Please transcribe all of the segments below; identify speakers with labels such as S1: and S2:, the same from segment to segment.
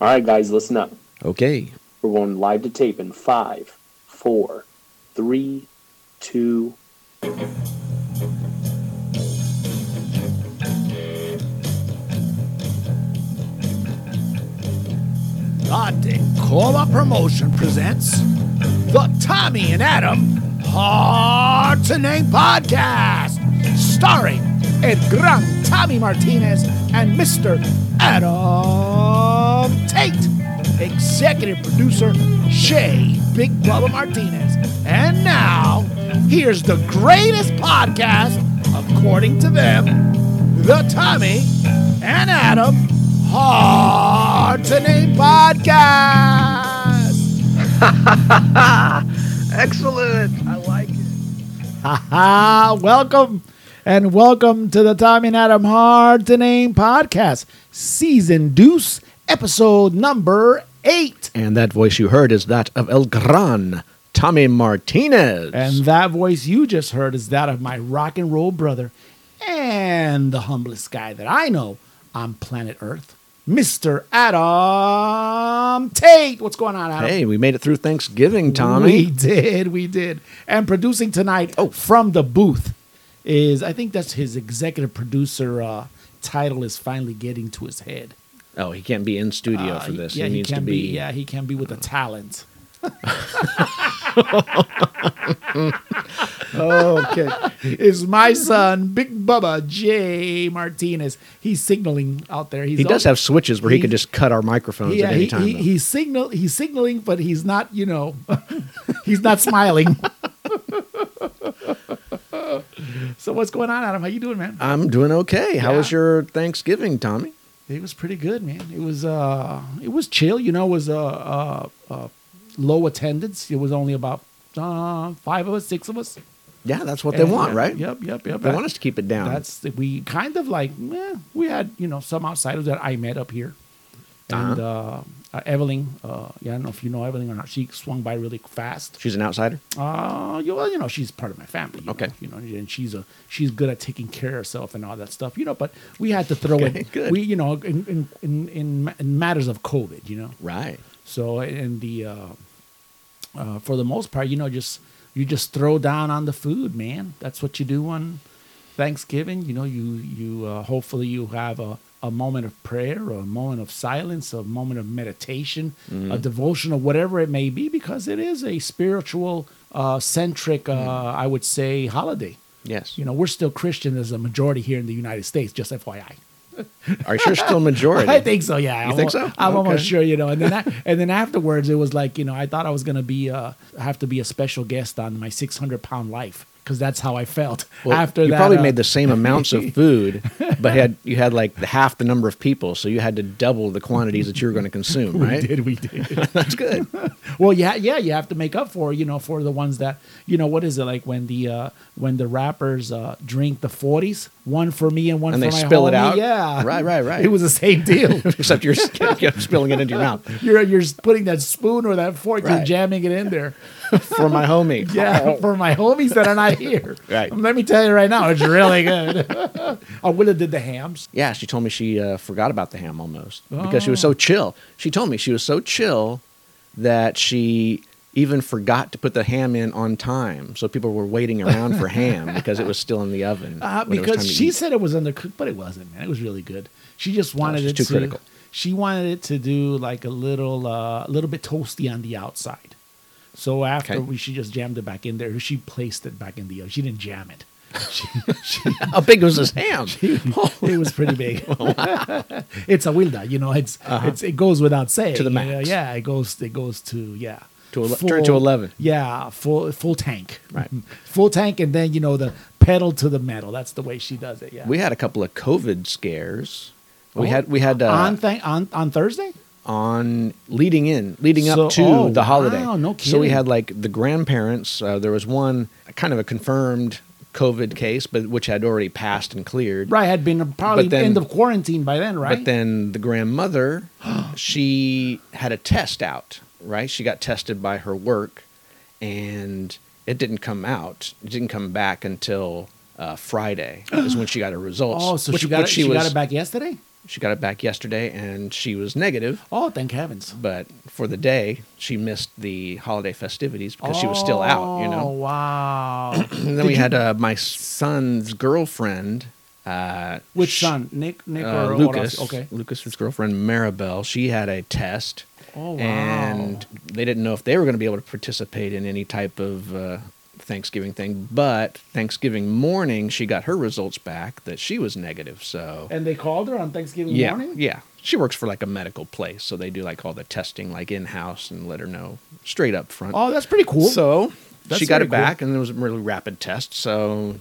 S1: All right, guys, listen up.
S2: Okay.
S1: We're going live to tape in five, four, three, two.
S3: The Cora Promotion presents the Tommy and Adam Hard to Name Podcast, starring El Gran Tommy Martinez and Mr. Adam Tate, executive producer Shay Big Bubba Martinez. And now, here's the greatest podcast, according to them, the Tommy and Adam Hard to Name Podcast.
S4: Excellent. I like it.
S3: Ah, welcome and welcome to the Tommy and Adam Hard to Name podcast, season deuce, episode number eight.
S2: And that voice you heard is that of El Gran, Tommy Martinez.
S3: And that voice you just heard is that of my rock and roll brother and the humblest guy that I know on planet Earth, Mr. Adam Tate. What's going on, Adam?
S2: hey, we made it through Thanksgiving, Tommy. Oh.
S3: We did, we did. And producing tonight from the booth is, I think that's his executive producer uh, title is finally getting to his head.
S2: oh, he can't be in studio
S3: Uh,
S2: for
S3: he-
S2: this.
S3: yeah,
S2: he needs
S3: can
S2: to be. uh,
S3: Yeah, he can be with the talent. okay. Is my son, Big Bubba J. Martinez. He's signaling out there. He's
S2: He does
S3: al-
S2: have switches where he,
S3: he-
S2: could just cut our microphones
S3: yeah,
S2: at any
S3: he,
S2: time.
S3: he,
S2: though.
S3: he's signal he's signaling, but he's not, you know, he's not smiling. so what's going on, Adam? How you doing, man?
S2: I'm doing okay. How
S3: Yeah.
S2: was your Thanksgiving, Tommy?
S3: It was pretty good, man. It was uh it was chill, you know, it was uh uh, uh low attendance. It was only about uh five of us, six of us.
S2: Yeah, that's what
S3: And- uh,
S2: they want, right?
S3: Yep, yep, yep.
S2: They want us to keep it down.
S3: That's we kind of like eh, we had you know some outsiders that I met up here,
S2: Uh-huh.
S3: and uh, uh, Evelyn. Uh, yeah, I don't know if you know Evelyn or not. She swung by really fast.
S2: She's an outsider.
S3: Uh, you, well, you know she's part of my family. you
S2: Okay.
S3: know, you know, and she's a she's good at taking care of herself and all that stuff. You know, but we had to throw
S2: Okay,
S3: in
S2: good.
S3: we you know in in, in in ma- in matters of COVID. You know,
S2: Right.
S3: so and the uh, uh, for the most part, you know, just you just throw down on the food, man. That's what you do on Thanksgiving. You know, you you uh, hopefully you have a a moment of prayer or a moment of silence, a moment of meditation, a devotion or whatever it may be, because it is a spiritual uh, centric, uh, I would say, holiday.
S2: Yes.
S3: You know, we're still Christian as a majority here in the United States. Just FYI.
S2: Are you sure still majority?
S3: I think so. Yeah,
S2: You
S3: I'm,
S2: think
S3: al-
S2: so?
S3: I'm almost
S2: Okay.
S3: sure. You know, and then I, and then afterwards, it was like you know, I thought I was gonna be uh, have to be a special guest on my 600 pound life because that's how I felt
S2: Well,
S3: after
S2: you
S3: that.
S2: probably
S3: uh,
S2: made the same amounts of food, but had you had like the half the number of people, so you had to double the quantities that you were going to consume,
S3: We
S2: right?
S3: did. We did.
S2: That's good.
S3: well, yeah, yeah. You have to make up for you know for the ones that you know. What is it like when the uh, when the rappers uh, drink the 40s, one for me and one
S2: And
S3: for
S2: they
S3: my
S2: spill it
S3: homie?
S2: out?
S3: Yeah,
S2: Right, right, right.
S3: It was the same deal.
S2: Except you're, you're spilling it into your mouth
S3: You're, you're putting that spoon or that fork, you're
S2: Right.
S3: jamming it in there.
S2: for my homie.
S3: Yeah, for my homies that are not here.
S2: Oh.
S3: Um,
S2: Right.
S3: Let me tell you right now, it's really good. oh, Willa did the hams.
S2: Yeah, she told me she uh, forgot about the ham almost because she was
S3: Oh.
S2: so chill. She told me she was so chill that she even forgot to put the ham in on time. So people were waiting around for ham because it was still in the oven. when
S3: Uh,
S2: it was
S3: because
S2: time to
S3: she
S2: eat.
S3: said it was undercooked, but it wasn't, man. It was really good. She just wanted
S2: she's
S3: it
S2: too
S3: to,
S2: critical.
S3: She wanted it to do like a little, uh, a little bit toasty on the outside. So after
S2: Okay.
S3: we, she just jammed it back in there. She placed it back in the oven. She didn't jam it. She,
S2: How big was this ham?
S3: it was pretty big. it's a wilda, you know. It's, it's it goes without saying.
S2: Uh-huh. To the
S3: you know,
S2: max.
S3: yeah, it goes. It goes to yeah.
S2: To ele- turn to 11.
S3: Yeah, full full tank. Mm-hmm.
S2: Right.
S3: full tank, and then you know the pedal to the metal. That's the way she does it. Yeah.
S2: We had a couple of COVID scares. We
S3: Oh.
S2: had we had uh,
S3: on
S2: on,
S3: thing on on Thursday.
S2: leading in leading
S3: So-
S2: up to
S3: oh,
S2: the holiday.
S3: wow, no
S2: So we
S3: kidding.
S2: had like the grandparents. Uh, there was one kind of a confirmed COVID case, but which had already passed and cleared.
S3: Right, had been probably
S2: But then-
S3: end of quarantine by then, right?
S2: But then the grandmother, she had a test out. Right, she got tested by her work, and it didn't come out. It didn't come back until uh, Friday is when she got her results.
S3: oh, so
S2: which-
S3: she got
S2: which
S3: it, she, got
S2: was-
S3: it back yesterday.
S2: She got it back yesterday and she was negative,
S3: Oh, thank heavens.
S2: but for the day, she missed the holiday festivities because she was still out, you
S3: Oh,
S2: know.
S3: wow.
S2: And then we had uh, my son's girlfriend. Uh,
S3: Which
S2: sh-
S3: son? Nick, Nick
S2: uh,
S3: or what else?
S2: Lucas,
S3: Okay.
S2: Lucas's girlfriend Maribel, she had a test,
S3: Oh, wow.
S2: and they didn't know if they were going to be able to participate in any type of uh, Thanksgiving thing. But Thanksgiving morning, she got her results back that she was negative. So
S3: And they called her on Thanksgiving
S2: yeah,
S3: morning?
S2: yeah, she works for like a medical place, so they do like all the testing like in house and let her know straight up front.
S3: Oh, that's pretty cool.
S2: So
S3: That's
S2: she got
S3: very
S2: it back, and it was a really rapid test. So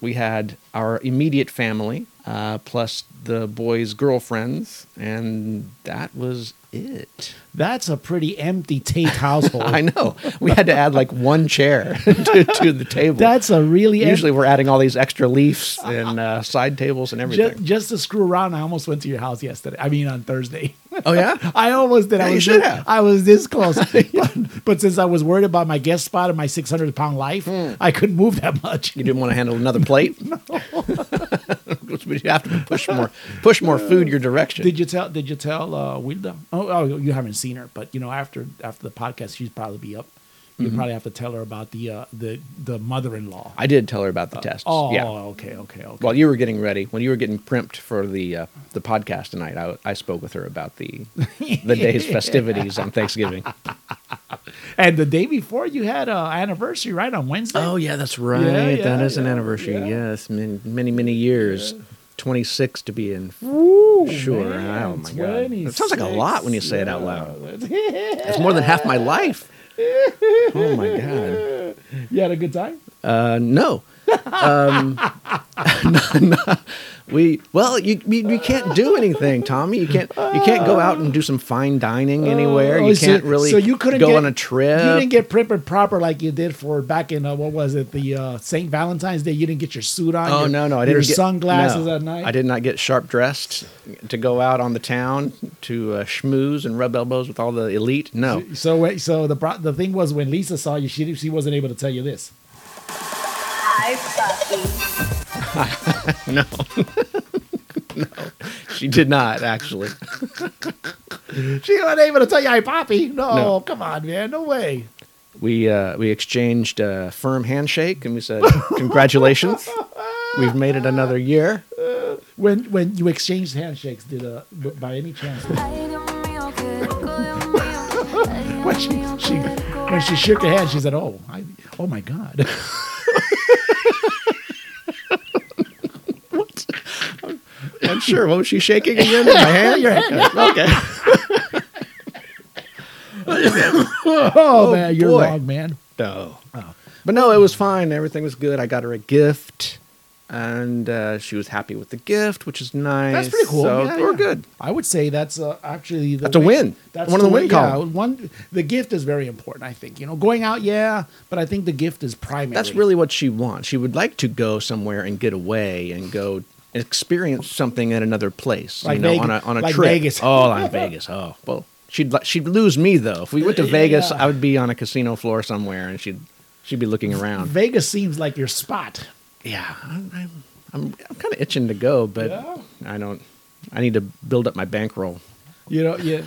S2: we had our immediate family, uh, plus the boy's girlfriends, and that was it.
S3: that's a pretty empty Tate household.
S2: I know we had to add like one chair to, to the table.
S3: That's a really em-
S2: usually we're adding all these extra leaves and uh, side tables and
S3: ju-
S2: everything.
S3: just to screw around. I almost went to your house yesterday. I mean, on Thursday.
S2: oh yeah,
S3: I almost did.
S2: Yeah,
S3: I
S2: you
S3: was
S2: should
S3: this,
S2: have.
S3: I was this close, but, but since I was worried about my guest spot and my 600 pound life, I couldn't move that much.
S2: Hmm. you didn't want to handle another plate. no, you have to push more, push more food your direction.
S3: Did you tell? Did you tell uh, Wilda? Oh, oh, you haven't seen her, but you know, after after the podcast, she'd probably be up. You probably have to tell her about the uh, the the mother-in-law.
S2: Mm-hmm. I did tell her about the test.
S3: oh,
S2: yeah.
S3: okay, okay, okay.
S2: While you were getting ready, when you were getting primped for the uh, the podcast tonight, I, I spoke with her about the the day's festivities on Thanksgiving.
S3: and the day before, you had an anniversary, right on Wednesday.
S2: Oh, yeah, that's
S3: right. Yeah, That yeah, is an yeah,
S2: anniversary.
S3: yeah.
S2: Yes, many many, many years. Twenty six to be in.
S3: Woo,
S2: Sure.
S3: man,
S2: oh my god, it sounds like a
S3: 26.
S2: lot when you say it out loud. It's more than half my life. Oh my god.
S3: You had a good time.
S2: Uh, no. Um, no, no. We well, you, you you can't do anything, Tommy. You can't you can't go out and do some fine dining anywhere.
S3: Oh,
S2: you
S3: so-
S2: can't really
S3: So you couldn't
S2: go
S3: get,
S2: on a trip.
S3: You didn't get prim and proper like you did for back in uh, what was it the uh, Saint Valentine's Day? You didn't get your suit on.
S2: oh
S3: your,
S2: no, no, I didn't
S3: Your
S2: get
S3: sunglasses
S2: no.
S3: at night.
S2: I did not get sharp dressed to go out on the town to uh, schmooze and rub elbows with all the elite. No,
S3: So wait, so the pro- the thing was when Lisa saw you, she she wasn't able to tell you this.
S5: I fucking
S2: no. No, she did not actually.
S3: She wasn't able to tell you, "Hey, Poppy, no,
S2: No.
S3: come on, man, no way."
S2: we uh, we exchanged a firm handshake and we said, "Congratulations, we've made it another year."
S3: When when you exchanged handshakes, did uh b- by any chance when she she when she shook your hand, she said, "Oh, I, oh my God."
S2: I'm sure. What was she shaking again? My hand. Your hand. Okay.
S3: Oh, man, you're
S2: boy.
S3: wrong, man.
S2: No.
S3: Oh.
S2: But no, it was fine. Everything was good. I got her a gift, and uh, she was happy with the gift, which is nice.
S3: That's pretty cool.
S2: So
S3: Yeah,
S2: we're
S3: yeah.
S2: good.
S3: I would say that's uh, actually the
S2: That's a win. One of the win
S3: yeah,
S2: column.
S3: one the gift is very important. I think you know going out, yeah, but I think the gift is primary.
S2: That's really what she wants. She would like to go somewhere and get away and go experience something at another place.
S3: Like
S2: you know,
S3: Vegas-
S2: on a on a
S3: like
S2: trip.
S3: Vegas.
S2: Oh, like Vegas. Oh, well, she'd li- she'd lose me though. If we went to Vegas,
S3: Yeah.
S2: I would be on a casino floor somewhere, and she'd she'd be looking around.
S3: Vegas seems like your spot.
S2: yeah, I'm I'm, I'm, I'm kind of itching to go, but
S3: Yeah.
S2: I don't. I need to build up my bankroll.
S3: You know, yeah.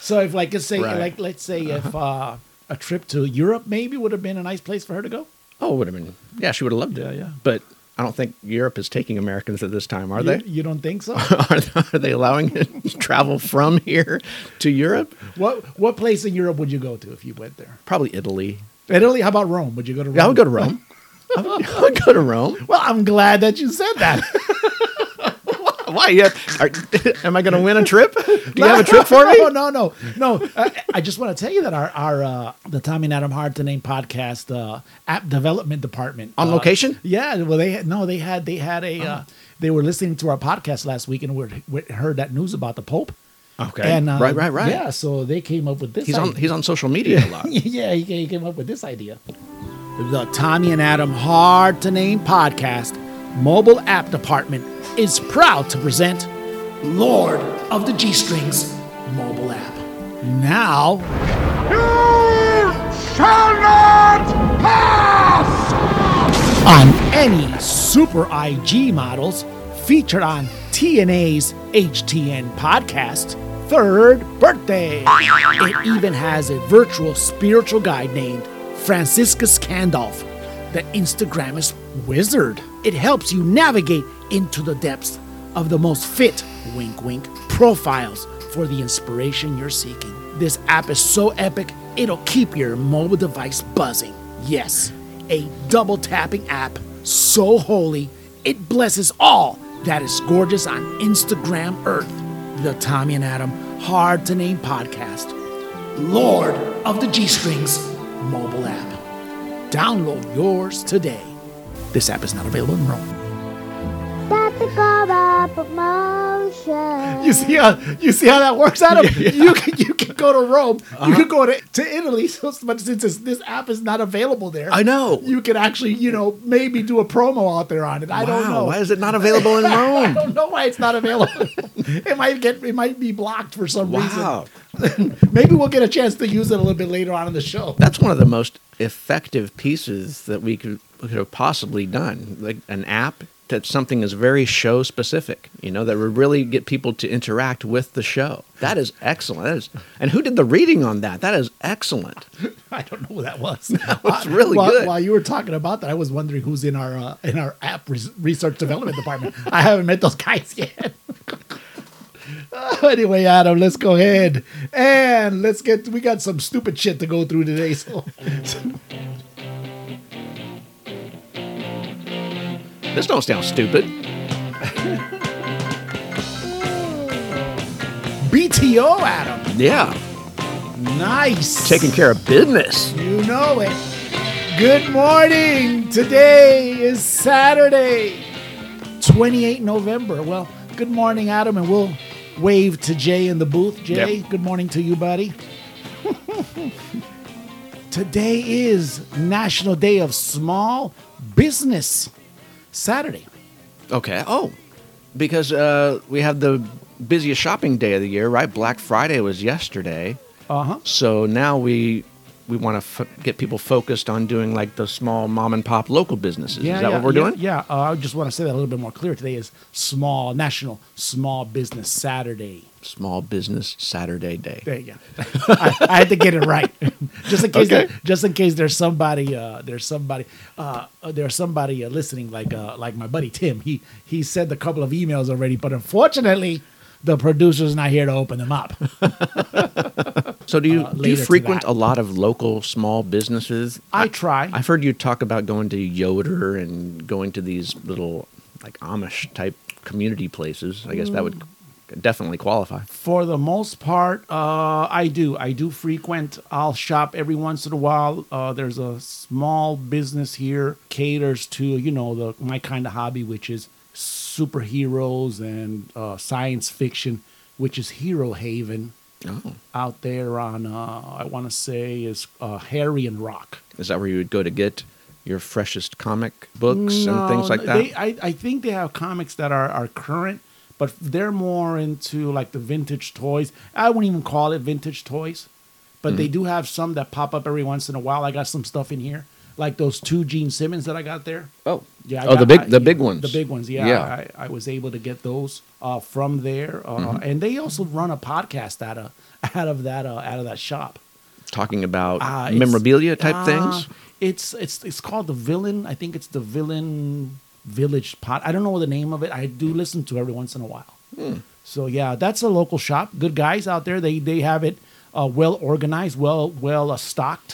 S3: so if like let's say
S2: Right. Uh-huh.
S3: like let's say if uh, a trip to Europe maybe would have been a nice place for her to go.
S2: Oh, would have been. Yeah, she would have loved it.
S3: Yeah, yeah.
S2: But I don't think Europe is taking Americans at this time, are
S3: you,
S2: they?
S3: You don't think so?
S2: are, are they allowing it to travel from here to Europe?
S3: what what place in Europe would you go to if you went there?
S2: Probably Italy.
S3: Italy? How about Rome? Would you go to Rome?
S2: Yeah, I would go to Rome. I would, I would go to Rome.
S3: Well, I'm glad that you said that.
S2: Why? Yeah. Are, am I going to win a trip? Do you have a trip for me?
S3: No, no, no, no. I, I just want to tell you that our our uh, the Tommy and Adam Hard to Name podcast uh, app development department
S2: On
S3: uh,
S2: location? Oh.
S3: Yeah, well, they had, no, they had they had a uh, they were listening to our podcast last week and we we heard that news about the Pope.
S2: Okay.
S3: And uh,
S2: right, right, right.
S3: Yeah, so they came up with this.
S2: He's on.
S3: idea.
S2: He's on social media a lot.
S3: yeah, he ca- he came up with this idea. The Tommy and Adam Hard to Name podcast mobile app department is proud to present Lord of the G Strings mobile app. Now, on any Super IG models featured on TNA's HTN podcast, Third Birthday. It even has a virtual spiritual guide named Franciscus Gandalf, the Instagramist wizard. It helps you navigate into the depths of the most fit, wink wink, profiles for the inspiration you're seeking. This app is so epic, it'll keep your mobile device buzzing. Yes, a double tapping app so holy, it blesses all that is gorgeous on Instagram Earth. The Tommy and Adam Hard to Name Podcast, Lord of the G Strings mobile app. Download yours today. This app is not available in Rome.
S6: That's a god of motion.
S3: You see how you see how that works, Adam. You can you can go to Rome. You
S2: Uh-huh.
S3: can go to, to Italy. So, but since this, this app is not available there,
S2: I know.
S3: you can actually you know maybe do a promo out there on it. I don't
S2: Wow,
S3: know.
S2: Why is it not available in
S3: I
S2: Rome?
S3: don't know why it's not available. it might get it might be blocked for some
S2: wow.
S3: reason. Maybe we'll get a chance to use it a little bit later on in the show.
S2: That's one of the most effective pieces that we could, we could have possibly done. Like an app that something is very show specific, you know, that would really get people to interact with the show. That is excellent. That is, and who did the reading on that? That is excellent.
S3: I don't know what that was.
S2: was really
S3: while,
S2: good.
S3: While you were talking about that, I was wondering who's in our uh, in our app res- research development department. I haven't met those guys yet. Uh, anyway, Adam, let's go ahead and let's get. We got some stupid shit to go through today. So
S2: This don't sound stupid.
S3: BTO, Adam,
S2: Yeah,
S3: nice.
S2: taking care of business.
S3: You know it. Good morning. Today is Saturday, 28 November. Well, good morning, Adam, and we'll wave to Jay in the booth. Jay,
S2: Yep.
S3: good morning to you, buddy. Today is National Day of Small Business Saturday.
S2: Okay. Oh, because uh, we have the busiest shopping day of the year, right? Black Friday was yesterday.
S3: Uh huh.
S2: So now we we want to f- get people focused on doing like the small mom and pop local businesses. Is that what we're
S3: yeah,
S2: doing?
S3: Yeah, uh, I just want to say that a little bit more clear. Today is Small National Small Business Saturday.
S2: Small business Saturday day.
S3: There you go. I, I had to get it right, just in case.
S2: Okay.
S3: Just in case there's somebody, uh, there's somebody, uh, uh, there's somebody uh, listening, like uh, like my buddy Tim. He he sent a couple of emails already, but unfortunately, the producer's not here to open them up.
S2: So do you do
S3: Uh, later
S2: you
S3: to
S2: frequent
S3: that.
S2: a lot of local small businesses?
S3: I try.
S2: I've heard you talk about going to Yoder and going to these little like Amish type community places. I guess that would
S3: Mm.
S2: definitely qualify.
S3: for the most part, uh, I do. I do frequent. I'll shop every once in a while. Uh, there's a small business here caters to you know the my kind of hobby, which is superheroes and uh, science fiction, which is Hero Haven
S2: Oh,
S3: out there on uh, I want to say is uh, Harry and Rock.
S2: is that where you would go to get your freshest comic books and things
S3: No,
S2: like that?
S3: They, I, I think they have comics that are, are current, but they're more into like the vintage toys. I wouldn't even call it vintage toys, but
S2: Mm-hmm.
S3: they do have some that pop up every once in a while. I got some stuff in here, like those two Gene Simmons that I got there.
S2: oh,
S3: Yeah. I
S2: Oh, the
S3: got-
S2: big-
S3: I-
S2: the big ones.
S3: The big ones. Yeah.
S2: Yeah.
S3: I, I was able to get those uh, from there, uh,
S2: Mm-hmm.
S3: and they also run a podcast out of out of that uh, out of that shop
S2: talking about
S3: uh, it's-
S2: memorabilia type
S3: uh,
S2: things.
S3: It's it's it's called the villain. I think it's the villain village pot. I don't know the name of it. I do listen to every once in a while.
S2: Hmm.
S3: So yeah, that's a local shop. Good guys out there. They they have it uh, well organized, well well uh, stocked.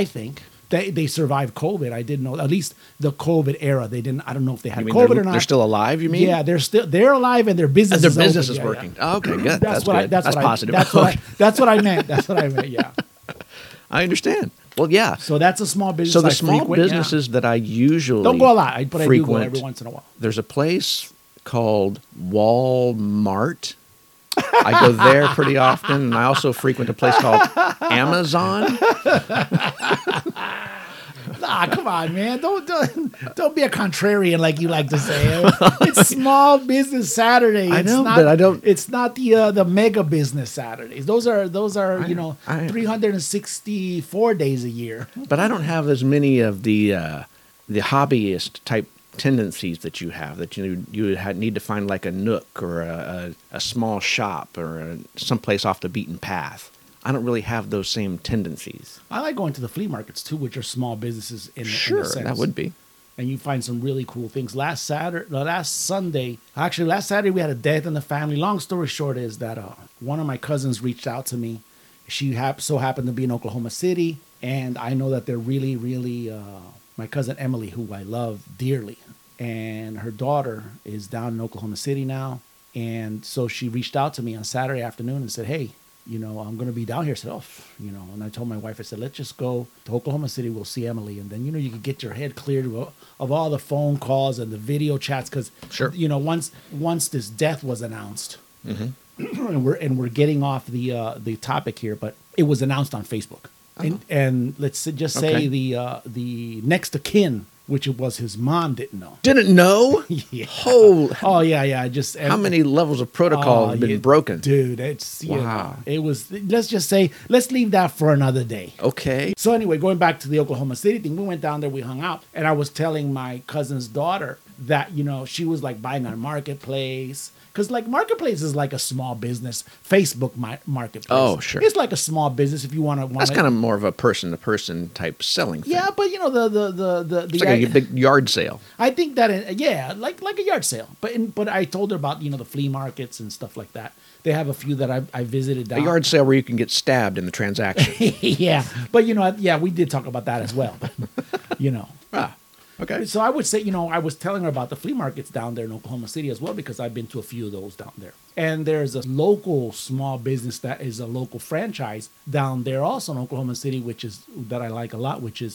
S3: I think they they survived COVID. I didn't know at least the COVID era. They didn't. I don't know if they had
S2: You mean
S3: COVID
S2: they're,
S3: or not.
S2: they're still alive? You mean?
S3: yeah, they're still they're alive and their business
S2: their
S3: is open.
S2: business is
S3: Yeah, yeah.
S2: working. Oh, okay, good. That's,
S3: That's, what
S2: good.
S3: I, that's,
S2: that's
S3: what
S2: positive.
S3: I, that's what I,
S2: Okay.
S3: that's what I meant. That's what I meant. Yeah.
S2: I, understand. Well, yeah. So,
S3: So that's a small business.
S2: the
S3: I
S2: small
S3: frequent, yeah.
S2: businesses that I usually
S3: Don't go a lot, I- but I do go
S2: frequent,
S3: every once in a while.
S2: There's a place called Walmart. I go there pretty often, and I also frequent a place called Amazon.
S3: Ah, come on, man. Don't, don't don't be a contrarian like you like to say. eh? It's small business Saturday.
S2: I
S3: It's
S2: know,
S3: not,
S2: but I don't-
S3: It's not the uh, the mega business Saturdays. Those are those are
S2: I-
S3: you know
S2: I-
S3: 364 days a year.
S2: but I don't have as many of the uh, the hobbyist type tendencies that you have that you you would ha- need to find like a nook or a, a, a small shop or a, someplace off the beaten path. I don't really have those same tendencies.
S3: I like going to the flea markets too, which are small businesses. In, in
S2: sure,
S3: a sense.
S2: that would be.
S3: And you find some really cool things. Last Saturday, last Sunday, actually last Saturday, we had a death in the family. Long story short is that uh, one of my cousins reached out to me. She hap- so happened to be in Oklahoma City, and I know that they're really, really uh, my cousin Emily, who I love dearly, and her daughter is down in Oklahoma City now. And so she reached out to me on Saturday afternoon and said, "Hey, you know, I'm going to be down here. I said, oh, pff, you know, and I told my wife, I said, let's just go to Oklahoma City. We'll see Emily. And then, you know, you could get your head cleared of, of all the phone calls and the video chats. Cause
S2: Sure.
S3: you know, once, once this death was announced
S2: Mm-hmm.
S3: and we're, and we're getting off the, uh, the topic here, but it was announced on Facebook and, and let's just say
S2: Oh. Okay.
S3: the, uh, the next of kin, which it was his mom didn't know.
S2: Didn't know.
S3: Yeah.
S2: Whole
S3: Oh yeah. Yeah. I Just
S2: how many levels of protocol
S3: Oh,
S2: have been
S3: you-
S2: broken?
S3: dude? It's wow.
S2: Wow.
S3: it was. Let's just say let's leave that for another day.
S2: Okay.
S3: So anyway, going back to the Oklahoma City thing, we went down there, we hung out, and I was telling my cousin's daughter that you know she was like buying on marketplace because like marketplace is like a small business, Facebook mi- marketplace.
S2: Oh, sure.
S3: it's like a small business if you want to.
S2: That's kind of more of a person-to-person type selling. Thing.
S3: yeah, but you know the the the the, the
S2: It's like a big yard sale.
S3: I think that it, yeah, like like a yard sale. But in, but I told her about you know the flea markets and stuff like that. They have a few that I I visited.
S2: A
S3: Down.
S2: yard sale where you can get stabbed in the transaction.
S3: Ah. yeah. But you know, yeah, we did talk about that as well. But, you know.
S2: ah, okay.
S3: So I would say, you know, I was telling her about the flea markets down there in Oklahoma City as well because I've been to a few of those down there. And there's a local small business that is a local franchise down there also in Oklahoma City, which is that I like a lot, which is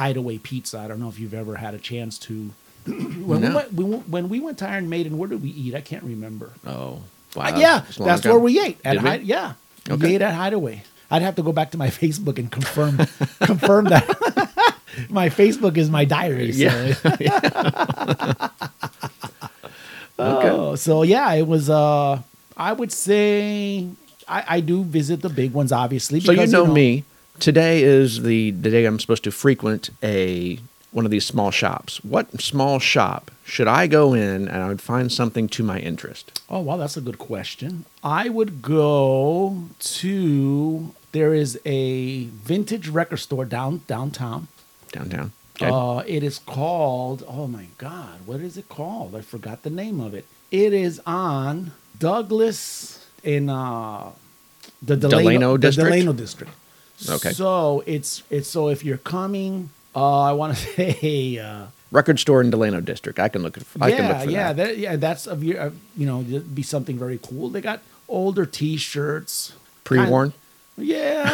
S3: Hideaway Pizza. I don't know if you've ever had a chance to. when, we
S2: No.
S3: went, we, went- when we went to Iron Maiden, where did we eat? I can't remember.
S2: Oh,
S3: Uh,
S2: wow.
S3: yeah,
S2: It's a long
S3: that's
S2: time.
S3: where we ate. At
S2: Did we?
S3: Hi- yeah,
S2: Okay.
S3: we ate at Hideaway. I'd have to go back to my Facebook and confirm confirm that. my Facebook is my diary. So.
S2: Yeah.
S3: Oh, so yeah, it was. Uh, I would say I, I do visit the big ones, obviously.
S2: So you
S3: because,
S2: know, me. Today is the, the day I'm supposed to frequent a one of these small shops. What small shop should I go in and I would find something to my interest?
S3: Oh wow, that's a good question. I would go to. There is a vintage record store down downtown.
S2: Downtown. Okay.
S3: Uh, it is called, oh my God, what is it called? I forgot the name of it. It is on Douglas in uh, the Delano,
S2: Delano
S3: the
S2: District?
S3: Delano district.
S2: Okay.
S3: So it's it's so if you're coming, uh, I want to say, uh,
S2: Record store in Delano District. I can look. At, I can look
S3: yeah,
S2: for
S3: yeah,
S2: that.
S3: that, yeah, that's of your, uh, you know, it'd be something very cool. They got older T-shirts,
S2: Pre-worn.
S3: kind- yeah,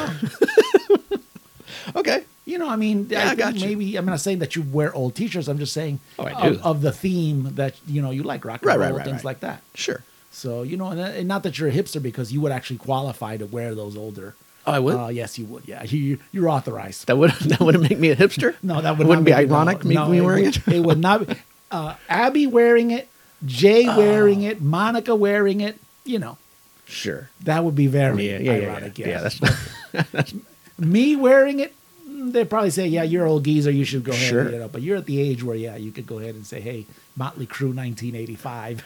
S2: Okay.
S3: You know, I mean,
S2: Yeah, I
S3: think
S2: got you.
S3: maybe I'm not saying that you wear old T-shirts. I'm just saying
S2: Oh, I do.
S3: of, of the theme that you know you like rock and
S2: Right,
S3: roll
S2: right, right,
S3: things
S2: right.
S3: like that.
S2: Sure.
S3: So you know, and, uh, and not that you're a hipster because you would actually qualify to wear those older.
S2: Oh, I would?
S3: Uh, yes, you would. Yeah, you you're authorized.
S2: That would that would make me a hipster.
S3: no, that would
S2: not
S3: not
S2: be
S3: make- no,
S2: ironic. me,
S3: no,
S2: me wearing
S3: would,
S2: it.
S3: It would not. be- Uh, Abby wearing it, Jay
S2: Oh.
S3: wearing it, Monica wearing it. You know,
S2: Sure.
S3: that would be very
S2: Yeah. Yeah. Yeah. Yeah.
S3: ironic.
S2: yeah
S3: yes.
S2: that's
S3: me wearing it, mm, they'd probably say, "Yeah, you're old geezer. You should go ahead
S2: Sure.
S3: and get it up." But you're at the age where, yeah, you could go ahead and say, "Hey, Motley Crue, 1985,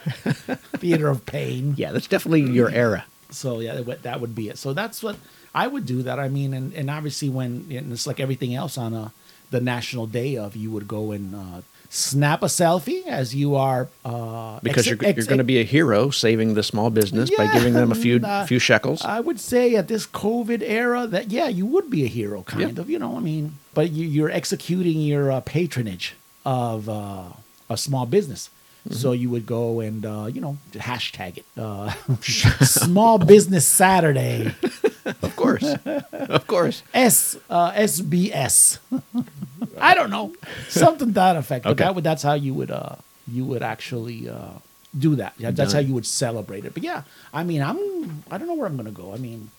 S3: Theater of Pain."
S2: yeah. That's definitely your era.
S3: So yeah, that would, that would be it. So that's what I would do. That I mean, and, and obviously when and it's like everything else on a the national day of, you would go and uh, snap a selfie as you are uh,
S2: because
S3: ex-
S2: you're,
S3: ex-
S2: you're going to be a hero saving the small business by giving them a few
S3: Yeah,
S2: few shekels.
S3: I would say at this COVID era that yeah, you would be a hero, kind
S2: Yeah.
S3: of. You know, I mean, but you, you're executing your uh, patronage of uh, a small business. So you would go and uh, you know hashtag it uh, small business Saturday
S2: of course, of course.
S3: S uh, SBS. I don't know something to that effect. But
S2: Okay.
S3: that would that's how you would uh, you would actually uh, do that. Yeah, that's how
S2: Done.
S3: you would celebrate it. But yeah, I mean, I'm I don't know where I'm gonna go. I mean,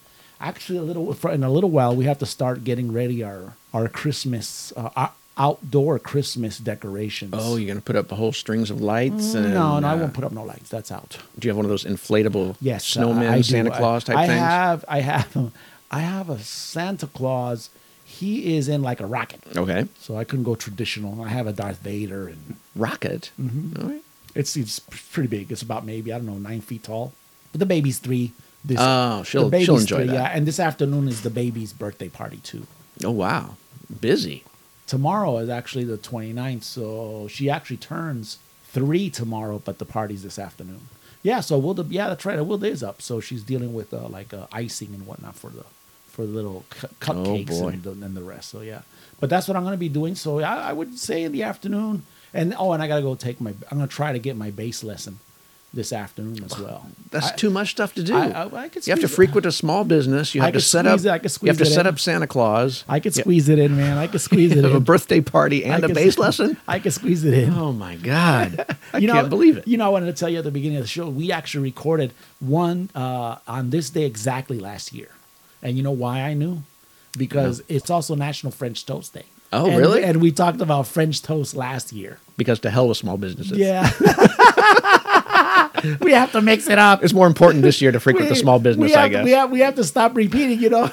S3: actually, a little for, in a little while we have to start getting ready our our Christmas uh, our outdoor Christmas decorations.
S2: Oh, you're going to put up whole strings of lights? and,
S3: no, no, I
S2: uh,
S3: won't put up no lights. That's out.
S2: Do you have one of those inflatable
S3: Yes, uh,
S2: snowman
S3: I do.
S2: Santa Claus type
S3: I, I
S2: things?
S3: have, I have, I have a Santa Claus. He is in like a rocket.
S2: Okay.
S3: So I couldn't go traditional. I have a Darth Vader, and
S2: Rocket. Mm-hmm. right.
S3: it's it's p- pretty big. It's about maybe I don't know nine feet tall. But the baby's three. This
S2: Oh, she'll-
S3: the baby's
S2: she'll enjoy that.
S3: Yeah, and this afternoon is the baby's birthday party too.
S2: Oh wow. Busy.
S3: Tomorrow is actually the 29th, so she actually turns three tomorrow, but the party's this afternoon. Yeah, so Wilda, yeah, that's right. Wilda is up, so she's dealing with uh, like uh, icing and whatnot for the for the little cu- cupcakes
S2: Oh, boy.
S3: and, the, and the rest. So yeah, but that's what I'm gonna be doing. So I, I would say in the afternoon, and oh, and I gotta go take my. I'm gonna try to get my bass lesson this afternoon as well.
S2: That's
S3: I-
S2: too much stuff to do.
S3: I- I- I could
S2: you have to
S3: squeeze it.
S2: frequent a small business. You
S3: I
S2: have to
S3: could
S2: set up.
S3: squeeze it- I could
S2: you have to
S3: squeeze it
S2: set
S3: in.
S2: up Santa Claus.
S3: I could
S2: Yeah.
S3: squeeze it in, man. I could squeeze
S2: You
S3: it
S2: have
S3: in.
S2: a birthday party
S3: I
S2: and a
S3: could-
S2: bass lesson.
S3: I could squeeze it in.
S2: Oh my god! I
S3: you know,
S2: can't believe it.
S3: You know, I wanted to tell you at the beginning of the show, we actually recorded one uh, on this day exactly last year. And you know why I knew? Because it's also National French Toast Day.
S2: Oh,
S3: And-
S2: really?
S3: And we talked about French toast last year.
S2: because to hell with small businesses.
S3: Yeah. we have to mix it up.
S2: It's more important this year to frequent the small business,
S3: we have,
S2: I guess.
S3: We have, we have to stop repeating, you know?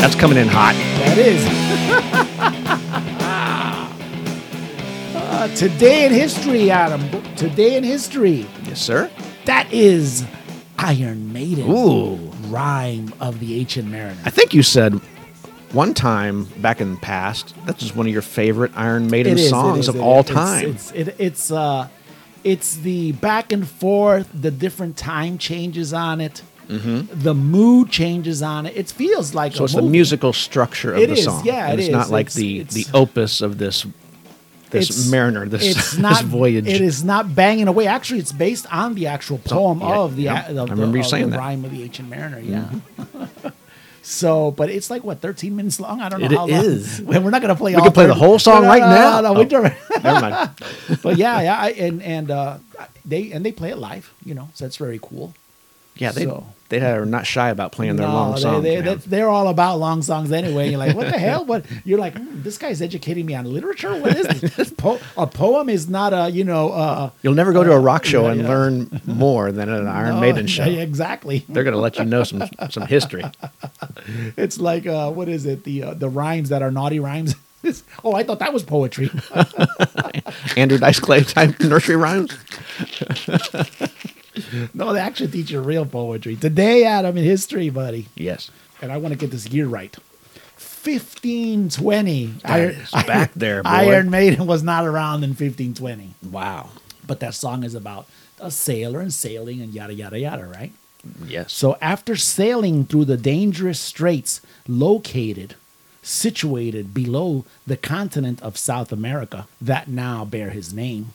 S2: That's coming in hot.
S3: That is. Uh, today in history, Adam. Today in history.
S2: Yes, sir.
S3: That is Iron Maiden.
S2: Ooh.
S3: Rhyme of the Ancient Mariner.
S2: I think you said one time back in the past, that's just one of your favorite Iron Maiden songs of all time.
S3: It's, it's, it, it's, uh, it's the back and forth, the different time changes on it, the mood changes on it. It feels like
S2: Mm-hmm. so
S3: a
S2: it's the
S3: movie.
S2: musical structure of
S3: It
S2: the
S3: is,
S2: song.
S3: yeah,
S2: And
S3: it
S2: it's
S3: is.
S2: not like
S3: It's-
S2: the,
S3: it's-
S2: the opus of this this
S3: It's-
S2: mariner, this,
S3: it's
S2: this
S3: not,
S2: voyage.
S3: It is not banging away. Actually, it's based on the actual poem
S2: yeah,
S3: of the,
S2: yeah.
S3: of the
S2: I remember you
S3: of
S2: saying
S3: the
S2: that. Mm-hmm.
S3: rhyme of the ancient mariner. Yeah. so, but it's like what thirteen minutes long. I don't know
S2: It
S3: how
S2: is.
S3: long. We're not gonna play.
S2: We
S3: all
S2: could play the
S3: 30
S2: whole song
S3: No, no,
S2: right
S3: no,
S2: now. Oh.
S3: no, no, we don't-
S2: Never mind.
S3: but yeah, yeah, I, and and uh, they and they play it live. You know, so that's very cool.
S2: Yeah, they
S3: So-
S2: they are not shy about playing their long
S3: they-
S2: songs.
S3: They,
S2: man.
S3: that- they're all about long songs anyway. You're like, what the hell? But you're like, hmm, this guy's educating me on literature. What is this? Po- a poem is not a you know. Uh,
S2: You'll never go to a rock show
S3: yeah,
S2: and
S3: yeah.
S2: learn more than at an Iron
S3: uh,
S2: Maiden show.
S3: yeah, exactly.
S2: They're going to let you know some some history.
S3: It's like uh, what is it? The uh, the rhymes that are naughty rhymes. It's- oh, I thought that was poetry.
S2: Andrew Dice Clay type nursery rhymes.
S3: no, they actually teach you real poetry today, Adam, in history, buddy.
S2: Yes,
S3: And I want to get this year right. Fifteen twenty. Iron,
S2: is back there, boy.
S3: Iron Maiden was not around in fifteen twenty,
S2: Wow.
S3: but that song is about a sailor and sailing and yada yada yada, right?
S2: Yes.
S3: So after sailing through the dangerous straits located, situated below the continent of South America that now bear his name,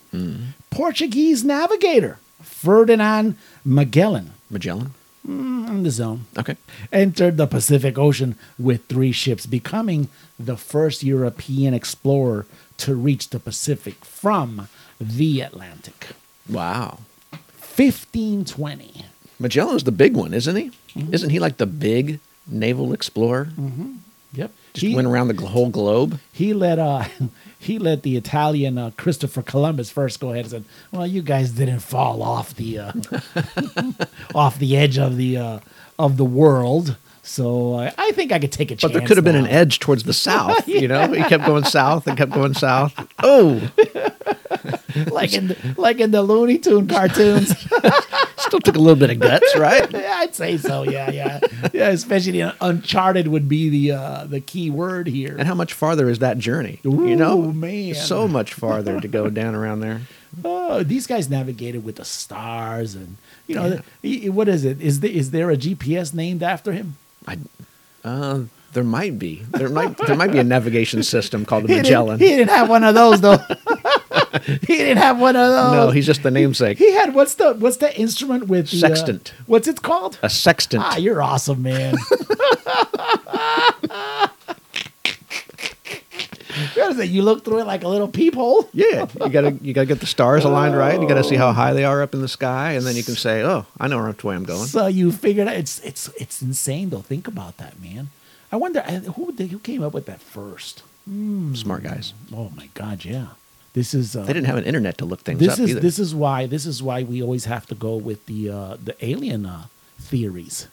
S3: Portuguese navigator Ferdinand Magellan
S2: Magellan.
S3: on the zone
S2: Okay.
S3: entered the Pacific Ocean with three ships, becoming the first European explorer to reach the Pacific from the Atlantic.
S2: Wow.
S3: 1520.
S2: Magellan's the big one, isn't he?
S3: Mm-hmm.
S2: Isn't he like the big naval explorer?
S3: Yep.
S2: Just went around the gl- whole globe.
S3: he let uh he let the Italian uh, Christopher Columbus first go ahead and said, "Well, you guys didn't fall off the uh, off the edge of the uh, of the world, so I, I think I could take a
S2: But
S3: chance."
S2: there could have been an
S3: now."
S2: edge towards the south. You know, he kept going south and kept going south. Oh,
S3: like in the, like in the Looney Tune cartoons.
S2: still took a little bit of guts, right?
S3: yeah, I'd say so. Yeah, yeah, yeah. Especially in Uncharted would be the uh, the key word here.
S2: And how much farther is that journey? you know,
S3: Ooh, man.
S2: so much farther to go down around there.
S3: Oh, these guys navigated with the stars, and you know, the- i- what is it? Is there is there a GPS named after him?
S2: I, uh, there might be there might there might be a navigation system called the
S3: He didn't-
S2: Magellan.
S3: He didn't, have one of those though. he didn't have one of those.
S2: no, he's just the namesake.
S3: he had what's the what's the instrument with the, uh,
S2: Sextant.
S3: what's it called?
S2: a sextant.
S3: Ah, you're awesome, man. what is it? You look through it like a little peephole.
S2: yeah, you gotta you gotta get the stars aligned right. You gotta see how high they are up in the sky, and then you can say, "Oh, I know which way I'm going."
S3: So you figured out it's it's it's insane though. Think about that, man. I wonder I- who did, who came up with that first.
S2: Smart guys.
S3: Oh my God, yeah. This is uh,
S2: They didn't have an internet to look things
S3: this
S2: up
S3: is
S2: either.
S3: this is why this is why we always have to go with the uh, the alien uh, theories.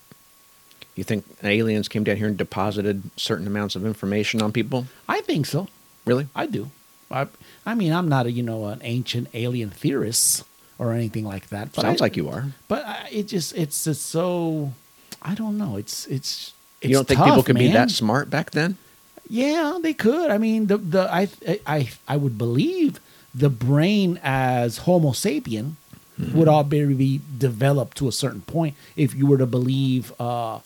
S2: You think aliens came down here and deposited certain amounts of information on people?
S3: I think so.
S2: Really?
S3: I do. I, I mean, I'm not a you know an ancient alien theorist or anything like that. But
S2: Sounds
S3: I-
S2: like you are.
S3: But I, it just it's just so I don't know. It's it's. it's
S2: You don't think
S3: tough,
S2: people could be
S3: man.
S2: that smart back then?
S3: Yeah, they could. I mean, the the I I I would believe the brain as Homo sapien
S2: Mm-hmm.
S3: would already be developed to a certain point if you were to believe uh,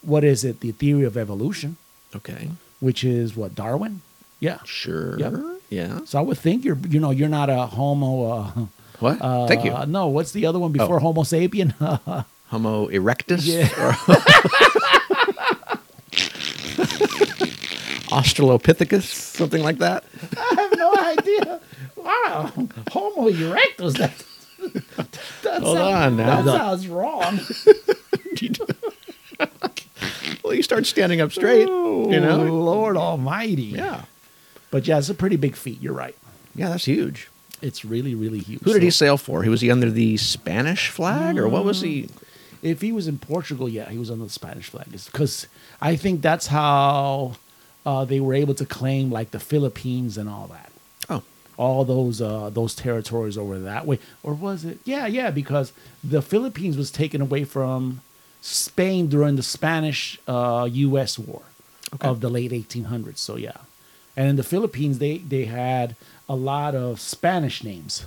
S3: what is it the theory of evolution,
S2: Okay.
S3: which is what Darwin. Yeah.
S2: Sure.
S3: Yep.
S2: Yeah.
S3: So I would think you're you know you're not a Homo.
S2: What?
S3: Uh, uh,
S2: Thank you. Oh.
S3: No, what's the other one before Homo sapien?
S2: Homo erectus?
S3: Yeah.
S2: Or- Australopithecus? Something like that?
S3: I have no idea. Wow, Homo erectus. That, that
S2: Hold
S3: sounds,
S2: on now.
S3: That sounds wrong.
S2: Well, you start standing up straight, you
S3: Oh,
S2: know?
S3: Lord Almighty.
S2: Yeah.
S3: But yeah, it's a pretty big feat. You're right.
S2: Yeah, that's huge.
S3: It's really, really huge.
S2: Who did he
S3: So
S2: sail for? He was he under the Spanish flag or what was he?
S3: If he was in Portugal, yeah, he was under the Spanish flag. Because I think that's how uh, they were able to claim like the Philippines and all that.
S2: Oh,
S3: all those uh, those territories over that way, or was it? Yeah, yeah, because the Philippines was taken away from Spain during the Spanish uh, U.S. War of the late 1800s. So yeah, and in the Philippines they they had a lot of Spanish names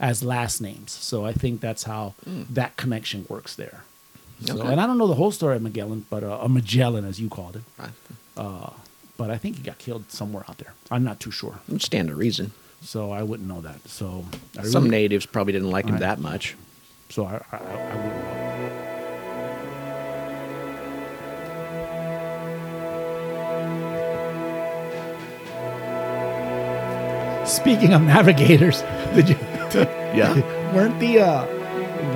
S3: as last names. So I think that's how that connection works there. So,
S2: Hmm. Okay.
S3: and I don't know the whole story of Magellan, but uh, or Magellan as you called it.
S2: Right.
S3: Uh, but I think he got killed somewhere out there. I'm not too sure
S2: would stand to reason.
S3: so I wouldn't know that. So I really,
S2: Some natives probably didn't like him
S3: Right.
S2: that much.
S3: so I, I, I I wouldn't know. Speaking of navigators, did you
S2: Yeah.
S3: weren't the uh,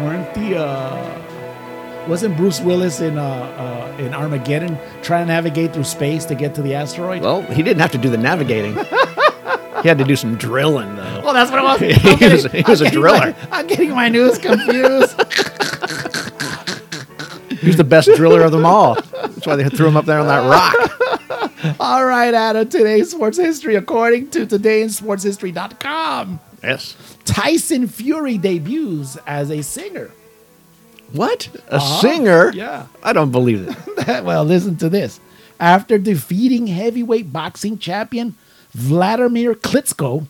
S3: weren't the uh, wasn't Bruce Willis in uh, uh, in Armageddon trying to navigate through space to get to the asteroid?
S2: well, he didn't have to do the navigating. he had to do some drilling though.
S3: Well, that's what it was.
S2: He
S3: I'm
S2: was- he was
S3: I'm
S2: a
S3: getting
S2: driller.
S3: my- I'm getting my news confused.
S2: He's the best driller of them all. That's why they threw him up there on that rock.
S3: All right, Adam, today's sports history, according to todayinsportshistory.com,
S2: Yes.
S3: Tyson Fury debuts as a singer.
S2: What? Uh-huh. A singer?
S3: yeah.
S2: I don't believe it.
S3: well, listen to this. After defeating heavyweight boxing champion Vladimir Klitschko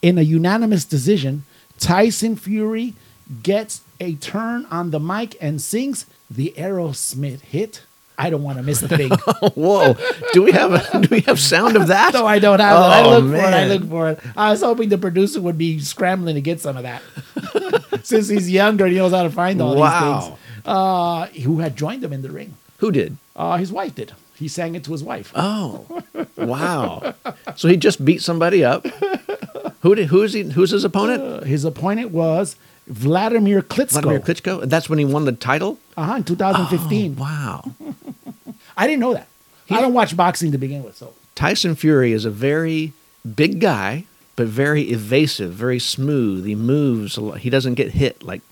S3: in a unanimous decision, Tyson Fury gets a turn on the mic and sings the Aerosmith hit. I don't want to miss a thing.
S2: Whoa. Do we have a, do we have sound of that?
S3: No, I don't have it. I
S2: Oh,
S3: look for it. I
S2: man.
S3: look for it. I was hoping the producer would be scrambling to get some of that. Since he's younger, he knows how to find all
S2: Wow.
S3: these things. Uh, who had joined him in the ring?
S2: Who did?
S3: Uh, his wife did. He sang it to his wife.
S2: Oh. Wow. So he just beat somebody up. Who did who's he who's his opponent?
S3: Uh, his opponent was Vladimir Klitschko.
S2: Vladimir Klitschko? And that's when he won the title? Oh,
S3: Uh-huh, in 2015.
S2: Wow.
S3: I didn't know that. I don't watch boxing to begin with, so.
S2: Tyson Fury is a very big guy, but very evasive, very smooth. He moves a lot. He doesn't get hit like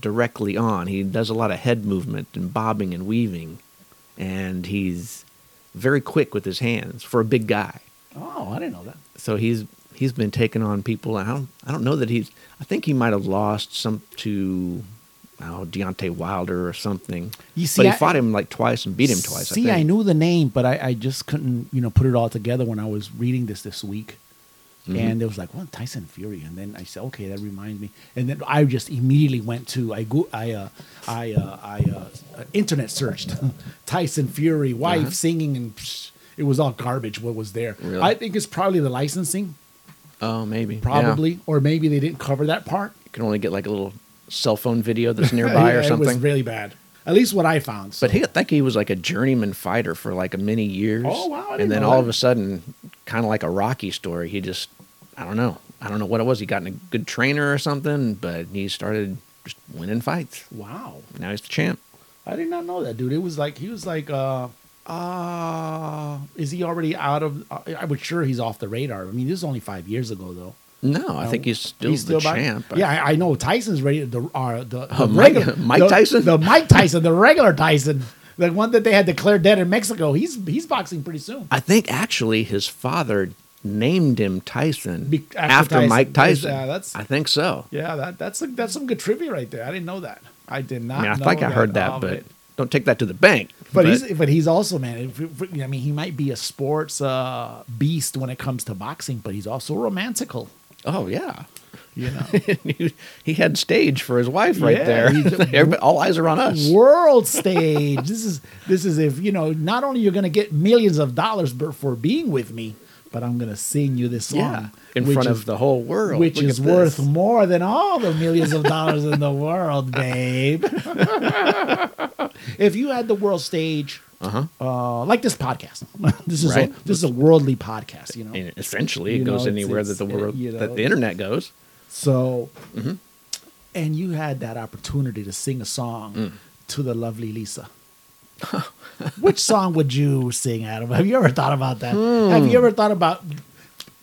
S2: directly on. He does a lot of head movement and bobbing and weaving, and he's very quick with his hands for a big guy.
S3: Oh, I didn't know that.
S2: So he's he's been taking on people. I don't I don't know that he's. I think he might have lost some to. Oh, Deontay Wilder or something.
S3: You see,
S2: but he
S3: I-
S2: fought him like twice and beat him twice.
S3: See,
S2: I,
S3: I,
S2: think.
S3: knew the name, but I, I just couldn't, you know, put it all together when I was reading this this week.
S2: Mm-hmm.
S3: And it was like, well, Tyson Fury, and then I said, okay, that reminds me. And then I just immediately went to I go I uh, I uh, I uh, internet searched Tyson Fury wife singing, and psh, it was all garbage. What was there?
S2: Uh-huh. Really?
S3: I think it's probably the licensing,
S2: Oh, maybe. Yeah.
S3: probably, or maybe they didn't cover that part.
S2: can only get like a little cell phone video that's nearby
S3: Yeah,
S2: or
S3: It was
S2: something.
S3: really bad. At least what I found. so-
S2: but he, I think he was like a journeyman fighter for like many years.
S3: Oh, wow, I didn't
S2: and then
S3: know
S2: all
S3: that.
S2: of a sudden, kind of like a Rocky story, he just, I don't know. I don't know what it was. He got in a good trainer or something, but he started just winning fights.
S3: wow.
S2: Now he's the champ.
S3: I did not know that, dude. It was like he was like, uh, uh is he already out of? I I was sure he's off the radar. I mean, this is only five years ago, though.
S2: No, I think he's still
S3: He's
S2: the
S3: still by-
S2: champ.
S3: Yeah, I, I know Tyson's ready. The uh, the, the
S2: Oh, Mike- Mike
S3: the-
S2: Tyson?
S3: the Mike Tyson, the regular Tyson, the one that they had declared dead in Mexico. He's he's boxing pretty soon.
S2: I think actually his father named him Tyson
S3: Be-
S2: after,
S3: after Tyson.
S2: Mike Tyson.
S3: Yeah, that's-
S2: I think so.
S3: Yeah, that that's like, that's some good trivia right there. I didn't know that. I did not.
S2: I mean, I
S3: know
S2: think I heard that,
S3: of
S2: but
S3: it.
S2: don't take that to the bank.
S3: But, he's but he's also man. If, if- I mean, he might be a sports uh, beast when it comes to boxing, but he's also romantical.
S2: oh yeah,
S3: You know,
S2: he, he had stage for his wife right
S3: Yeah,
S2: there.
S3: he's a-
S2: Everybody, all eyes are on us.
S3: world stage. This is this is if you know. Not only you're gonna get millions of dollars for- for being with me, but I'm gonna sing you this song
S2: Yeah, in
S3: which
S2: front
S3: is-
S2: of the whole world,
S3: which
S2: Look
S3: is
S2: at
S3: worth
S2: this.
S3: more than all the millions of dollars in the world, babe. if you had the world stage, uh-huh. like this podcast, this is
S2: Right.
S3: a, this is a worldly podcast, you know.
S2: And essentially,
S3: You
S2: it goes
S3: know, it's-
S2: anywhere that
S3: it's,
S2: the
S3: uh,
S2: world
S3: you know,
S2: that the internet goes.
S3: So,
S2: Mm-hmm.
S3: and you had that opportunity to sing a song
S2: Mm.
S3: to the lovely Lisa. Which song would you sing, Adam? Have you ever thought about that? Have you ever thought about?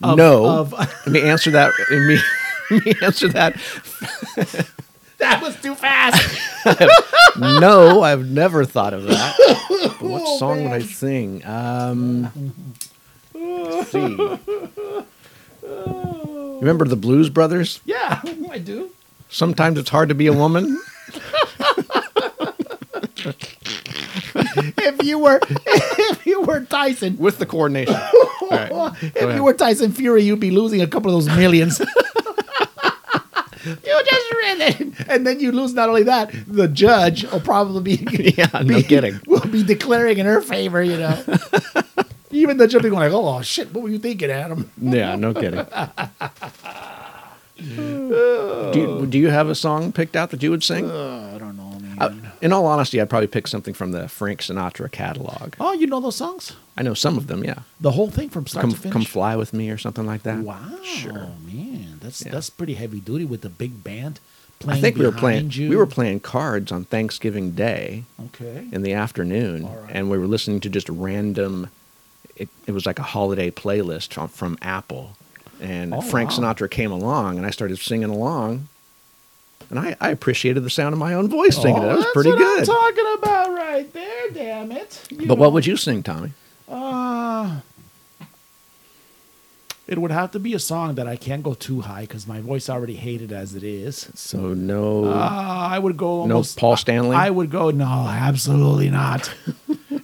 S3: of-
S2: Hmm. no,
S3: of-
S2: let me answer that. Let me, let me answer that.
S3: that was too fast.
S2: No, I've never thought of that. But what
S3: Oh,
S2: song would I sing? Um, let's see. You remember the Blues Brothers?
S3: yeah, I do.
S2: Sometimes it's hard to be a woman.
S3: If you were, if you were Tyson,
S2: with the coordination. All right.
S3: if
S2: ahead.
S3: you were Tyson Fury, you'd be losing a couple of those millions. you just ran it, and then you lose. Not only that, the judge will probably be
S2: Yeah, no kidding.
S3: will be declaring in her favor. You know, even the judge will be like, "Oh shit, what were you thinking, Adam?"
S2: Yeah, no kidding. do, you, do you have a song picked out that you would sing?
S3: I don't know, man.
S2: Uh, in all honesty, I'd probably pick something from the Frank Sinatra catalog.
S3: oh, you know those songs,
S2: I know some of them, yeah.
S3: the whole thing from start
S2: Come,
S3: to finish.
S2: come fly with me or something like that.
S3: Wow,
S2: Sure.
S3: man, that's
S2: Yeah.
S3: that's pretty heavy duty with the big band playing.
S2: I think we were playing.
S3: behind You.
S2: We were playing cards on Thanksgiving Day
S3: Okay.
S2: in the afternoon,
S3: All right.
S2: and we were listening to just random. It, it was like a holiday playlist from, from Apple, and
S3: Oh,
S2: Frank
S3: wow.
S2: Sinatra came along, and I started singing along, and I, I appreciated the sound of my own voice singing. it. That was
S3: Oh, that's
S2: pretty
S3: what I'm
S2: good.
S3: talking about right there, damn it. You
S2: But what
S3: know,
S2: would you sing, Tommy?
S3: Uh, it would have to be a song that I can't go too high because my voice already hated as it is.
S2: So no,
S3: Uh, I would go
S2: no
S3: almost.
S2: Paul Stanley.
S3: I would go, no, absolutely not.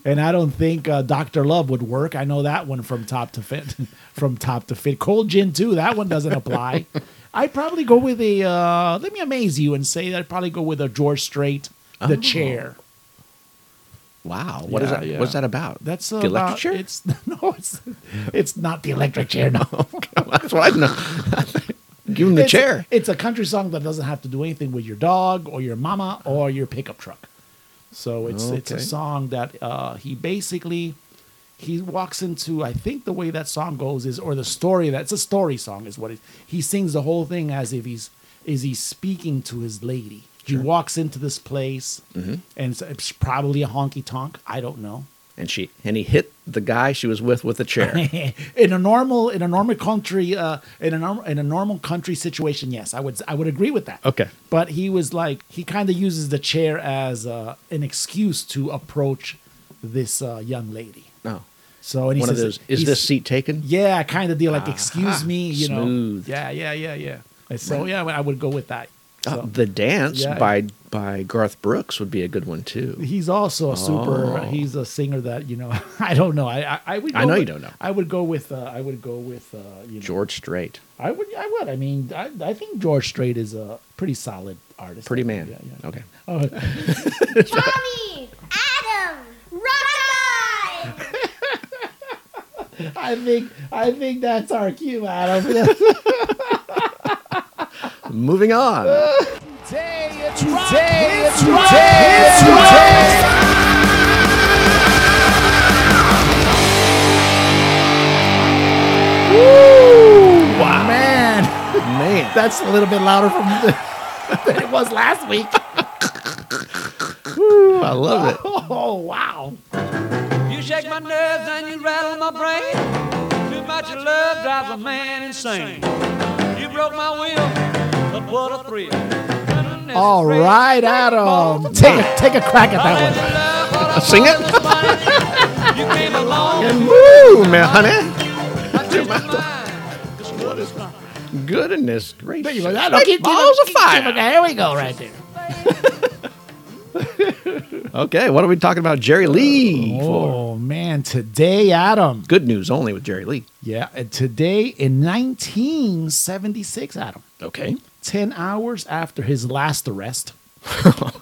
S3: and I don't think uh, Dr. Love would work. I know that one from top to fit. from top to fit. Cold Gin, too. That one doesn't apply. I'd probably go with a, uh, let me amaze you and say that I'd probably go with a George Strait, The
S2: Oh.
S3: Chair.
S2: wow, what is
S3: Yeah,
S2: that?
S3: yeah.
S2: What's that about?
S3: That's
S2: the
S3: about,
S2: electric chair.
S3: It's no, it's it's not the electric chair. No,
S2: That's what I know. Give him the
S3: It's-
S2: chair.
S3: It's a country song that doesn't have to do anything with your dog or your mama or your pickup truck. So it's it's a
S2: Okay.
S3: song that uh, he basically he walks into. I think the way that song goes is or the story that's a story song is what it. He sings the whole thing as if he's is he speaking to his lady. He walks into this place,
S2: Mm-hmm.
S3: and it's, it's probably a honky tonk. I don't know.
S2: and she and he hit the guy she was with with a chair.
S3: in a normal in a normal country uh, in a normal in a normal country situation, yes, I would I would agree with that.
S2: Okay.
S3: but he was like he kind of uses the chair as uh, an excuse to approach this uh, young lady.
S2: No,
S3: So and he
S2: Oh, one of
S3: says,
S2: those. Is
S3: he's-
S2: this seat taken?
S3: Yeah, kind of deal. Like, excuse me, you
S2: Smooth.
S3: know. Yeah, yeah, yeah, yeah. And So yeah, I would go with that.
S2: Oh,
S3: So-
S2: the dance
S3: Yeah.
S2: by by Garth Brooks would be a good one too.
S3: He's also a super.
S2: Oh.
S3: He's a singer that you know. I don't know. I I, I would. Go
S2: I know you
S3: with-
S2: don't know.
S3: I would go with. Uh, I would go with. Uh, you know,
S2: George Strait.
S3: I would. I would. I mean, I, I think George Strait is a pretty solid artist.
S2: Pretty man.
S3: Yeah, yeah.
S2: Okay.
S3: Oh,
S6: Tommy, Adam, rock on!
S3: I think. I think that's our cue, Adam.
S2: Moving on.
S3: Today it's rock. Wow, man,
S2: Man.
S3: that's a little bit louder from the, than it was last week.
S2: I love it.
S3: Oh wow.
S7: You shake my nerves and you rattle my brain. Too much love drives a man insane. You broke my will, but what a thrill.
S3: All right, Adam. Take a, take a crack at that one.
S2: Sing it.
S7: You came along and
S2: Woo, man, honey.
S7: I changed my mind. This world is mine.
S2: Goodness gracious.
S3: There you go. That'll
S2: Like
S3: keep-
S2: balls of
S3: But
S2: fire.
S3: there we go, right there.
S2: Okay, what are we talking about Jerry Lee for?
S3: Oh man, today, Adam.
S2: Good news only with Jerry Lee.
S3: Yeah, and today in 1976, Adam.
S2: Okay.
S3: 10 hours after his last arrest. Oh.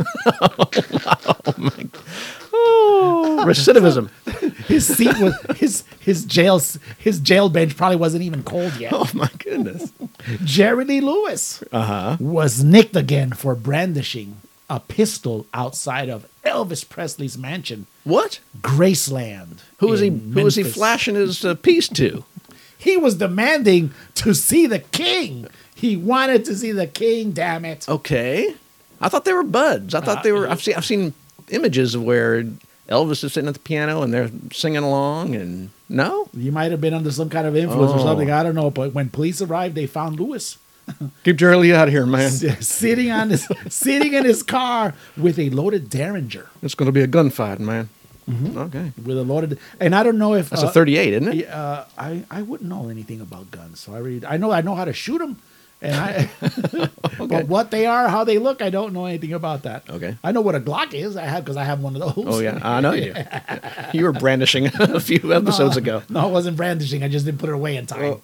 S2: Recidivism.
S3: His seat was his his jail s- his jail bench probably wasn't even cold yet.
S2: Oh my goodness.
S3: Jerry Lee Lewis
S2: Uh-huh.
S3: was nicked again for brandishing a pistol outside of Elvis Presley's mansion,
S2: What?
S3: Graceland.
S2: Who was he?
S3: in
S2: Who was he
S3: Memphis.
S2: flashing his uh, piece to?
S3: He was demanding to see the king. He wanted to see the king. Damn it!
S2: Oh. Okay, I thought they were buds. I thought they were.
S3: Uh,
S2: I've seen. I've seen images of where Elvis is sitting at the piano and they're singing along. And no,
S3: You might have been under some kind of influence or
S2: Oh.
S3: something. I don't know. But when police arrived, they found Lewis
S2: keep Jerry Lee out of here, man.
S3: s- sitting on his sitting in his car with a loaded Derringer.
S2: It's going to be a gunfight, man. Okay,
S3: With a loaded, and I don't know if
S2: that's
S3: Mm-hmm. uh,
S2: a thirty-eight, isn't it?
S3: Yeah, uh, I I wouldn't know anything about guns, so I really I know I know how to shoot them, and I but what they are, how they look, I don't know anything about that.
S2: Okay.
S3: I know what a Glock is. I have because I have one of those.
S2: Oh yeah, I know you. you were brandishing a Oh, few episodes ago.
S3: no, it wasn't brandishing. I just didn't put it away in time.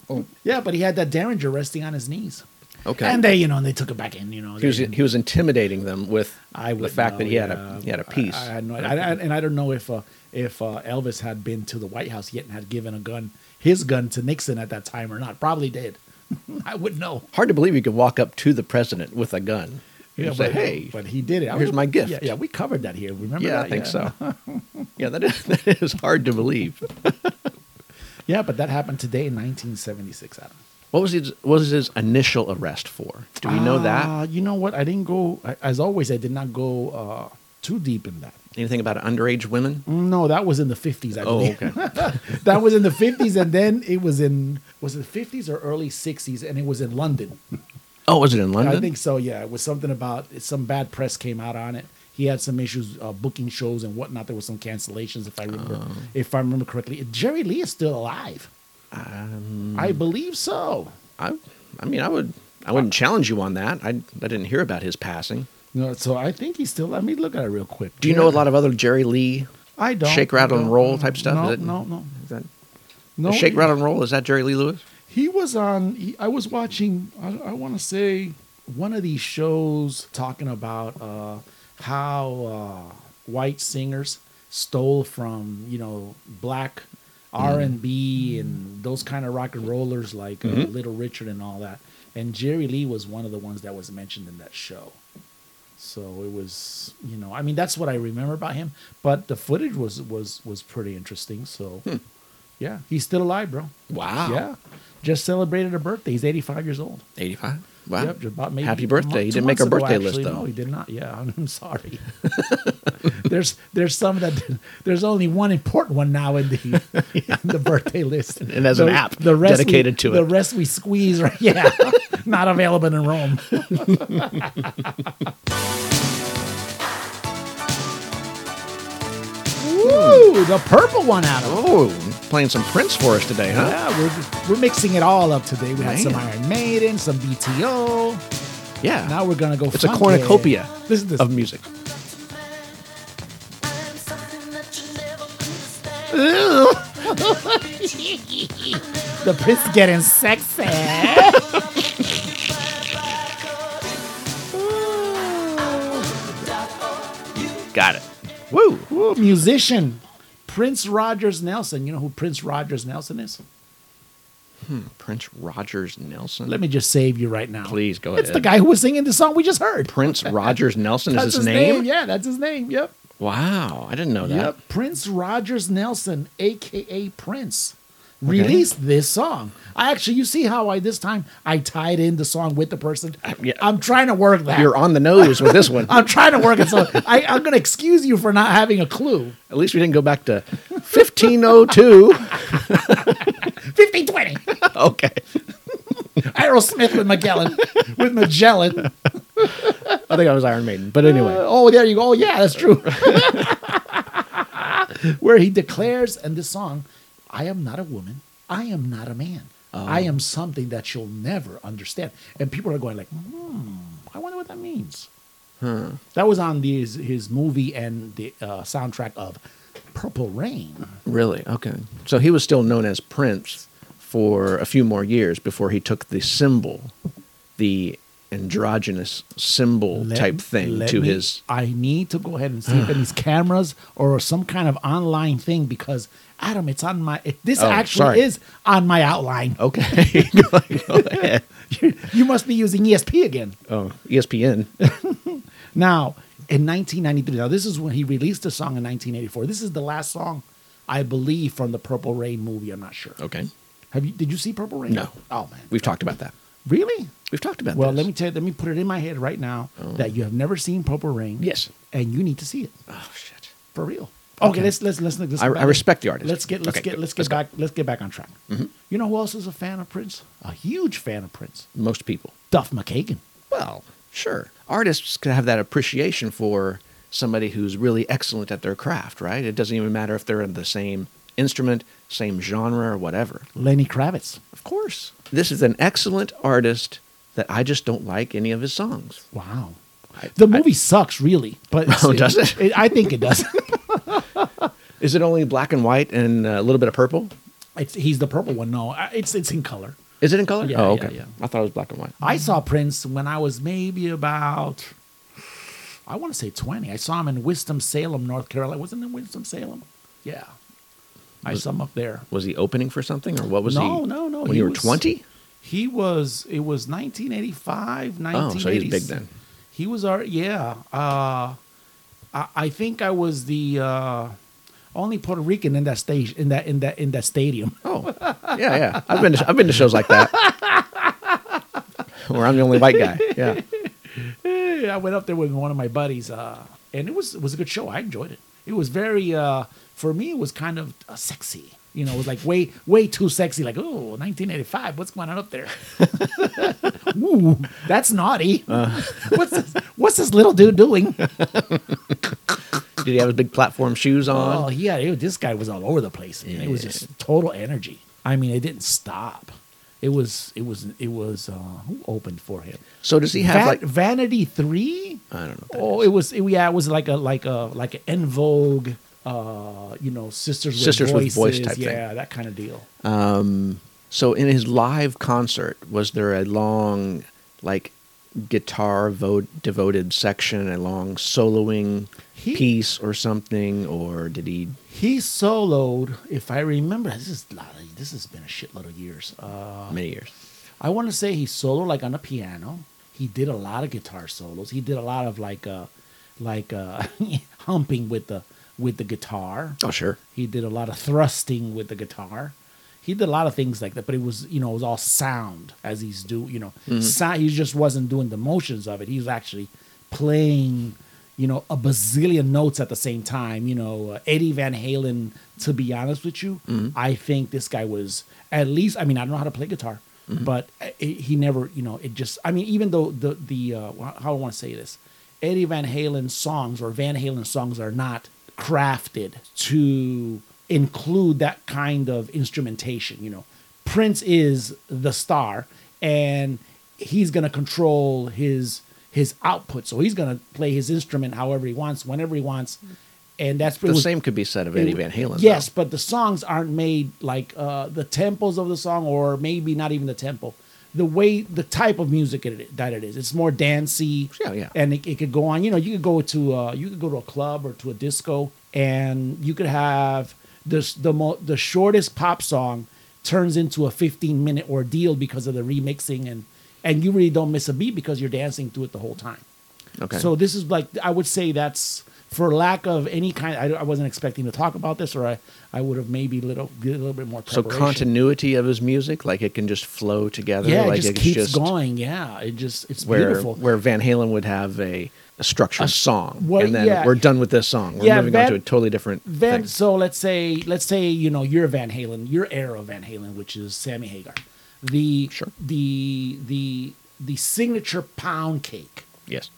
S3: Yeah, but he had that Derringer resting on his knees.
S2: Okay,
S3: And they, you know, and they took it back in. You know,
S2: he was
S3: they-
S2: he was intimidating them with the
S3: wouldn't
S2: fact that
S3: know,
S2: he had
S3: yeah.
S2: a he had a
S3: I-
S2: piece.
S3: I, had no, I, I- and I don't know if uh, if uh, Elvis had been to the White House yet and had given a gun, his gun to Nixon at that time or not. Probably did. I wouldn't know.
S2: Hard to believe you could walk up to the president with a gun.
S3: Yeah,
S2: and say,
S3: but,
S2: "Hey,
S3: but he did it. I
S2: here's
S3: was-
S2: my gift."
S3: Yeah, yeah, we covered that here. Remember?
S2: Yeah,
S3: that?
S2: I think so. yeah, that is that is hard to believe.
S3: Yeah, but that happened today in 1976, Adam.
S2: What was his what was his initial arrest for? Do we know
S3: Ah,
S2: that?
S3: you know what? I didn't go. I- As always, I did not go uh, too deep in that.
S2: Anything about underage women?
S3: No, that was in the 50s. I
S2: Oh,
S3: believe.
S2: okay.
S3: that was in the 50s, and then it was in was it 50s or early 60s, and it was in London.
S2: Oh, was it in London?
S3: I think so. Yeah, it was something about some bad press came out on it. He had some issues uh, booking shows and whatnot. There was some cancellations, if I remember,
S2: Oh.
S3: if I remember correctly. Jerry Lee is still alive.
S2: Um,
S3: I believe so.
S2: I, I mean, I would I wouldn't challenge you on that. I I didn't hear about his passing.
S3: No, so I think he's still. Let me look at it real quick.
S2: Do you know a lot of other Jerry Lee?
S3: I don't
S2: shake, rattle,
S3: I
S2: and
S3: don't-
S2: roll type stuff?
S3: No,
S2: Is it-
S3: no, no,
S2: Is that,
S3: no.
S2: shake,
S3: he-
S2: rattle, and roll. Is that Jerry Lee Lewis?
S3: He was on. He, I was watching. I, I want to say one of these shows talking about uh, how uh, white singers stole from you know black R and B and those kind of rock and rollers like uh, Little Richard and all that. And Jerry Lee was one of the ones that was mentioned in that show. So it was, you know, I mean, that's what I remember about him. But the footage was was was pretty interesting. So, yeah, he's still alive, bro.
S2: Wow.
S3: Yeah. Just celebrated a birthday. He's 85 years old.
S2: Eighty five. Wow.
S3: Yep, just about maybe
S2: Happy
S3: a
S2: birthday.
S3: month-
S2: He
S3: two
S2: didn't make our
S3: months ago,
S2: birthday
S3: actually.
S2: list though.
S3: No, he did not. Yeah, I'm sorry. there's there's some that there's only one important one now in the in the birthday list.
S2: And there's an
S3: The-
S2: app
S3: the rest we-
S2: dedicated to
S3: The
S2: it.
S3: rest we squeeze right. Yeah. not available in Rome. Woo! The purple one out of
S2: Oh, playing some Prince for us today, huh?
S3: yeah, we're, we're mixing it all up today. We had some
S2: Man.
S3: Iron Maiden, some BTO.
S2: Yeah.
S3: Now we're gonna go.
S2: It's a
S3: funky.
S2: cornucopia Um,
S3: Listen to this.
S2: of music.
S3: the prince getting sexy.
S2: Got it. Woo.
S3: Ooh, musician, Prince Rogers Nelson. You know who Prince Rogers Nelson is?
S2: Prince Rogers Nelson.
S3: Let me just save you right now.
S2: Please go
S3: It's
S2: ahead.
S3: the guy who was singing the song we just heard.
S2: Prince Rogers Nelson is
S3: That's
S2: his, name?
S3: Yeah, that's his name. Yep.
S2: Wow, I didn't know that.
S3: Yep, Prince Rogers Nelson, aka Prince, released this song. I actually, you see how I this time I tied in the song with the person.
S2: yeah.
S3: I'm trying to work that.
S2: You're on the nose with this one.
S3: I'm trying to work it. So I, I'm going to excuse you for not having a clue.
S2: At least we didn't go back to 1502.
S3: 1520.
S2: okay.
S3: Aerosmith with Magellan. With Magellan.
S2: I think I was Iron Maiden, but anyway.
S3: Oh, there you go. Yeah, that's true. Where he declares in this song, I am not a woman. I am not a man.
S2: Oh.
S3: I am something that you'll never understand. And people are going like, hmm, I wonder what that means. That was on his, his movie and the uh, soundtrack of Purple Rain.
S2: Really? Okay. So he was still known as Prince for a few more years before he took the symbol, the androgynous symbol
S3: Let-
S2: type thing
S3: let
S2: to
S3: me-
S2: his.
S3: I need to go ahead and see if these cameras or some kind of online thing because Adam, it's on my. It, this
S2: Oh,
S3: actually
S2: sorry.
S3: is on my outline.
S2: Okay. Go ahead.
S3: You must be using ESP again.
S2: oh, ESPN.
S3: Now, in 1993, now this is when he released the song in 1984. This is the last song, I believe, from the Purple Rain movie. I'm not sure.
S2: Okay.
S3: Have you? Did you see Purple Rain?
S2: No.
S3: Oh man.
S2: We've talked about that.
S3: really?
S2: We've talked about
S3: Well,
S2: this.
S3: let me tell you, let me put it in my head right now that you have never seen Purple Rain.
S2: Oh. Yes.
S3: And you need to see it.
S2: Oh, shit.
S3: For real. Okay, let's let's let's let's.
S2: I,
S3: get
S2: I
S3: back-
S2: respect the artist.
S3: Let's get let's
S2: Okay,
S3: get
S2: good. Mm-hmm.
S3: let's get back let's get back on track. You know who else is a fan of Prince? A huge fan of Prince.
S2: Most people.
S3: Duff McKagan.
S2: Well, sure. Artists can have that appreciation for somebody who's really excellent at their craft, right? It doesn't even matter if they're in the same instrument, same genre, or whatever.
S3: Lenny Kravitz.
S2: Of course. This is an excellent artist that I just don't like any of his songs.
S3: Wow. The movie sucks really, but it's-
S2: Oh, does it?
S3: I think it does.
S2: Is it only black and white and a little bit of purple?
S3: it's, he's the purple one. No, I- it's it's in color.
S2: Is it in color?
S3: Yeah,
S2: oh,
S3: yeah,
S2: okay.
S3: yeah.
S2: I thought it was black and white.
S3: I saw Prince when I was maybe about I want to say 20. I saw him in Wisdom Salem, North Carolina. Wasn't it Wisdom Salem? Yeah. I saw him up there.
S2: Was he opening for something or what was he?
S3: No, no, no,
S2: When
S3: he
S2: you were
S3: was-
S2: 20?
S3: He was. It was 1985.
S2: Oh, so he's big then.
S3: He was our yeah. Uh, I, I think I was the uh, only Puerto Rican in that stage in that in that in that stadium.
S2: Oh, yeah, yeah. I've been to, I've been to shows like that where I'm the only white guy. Yeah.
S3: Yeah, I went up there with one of my buddies, uh, and it was it was a good show. I enjoyed it. It was very uh, for me. It was kind of uh, sexy. You know, it was like way way too sexy. Like oh, 1985. What's going on up there? Ooh, that's naughty. what's this, what's this little dude doing?
S2: Did he have his big platform shoes on?
S3: Oh yeah, it, this guy was all over the place. Man. It was just total energy. I mean, it didn't stop. It was it was it was uh, who opened for him?
S2: so does he have
S3: Va-
S2: like?
S3: Vanity Three.
S2: I don't know. What that
S3: Oh,
S2: is.
S3: it was it, yeah, it was like a like a like an En Vogue, uh, you know, sisters
S2: Sisters
S3: with
S2: with
S3: voices,
S2: Voice type thing.
S3: yeah, that kind of deal.
S2: So in his live concert, was there a long, like, guitar vo- devoted section, a long soloing
S3: He-
S2: piece or something, or did he?
S3: He soloed, if I remember, this is a lot of, this has been a shitload of years. Uh,
S2: many years.
S3: I want to say he soloed like on a piano. He did a lot of guitar solos. He did a lot of like uh like uh humping with the with the guitar.
S2: Oh sure.
S3: He did a lot of thrusting with the guitar. He did a lot of things like that, but it was you know it was all sound as he's do you know sound, he just wasn't doing the motions of it. He was actually playing you know a bazillion notes at the same time. You know uh, Eddie Van Halen. To be honest with you, I think this guy was at least. I mean I don't know how to play guitar, but i he never you know it just. I mean even though the the uh, how I want to say this, Eddie Van Halen songs or Van Halen songs are not crafted to include that kind of instrumentation. You know, Prince is the star, and he's gonna control his his output. So he's gonna play his instrument however he wants, whenever he wants, and that's
S2: The same could be said of Eddie Van Halen.
S3: Yes,
S2: though.
S3: but the songs aren't made like uh, the tempos of the song, or maybe not even the tempo. The way, the type of music it, that it is, it's more dancey.
S2: Yeah, yeah.
S3: And it, it could go on. You know, you could go to uh, you could go to a club or to a disco, and you could have this the mo- the shortest pop song turns into a 15 minute ordeal because of the remixing and and you really don't miss a beat because you're dancing to it the whole time.
S2: Okay.
S3: So this is like I would say that's for lack of any kind. I, I wasn't expecting to talk about this, or I, I would have maybe little get a little bit more.
S2: So
S3: preparation.
S2: continuity of his music, like it can just flow together.
S3: Yeah,
S2: like
S3: it just
S2: it's
S3: keeps going. Yeah, it just it's
S2: Where
S3: beautiful.
S2: where Van Halen would have a, a structured song,
S3: well,
S2: and then
S3: yeah.
S2: we're done with this song. We're
S3: Yeah,
S2: moving on
S3: Van-
S2: to a totally different
S3: Van,
S2: thing.
S3: so let's say let's say you know you're Van Halen, your era of Van Halen, which is Sammy Hagar. the
S2: Sure.
S3: the the the signature pound cake.
S2: Yes.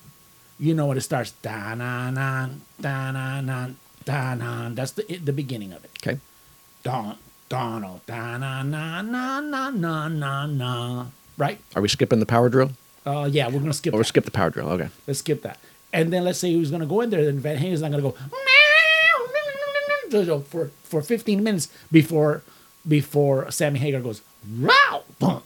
S3: You know when it starts da na na da na na da na. That's the the beginning of it.
S2: Okay.
S3: Don Donald da na na na na na na na. Right?
S2: Are we skipping the power drill?
S3: Uh, yeah, we're gonna skip.
S2: Or
S3: that.
S2: skip the power drill? Okay.
S3: Let's skip that. And then let's say he was going to go in there, and Van Halen's not going to go "Meow, meow, meow, meow," for for 15 minutes before before Sammy Hagar goes wow boom,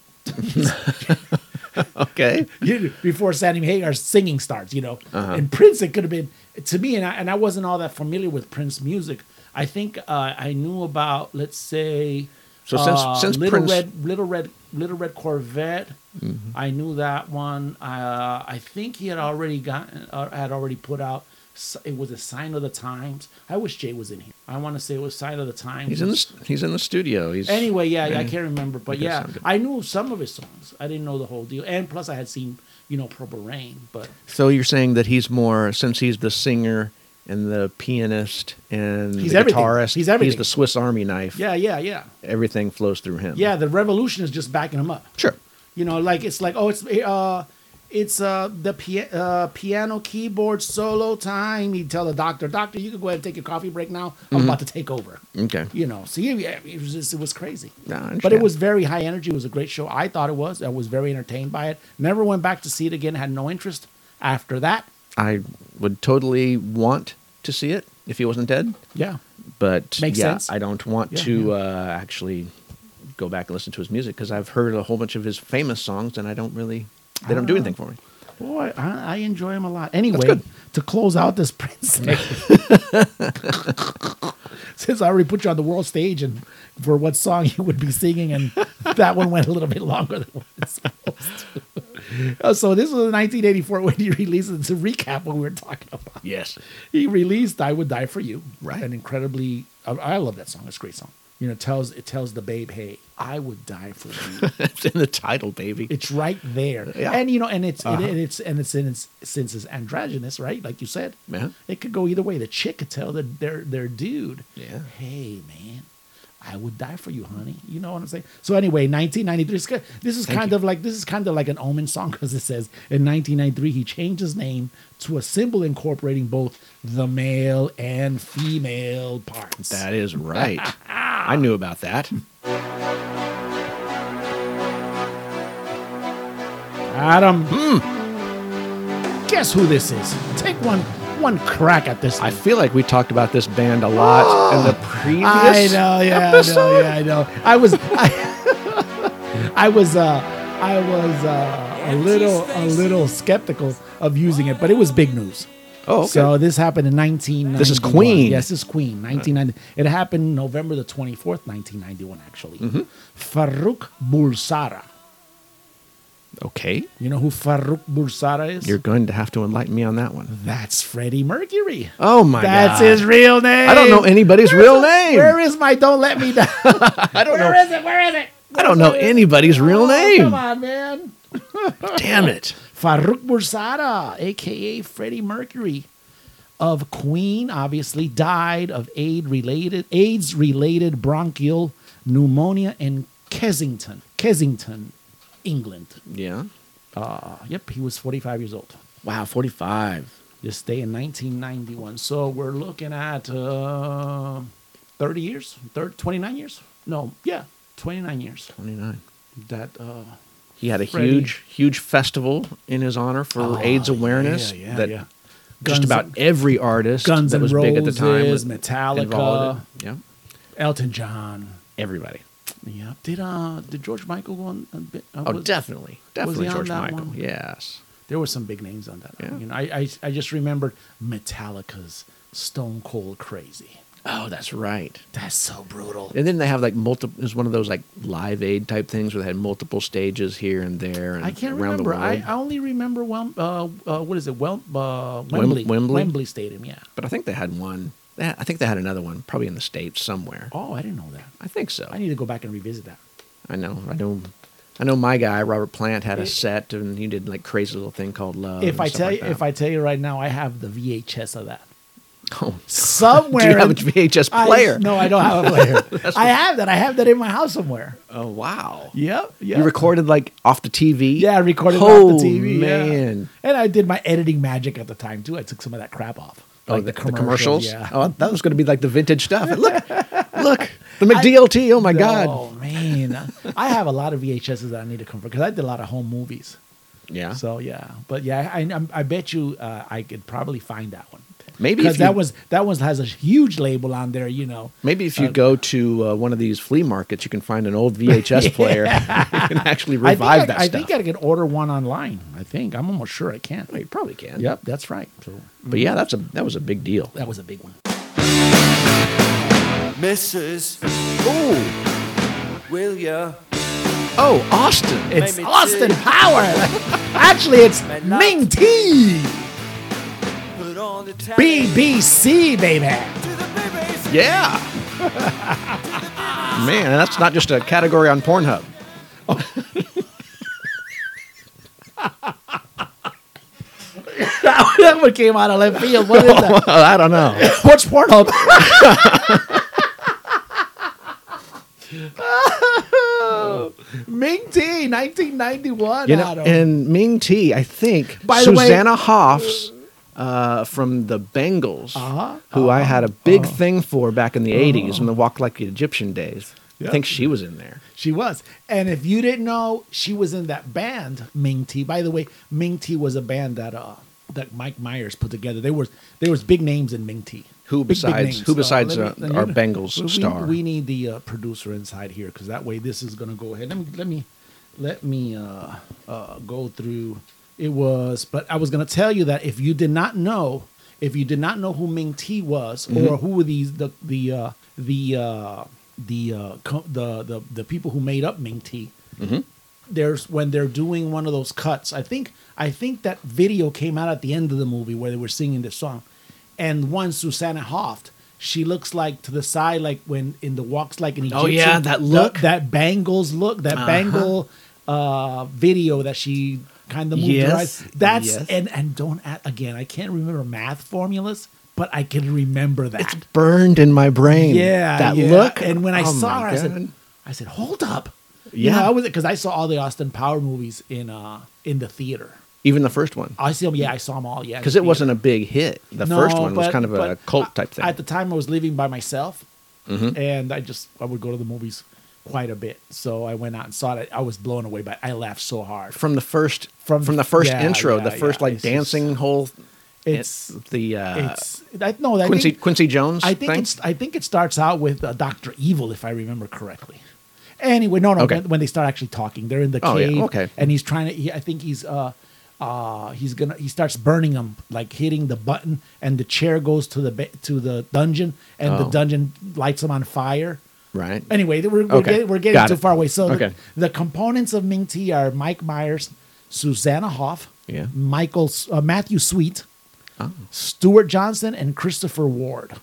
S2: Okay.
S3: you- before Sammy Hagar's singing starts. You know,
S2: Uh-huh.
S3: and Prince it could have been to me, and I and I wasn't all that familiar with Prince music. I think uh, I knew about let's say
S2: So since-
S3: uh,
S2: since
S3: Little
S2: Prince- Mm-hmm.
S3: Red Little Red Little Red Corvette. I knew that one. Uh, I think he had already gotten uh, had already put out. s- It was a sign of the times. I wish Jay was in here. I want to say it was sign of the times.
S2: He's in the st- he's in the studio. He's
S3: Anyway, yeah, I can't remember, but
S2: Okay,
S3: yeah,
S2: sound good.
S3: I knew some of his songs. I didn't know the whole deal, and plus I had seen you know Purple Rain, but
S2: So you're saying that he's more since he's the singer and the pianist and
S3: He's
S2: the
S3: everything.
S2: guitarist.
S3: He's everything.
S2: the Swiss Army knife.
S3: yeah, yeah, yeah,
S2: Everything flows through him.
S3: yeah. The Revolution is just backing him up.
S2: Sure.
S3: You know, like it's like oh, it's uh, it's uh the pia- uh, piano keyboard solo time. He'd tell the doctor, doctor, you can go ahead and take your coffee break now. I'm
S2: Mm-hmm.
S3: about to take over.
S2: Okay.
S3: You know, so yeah, yeah, it was just, it was crazy.
S2: No, I
S3: but it
S2: understand.
S3: was very high energy. It was a great show. I thought it was. I was very entertained by it. Never went back to see it again. Had no interest after that.
S2: I would totally want to see it if he wasn't dead.
S3: Yeah.
S2: But
S3: Makes
S2: yeah,
S3: sense.
S2: I don't want
S3: Yeah,
S2: to Uh, actually go back and listen to his music because I've heard a whole bunch of his famous songs and I don't really they don't do anything for me.
S3: Boy, I, I enjoy him a lot. Anyway,
S2: good.
S3: to close out this Prince thing, since I already put you on the world stage and for what song you would be singing, and that one went a little bit longer than what it's supposed to. Uh, So this was 1984 when he released it. To recap what we were talking about,
S2: Yes.
S3: he released "I Would Die for You,"
S2: Right.
S3: An incredibly, I, I love that song. It's a great song. You know, it tells it tells the babe, "Hey, I would die for you."
S2: it's in the title, baby.
S3: It's right there,
S2: Yeah.
S3: and you know, and it's
S2: Uh-huh.
S3: and it's and it's in its, since it's androgynous, right? Like you said,
S2: Yeah.
S3: it could go either way. The chick could tell the, their their dude,
S2: Yeah.
S3: hey man, I would die for you, honey. You know what I'm saying? So anyway, 1993. it's ki- This is
S2: Thank
S3: kind
S2: you.
S3: of like this is kind of like an omen song because it says in 1993 he changed his name to a symbol incorporating both the male and female parts.
S2: That is right. I knew about that.
S3: Adam.
S2: Hmm.
S3: Guess who this is? Take one one crack at this.
S2: I feel like we talked about this band a lot in the previous.
S3: I know, yeah,
S2: episode?
S3: I know, yeah, I know. I was, I, I was, uh, I was uh, a little, a little skeptical of using it, but it was big news.
S2: Oh, okay.
S3: So this happened in 1991.
S2: This is Queen.
S3: Yes, this is Queen. 1990. It happened November the 24th, 1991, actually.
S2: Mm-hmm.
S3: Farouk Bulsara.
S2: okay,
S3: You know who Farouk Bulsara is?
S2: you're going to have to enlighten me on that one.
S3: That's Freddie Mercury.
S2: Oh my
S3: That's
S2: God.
S3: his real name.
S2: I don't know anybody's real
S3: Where
S2: name.
S3: is my Don't Let Me Down?
S2: I don't
S3: Where
S2: know.
S3: is it? Where is it?
S2: I don't know anybody's real
S3: Oh, Come
S2: name.
S3: on, man.
S2: Damn it.
S3: Farrukh Bursara, aka Freddie Mercury of Queen, obviously died of AIDS related AIDS related bronchial pneumonia in Kensington, Kensington, England.
S2: Yeah.
S3: Uh, yep, he was 45 years old.
S2: Wow, 45.
S3: This day in 1991. So we're looking at uh, 30 years, thir 29 years. No, yeah, 29 years.
S2: 29.
S3: That uh,
S2: He had a
S3: Freddie. Oh,
S2: huge, huge festival in his honor for AIDS awareness.
S3: yeah, yeah,
S2: that
S3: yeah.
S2: just
S3: Guns-
S2: about every artist
S3: Guns
S2: that
S3: N'
S2: was big at the time was
S3: Roses, Metallica.
S2: involved in it. Yeah,
S3: Elton John.
S2: everybody.
S3: Yeah. Did uh did George Michael go on? A bit, uh,
S2: Oh,
S3: was-
S2: definitely, definitely
S3: he on
S2: George
S3: that
S2: Michael.
S3: one?
S2: Yes.
S3: There were some big names on that.
S2: Yeah.
S3: You know, I, I I just remembered Metallica's Stone Cold Crazy.
S2: Oh, that's right.
S3: That's so brutal.
S2: And then they have like multiple. It was one of those like Live Aid type things where they had multiple stages here and there and
S3: I can't
S2: around
S3: remember.
S2: the
S3: I,
S2: world.
S3: I only remember Wel- uh, uh, what is it? Wel- uh,
S2: Wem-
S3: Wembley.
S2: Wembley?
S3: Wembley Stadium. Yeah.
S2: but I think they had one. They had- I think they had another one, probably in the states somewhere.
S3: Oh, I didn't know that.
S2: I think so.
S3: I need to go back and revisit that.
S2: I know. I know. I know my guy Robert Plant had a set, and he did Oh, like crazy little thing called Love.
S3: if I tell you, if I tell you right now, I have the VHS of that.
S2: Oh, do
S3: somewhere.
S2: you have a
S3: in-
S2: VHS
S3: I-
S2: player?
S3: no, I don't have a player. I have that. I have that in my house somewhere.
S2: Oh wow.
S3: Yep. yep.
S2: You recorded like off the TV.
S3: Yeah, I recorded it
S2: oh,
S3: off the TV. yeah.
S2: man.
S3: And I did my editing magic at the time too. I took some of that crap off.
S2: Oh,
S3: Like
S2: the, the commercials.
S3: Yeah.
S2: Oh, that was going to be like the vintage stuff. And look, look, the McDLT. Oh my God.
S3: Oh man, I have a lot of VHSs that I need to convert because I did a lot of home movies.
S2: Yeah.
S3: So yeah, but yeah, I I'm- I bet you uh, I could probably find that one.
S2: maybe if
S3: Because
S2: you,
S3: that was that one has a huge label on there, you know.
S2: maybe if you go to uh, one of these flea markets, you can find an old VHS player. you can actually
S3: I
S2: revive
S3: think
S2: that
S3: I,
S2: stuff.
S3: I think I can order one online. I think I'm almost sure I Oh, can.
S2: Well, you probably can.
S3: Yep, that's right. So
S2: But yeah, that's a that was a big deal.
S3: that was a big one.
S8: Mrs.
S2: Oh,
S8: Will ya?
S2: oh, Austin.
S3: It's
S8: Maybe
S3: Austin
S8: two.
S3: Power. Actually, it's
S8: Maybe not.
S3: Ming T.
S8: Put on the towel.
S3: BBC, baby.
S8: To the babies.
S2: Yeah. Man, that's not just a category on Pornhub.
S3: That, that one came out of left field. What is that?
S2: Well, I don't know.
S3: What's Pornhub? Ming T, 1991.
S2: You know,
S3: Adam.
S2: and Ming T, I think
S3: By the way-
S2: Susanna Hoffs uh, from the Bengals,
S3: Uh-huh,
S2: who I had a big thing for back in the '80s in the Walk Like an Egyptian days. I think she was in there.
S3: She was. And if you didn't know, she was in that band, Ming T. By the way, Ming T was a band that uh that Mike Myers put together. There was there was big names in Ming T.
S2: Who
S3: Big, big
S2: besides-
S3: names.
S2: who besides,
S3: let me-
S2: uh,
S3: let me-
S2: our Bengals
S3: we- we-
S2: star?
S3: We need the uh, producer inside here because that way this is gonna go ahead. Let me let me let me uh, uh, go through. It was, but I was gonna tell you that if you did not know, if you did not know who Ming T was or who were these the the uh, the uh, the, uh, co- the the the people who made up Ming T, there's when they're doing one of those cuts. I think I think that video came out at the end of the movie where they were singing this song, and one Susanna Hoft, she looks like to the side like when in the walks like an Egyptian.
S2: Oh, yeah, that look. Uh-huh.
S3: that, bangles look, that bangle uh, video that she kind of moved her eyes.
S2: Yes,
S3: That's
S2: yes.
S3: and and don't a- again. I can't remember math formulas, but I can remember that.
S2: Burned in my brain.
S3: Yeah,
S2: that
S3: yeah.
S2: look.
S3: And when I
S2: Oh,
S3: saw her,
S2: my
S3: I
S2: God.
S3: said, I said, hold up.
S2: Yeah.
S3: Yeah, I was because I saw all the Austin Power movies in uh in the theater.
S2: even the first one,
S3: I see them. Yeah, I saw them all. Yeah,
S2: because it wasn't a big hit. The first one was kind of a cult type thing. Mm-hmm.
S3: At the time, I was living by myself, and I just I would go to the movies quite a bit. So I went out and saw it. I was blown away by. I laughed so hard.
S2: from the first
S3: From-
S2: from from the first
S3: yeah,
S2: intro,
S3: yeah,
S2: the first
S3: yeah,
S2: like
S3: it's just-
S2: dancing whole.
S3: It's
S2: the uh,
S3: it's I no I
S2: Quincy
S3: think,
S2: Quincy Jones.
S3: I think
S2: thing?
S3: it's. I think it starts out with uh, Doctor Evil, if I remember correctly. Anyway, no, no.
S2: Okay.
S3: When, when they start actually talking, they're in the
S2: Oh, yeah,
S3: cave,
S2: okay.
S3: and he's trying to. He, I think he's. Uh, uh, he's gonna. He starts burning them, like hitting the button, and the chair goes to the ba- to the dungeon, and the
S2: Oh.
S3: dungeon lights them on fire.
S2: right.
S3: Anyway, th- we're, we're
S2: Okay.
S3: getting, we're getting
S2: Got
S3: too
S2: it.
S3: far away. So
S2: Okay.
S3: the, the components of Ming T are Mike Myers, Susanna Hoff,
S2: Yeah. Oh.
S3: Michael S- uh, Matthew Sweet, Stuart Johnson, and Christopher Ward.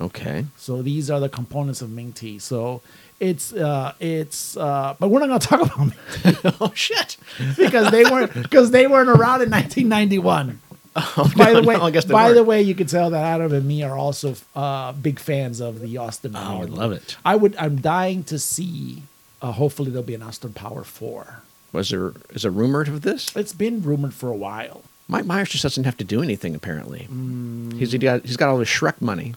S2: Okay.
S3: So these are the components of Ming Tea. So it's uh it's uh but we're not gonna talk about Ming Tea. oh shit. because they weren't because they weren't around in nineteen ninety one. by the
S2: no,
S3: way,
S2: I guess they
S3: by the
S2: weren't.
S3: way, you can tell that Adam and me are also uh, big fans of the Austin. Power
S2: Oh, I
S3: movie.
S2: love it.
S3: I would. I'm dying to see. Uh, hopefully, there'll be an Austin Power four.
S2: Was there is a rumor of this?
S3: It's been rumored for a while.
S2: Mike Myers just doesn't have to do anything apparently. He's he got he's got all his Shrek money,
S3: Mm.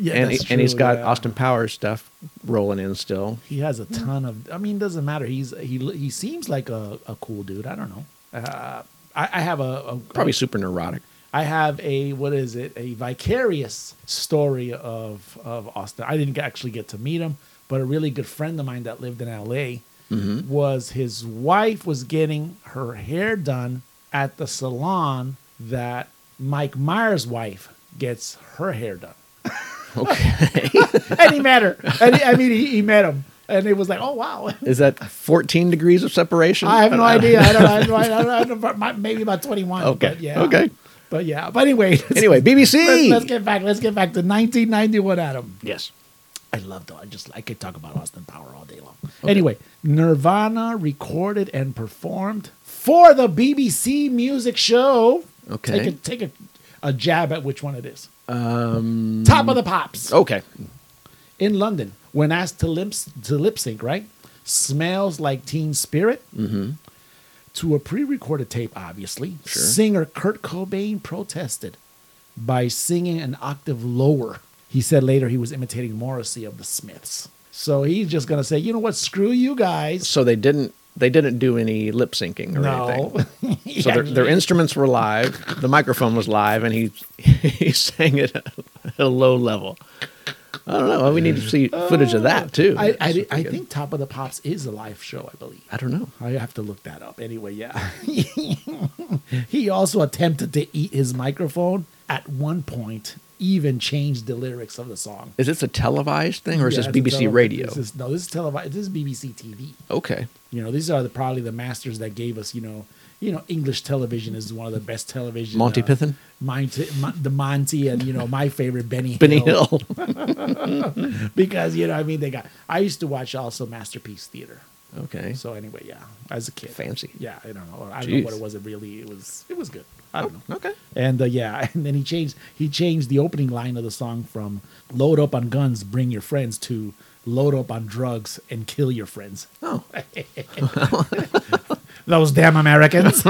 S3: Yeah,
S2: and
S3: that's
S2: he, and he's
S3: true,
S2: got
S3: yeah.
S2: Austin Powers stuff rolling in still.
S3: He has a ton of. I mean, doesn't matter. He's he he seems like a, a cool dude. I don't know. Uh, I, I have a, a
S2: Probably super neurotic.
S3: I have a what is it? A vicarious story of of Austin. I didn't actually get to meet him, but a really good friend of mine that lived in L.A.
S2: Mm-hmm.
S3: was his wife was getting her hair done at the salon that Mike Myers' wife gets her hair done. Okay, and he met her. And he- I mean, he, he met him, and it was like, oh wow.
S2: Is that 14 degrees of separation?
S3: I have no idea. I don't. I don't. I don't, I don't, mi- maybe about twenty-one.
S2: Okay.
S3: But yeah.
S2: Okay.
S3: But yeah. But anyway.
S2: Anyway,
S3: Let's,
S2: BBC.
S3: let's get back. Let's get back to 1991, Adam.
S2: yes.
S3: I love though. I just I could talk about Austin Power all day long. Anyway, Nirvana recorded and performed for the BBC music show.
S2: Okay.
S3: Take a take a a jab at which one it is. Um, Top of the Pops
S2: Okay.
S3: in London, when asked to lip, to lip sync, right? Smells like Teen Spirit. Mm-hmm. To a pre recorded tape, obviously. Singer Kurt Cobain protested by singing an octave lower. He said later he was imitating Morrissey of the Smiths. So he's just going to say, you know what? Screw you guys.
S2: So they didn't they didn't do any lip syncing or anything.
S3: No.
S2: So their, their instruments were live, the microphone was live, and he he sang it at a low level. I don't know. We need to see footage of that too.
S3: Uh, I,
S2: That's
S3: I, I
S2: pretty good.
S3: think Top of the Pops is a live show, I believe.
S2: I don't know.
S3: I have to look that up. Anyway, yeah. he also attempted to eat his microphone at one point, even changed the lyrics of the song.
S2: Is this a televised thing or is
S3: Yeah,
S2: this
S3: it's a
S2: BBC
S3: tele-
S2: Radio?
S3: This is, no, this is televised. This is BBC TV.
S2: okay.
S3: You know, these are the, probably the masters that gave us, you know, you know, English television is one of the best television. uh,
S2: Monty Python?
S3: Monty, Mon- the Monty, and you know, my favorite Benny
S2: Benny
S3: Hill.
S2: Hill.
S3: because you know, I mean, they got. I used to watch also Masterpiece Theater.
S2: okay.
S3: So anyway, yeah, as a kid,
S2: Fancy.
S3: Yeah, I don't know. I don't
S2: Jeez. Oh.
S3: know what it was. It really, it was, it was good. I don't know.
S2: Okay.
S3: And uh, yeah, and then he changed he changed the opening line of the song from "Load up on guns, bring your friends" to "Load up on drugs and kill your friends."
S2: Oh.
S3: Those damn Americans.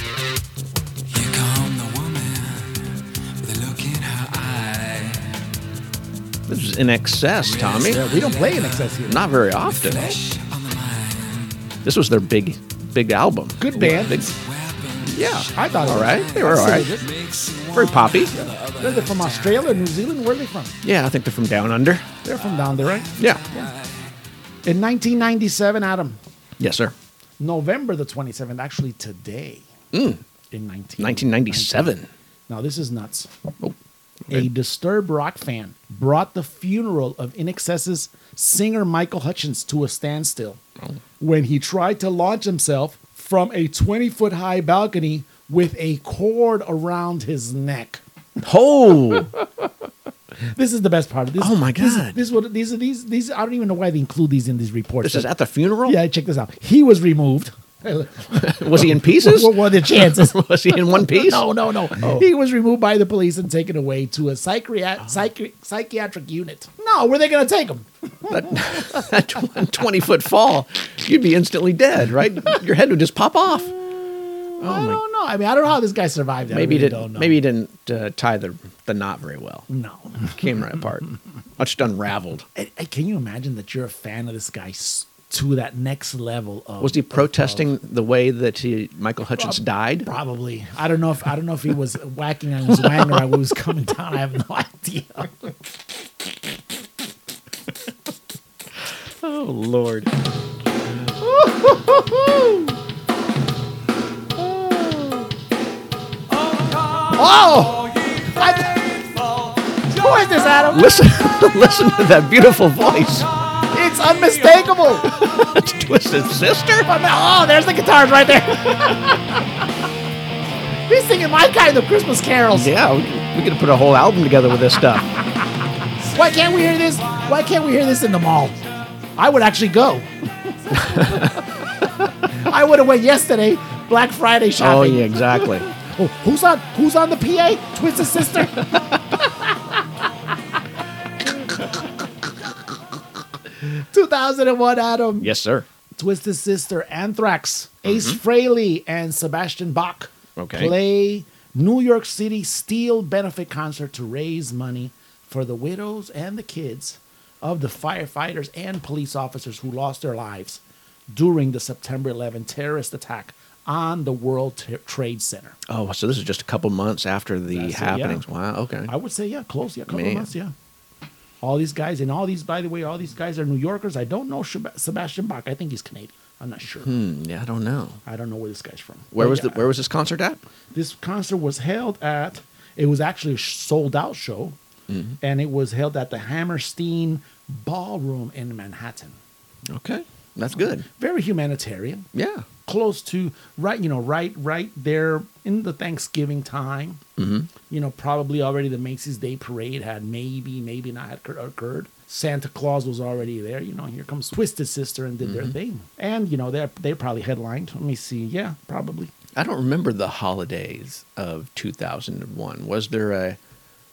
S9: You come the woman with a look in her eye.
S2: This is in excess, Tommy.
S3: yeah, we don't play in excess here.
S2: Not very often.
S9: Flesh on the mind.
S2: This was their big big album.
S3: Good band.
S2: Big-
S9: Weapon
S2: yeah.
S3: I thought it
S2: All
S3: was-
S2: right. They were all right.
S9: makes you
S2: Very poppy.
S3: They're they're from Australia, New Zealand. Where are they from?
S2: Yeah, I think they're from down under.
S3: They're from down there, right?
S2: Yeah.
S3: In 1997, Adam,
S2: Yes, sir.
S3: November the 27th, actually today.
S2: Hmm.
S3: In 19,
S2: 1997.
S3: Now this is nuts.
S2: Oh,
S3: A disturbed rock fan brought the funeral of InXS's singer Michael Hutchins to a standstill
S2: Oh.
S3: when he tried to launch himself from a 20 foot high balcony with a cord around his neck.
S2: Oh,
S3: This is the best part of this.
S2: Oh, my
S3: this-
S2: God.
S3: This, is what these are these these I don't even know why they include these in these reports.
S2: this is at the funeral?
S3: yeah, check this out. He was removed.
S2: Was he in pieces?
S3: what were the chances?
S2: Was he in one piece?
S3: No, Oh, no, no. He was removed by the police and taken away to a psychria- psychi- psychiatric unit. No, where they going to take him?
S2: That 20 foot fall, you'd be instantly dead, right? Your head would just pop off.
S3: I don't know. I mean, I don't know how this guy survived that.
S2: Maybe
S3: I really
S2: he
S3: don't
S2: didn't,
S3: know.
S2: maybe he didn't uh, tie the, the knot very well.
S3: no.
S2: Came right apart. I just unraveled.
S3: I- I- can you imagine that you're a fan of this guy s- to that next level of?
S2: Was he
S3: of- of-
S2: protesting the way that he, Michael Hutchins died?
S3: Probably. I don't know if I don't know if he was whacking on his wang or what was coming down. I have no idea.
S2: Oh, Lord.
S3: Oh, I- who is this, Adam?
S2: Listen, listen to that beautiful voice.
S3: It's unmistakable.
S2: It's Twisted Sister?
S3: Oh, no. Oh, there's the guitars right there. He's singing my kind of Christmas carols.
S2: Yeah, we, we could have put a whole album together with this stuff.
S3: Why can't we hear this? Why can't we hear this in the mall? I would actually go. I would have went yesterday, Black Friday
S2: oh,
S3: shopping.
S2: yeah, exactly.
S3: Oh, who's on? Who's on the PA? Twisted Sister. Two thousand and one, Adam.
S2: Yes, sir.
S3: Twisted Sister, Anthrax, Ace Frehley, and Sebastian Bach
S2: Mm-hmm. Okay.
S3: play New York City Steel Benefit Concert to raise money for the widows and the kids of the firefighters and police officers who lost their lives during the September 11 terrorist attack on the World Tra- Trade Center.
S2: Oh, so this is just a couple months after the
S3: That's it, yeah.
S2: happenings. Wow. Okay.
S3: I would say, yeah, close, yeah, a couple of
S2: Man.
S3: months, yeah. All these guys, and all these, by the way, all these guys are New Yorkers. I don't know Sheba- Sebastian Bach. I think he's Canadian. I'm not sure.
S2: Hmm, yeah, I don't know.
S3: I don't know where this guy's from.
S2: Where
S3: But
S2: was
S3: Oh, yeah,
S2: the, Where was this concert at?
S3: this concert was held at? It was actually a sold out show, and it was held at the Hammerstein Ballroom in Manhattan.
S2: Okay, that's good.
S3: Very humanitarian,
S2: Yeah.
S3: close to right, you know, right, right there in the Thanksgiving time. You know, probably already the Macy's Day Parade had maybe, maybe not had occur- occurred. Santa Claus was already there. You know, here comes Twisted Sister and did their thing. And you know, they they probably headlined. Let me see. Yeah, probably.
S2: I don't remember the holidays of 2001. Was there a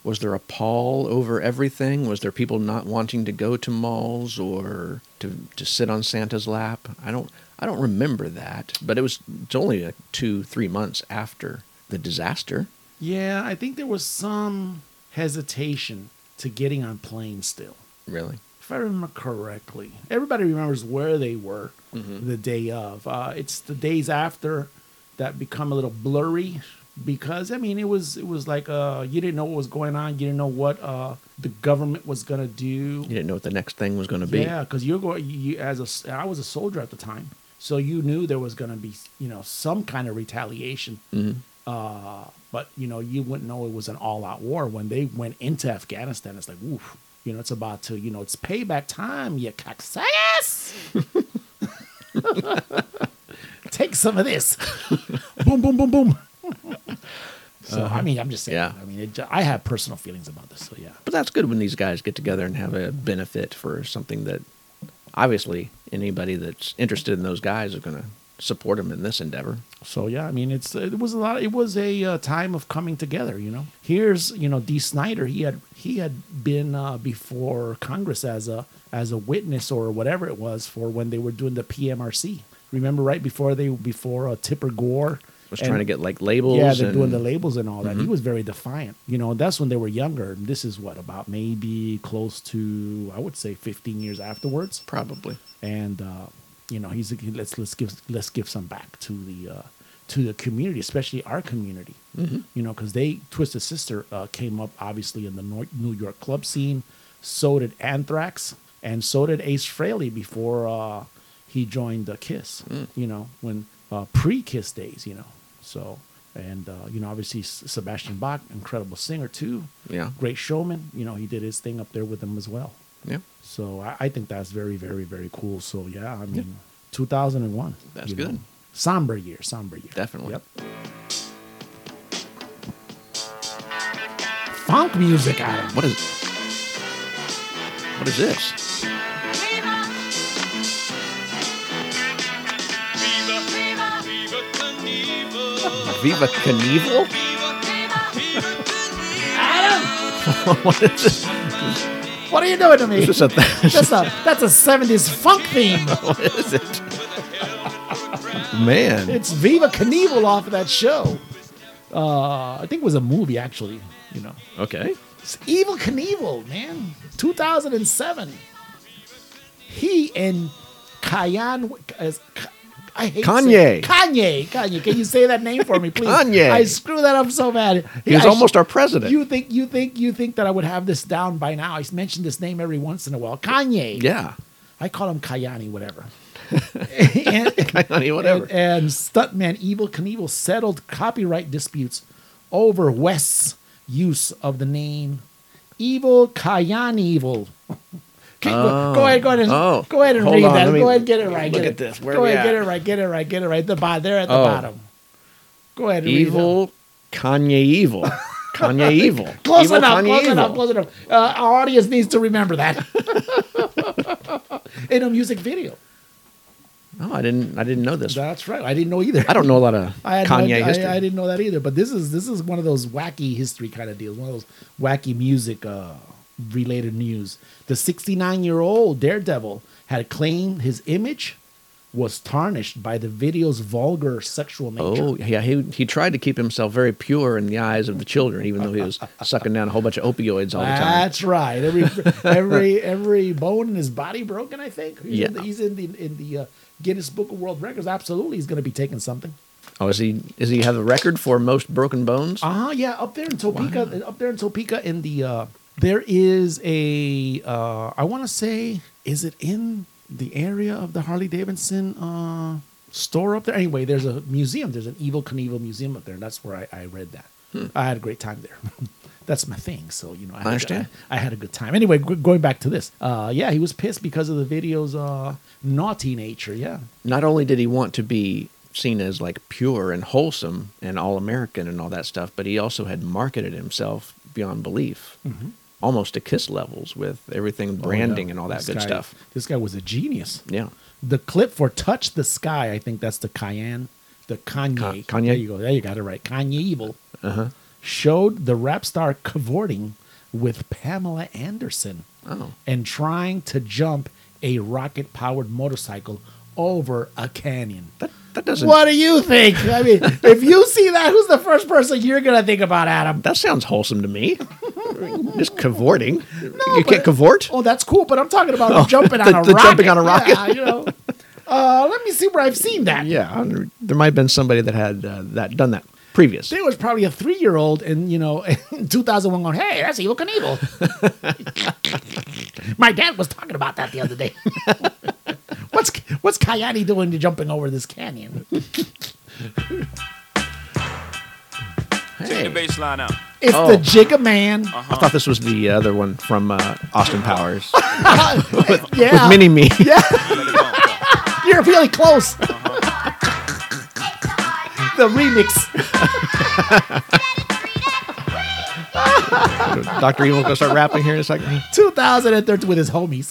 S2: was there a pall over everything? Was there people not wanting to go to malls or to, to sit on Santa's lap? I don't I don't remember that, but it was it's only uh two three months after the disaster.
S3: Yeah, I think there was some hesitation to getting on planes still.
S2: Really,
S3: if I remember correctly, everybody remembers where they were the day of. Uh, it's the days after that become a little blurry because I mean it was it was like uh, you didn't know what was going on, you didn't know what uh, the government was gonna do.
S2: you didn't know what the next thing was going to be.
S3: Yeah, because you're going. You, as a, s- I was a soldier at the time, so you knew there was going to be, you know, some kind of retaliation.
S2: Mm-hmm.
S3: Uh, but you know, you wouldn't know it was an all-out war when they went into Afghanistan. It's like, oof, you know, it's about to, you know, it's payback time, you cocksuckers. Take some of this. boom, boom, boom, boom. so I mean, I'm just saying.
S2: Uh-huh. Yeah.
S3: I mean, it, ju- I have personal feelings about this. So yeah.
S2: But that's good when these guys get together and have a benefit for something that obviously anybody that's interested in those guys is going to support them in this endeavor.
S3: So yeah, I mean, it's it was a lot. It was a uh, time of coming together. You know, here's you know D. Snyder. He had he had been uh, before Congress as a as a witness or whatever it was for when they were doing the PMRC. Remember, right before they before uh, Tipper Gore
S2: Was
S3: and-
S2: trying to get like labels.
S3: yeah, they're
S2: and, Mm-hmm.
S3: doing the labels and all that. He was very defiant. You know, that's when they were younger. This is what about maybe close to I would say 15 years afterwards
S2: Probably.
S3: and uh, you know he's he- let's let's give let's give some back to the uh, to the community, especially our community. You know, because they Twisted Sister uh, came up obviously in the Nor- New York club scene. So did Anthrax, and so did Ace Frehley before uh, he joined uh, Kiss. You know, when uh, pre-Kiss days. You know, so and uh, you know obviously S- Sebastian Bach, incredible singer too.
S2: Yeah.
S3: great showman. You know, he did his thing up there with them as well.
S2: Yeah.
S3: So I, I think that's very, very, very cool. So yeah, I mean, 2001.
S2: That's
S3: you know.
S2: good.
S3: Somber year, somber year.
S2: Definitely.
S3: Yep. Funk music, Adam.
S2: What is What is this? Viva Knievel? what is this?
S3: What are you doing to me?
S2: Is this a th-
S3: that's a that's a 70s funk theme.
S2: what is it? Man.
S3: It's Viva Knievel off of that show. Uh, I think it was a movie actually. You know,
S2: Okay.
S3: it's Evil Knievel, man. 2007. He and Kayan. as- I hate saying-
S2: Kanye.
S3: Kanye. Kanye. Can you say that name for me, please?
S2: Kanye.
S3: I screw that up so bad.
S2: He was
S3: I sh-
S2: almost our president.
S3: You think you think you think that I would have this down by now? I mentioned this name every once in a while. Kanye.
S2: yeah.
S3: I call him Kayani, whatever. And-
S2: Honey, whatever.
S3: and, and stuntman Evil Knievel settled copyright disputes over West's use of the name Evil Kayan Evil. Okay, go, go ahead, go ahead, and,
S2: Oh.
S3: go ahead and
S2: Hold
S3: read
S2: on,
S3: that.
S2: let me
S3: Go ahead, and get it right.
S2: look
S3: get
S2: at this.
S3: It.
S2: Where
S3: go
S2: we
S3: ahead, get
S2: at?
S3: it right, get it right, get it right. The bottom, there at the
S2: Oh.
S3: bottom. Go ahead, and Read
S2: Evil Kanye Evil. Kanye Evil.
S3: it. Close
S2: Evil
S3: enough,
S2: Kanye
S3: close
S2: Evil.
S3: enough, close enough. Uh, our audience needs to remember that in a music video.
S2: Oh, I didn't I didn't know this.
S3: That's right. I didn't know either.
S2: I don't know a lot of
S3: I had no
S2: Kanye
S3: idea- I-
S2: history.
S3: I, didn't know that either. But this is this is one of those wacky history kind of deals. One of those wacky music uh, related news. The 69 year old daredevil had claimed his image was tarnished by the video's vulgar sexual nature.
S2: Oh yeah, he he tried to keep himself very pure in the eyes of the children, even though he was sucking down a whole bunch of opioids all the time.
S3: That's right. Every every every bone in his body broken. I think. He's
S2: Yeah.
S3: in the, he's in the in the uh, Guinness Book of World Records. Absolutely, he's going to be taking something.
S2: Oh, is he is he have a record for most broken bones?
S3: Uh huh. Yeah, up there in Topeka, up there in Topeka, in the uh, there is a uh, I want to say, is it in the area of the Harley Davidson uh, store up there? Anyway, there's a museum. There's an Evil Knievel museum up there. And that's where I, I read that.
S2: Hmm.
S3: I had a great time there. that's my thing. So you know, I, had-
S2: understand.
S3: I, I had a good time. Anyway, g- going back to this, uh, yeah, he was pissed because of the video's uh, naughty nature. Yeah.
S2: Not only did he want to be seen as like pure and
S3: Mm-hmm.
S2: wholesome and all American and all that stuff, but he also had marketed himself beyond belief. almost to Kiss levels with everything branding and all that
S3: Oh, This
S2: good
S3: guy-
S2: stuff.
S3: This guy was a genius.
S2: Yeah.
S3: The clip for "Touch the Sky," I think that's the Cayenne, the
S2: Ka-
S3: Kanye.
S2: Kanye? Uh-huh.
S3: There you go. There you got it right. Kanye Evil showed the rap star cavorting with Pamela Anderson
S2: Oh.
S3: and trying to jump a rocket-powered motorcycle over a canyon.
S2: That doesn't
S3: What do you think? I mean, if you see that, who's the first person you're gonna think about, Adam?
S2: that sounds wholesome to me. Just cavorting. you can't cavort?
S3: Oh, that's cool, but I'm talking about jumping on
S2: Oh, the-
S3: a
S2: the
S3: rocket.
S2: jumping on a rocket.
S3: Yeah, you know. Uh, let me see where I've seen that.
S2: Yeah, I wonder- there might have been somebody that had uh, that done that previous.
S3: There was probably a three year old in, you know, in 2001 going, hey, that's Evil Knievel. My dad was talking about that the other day. what's what's Kayani doing to jumping over this canyon?
S8: Take the bass line out.
S3: It's
S2: Oh.
S3: the Jigga Man.
S2: I thought this was the other one from uh, Austin Powers
S3: yeah. Oh.
S2: with Mini Me.
S8: Let it bump.
S3: You're really close. the remix.
S2: Doctor Evil's gonna start rapping here in a second.
S3: 2013 with his homies.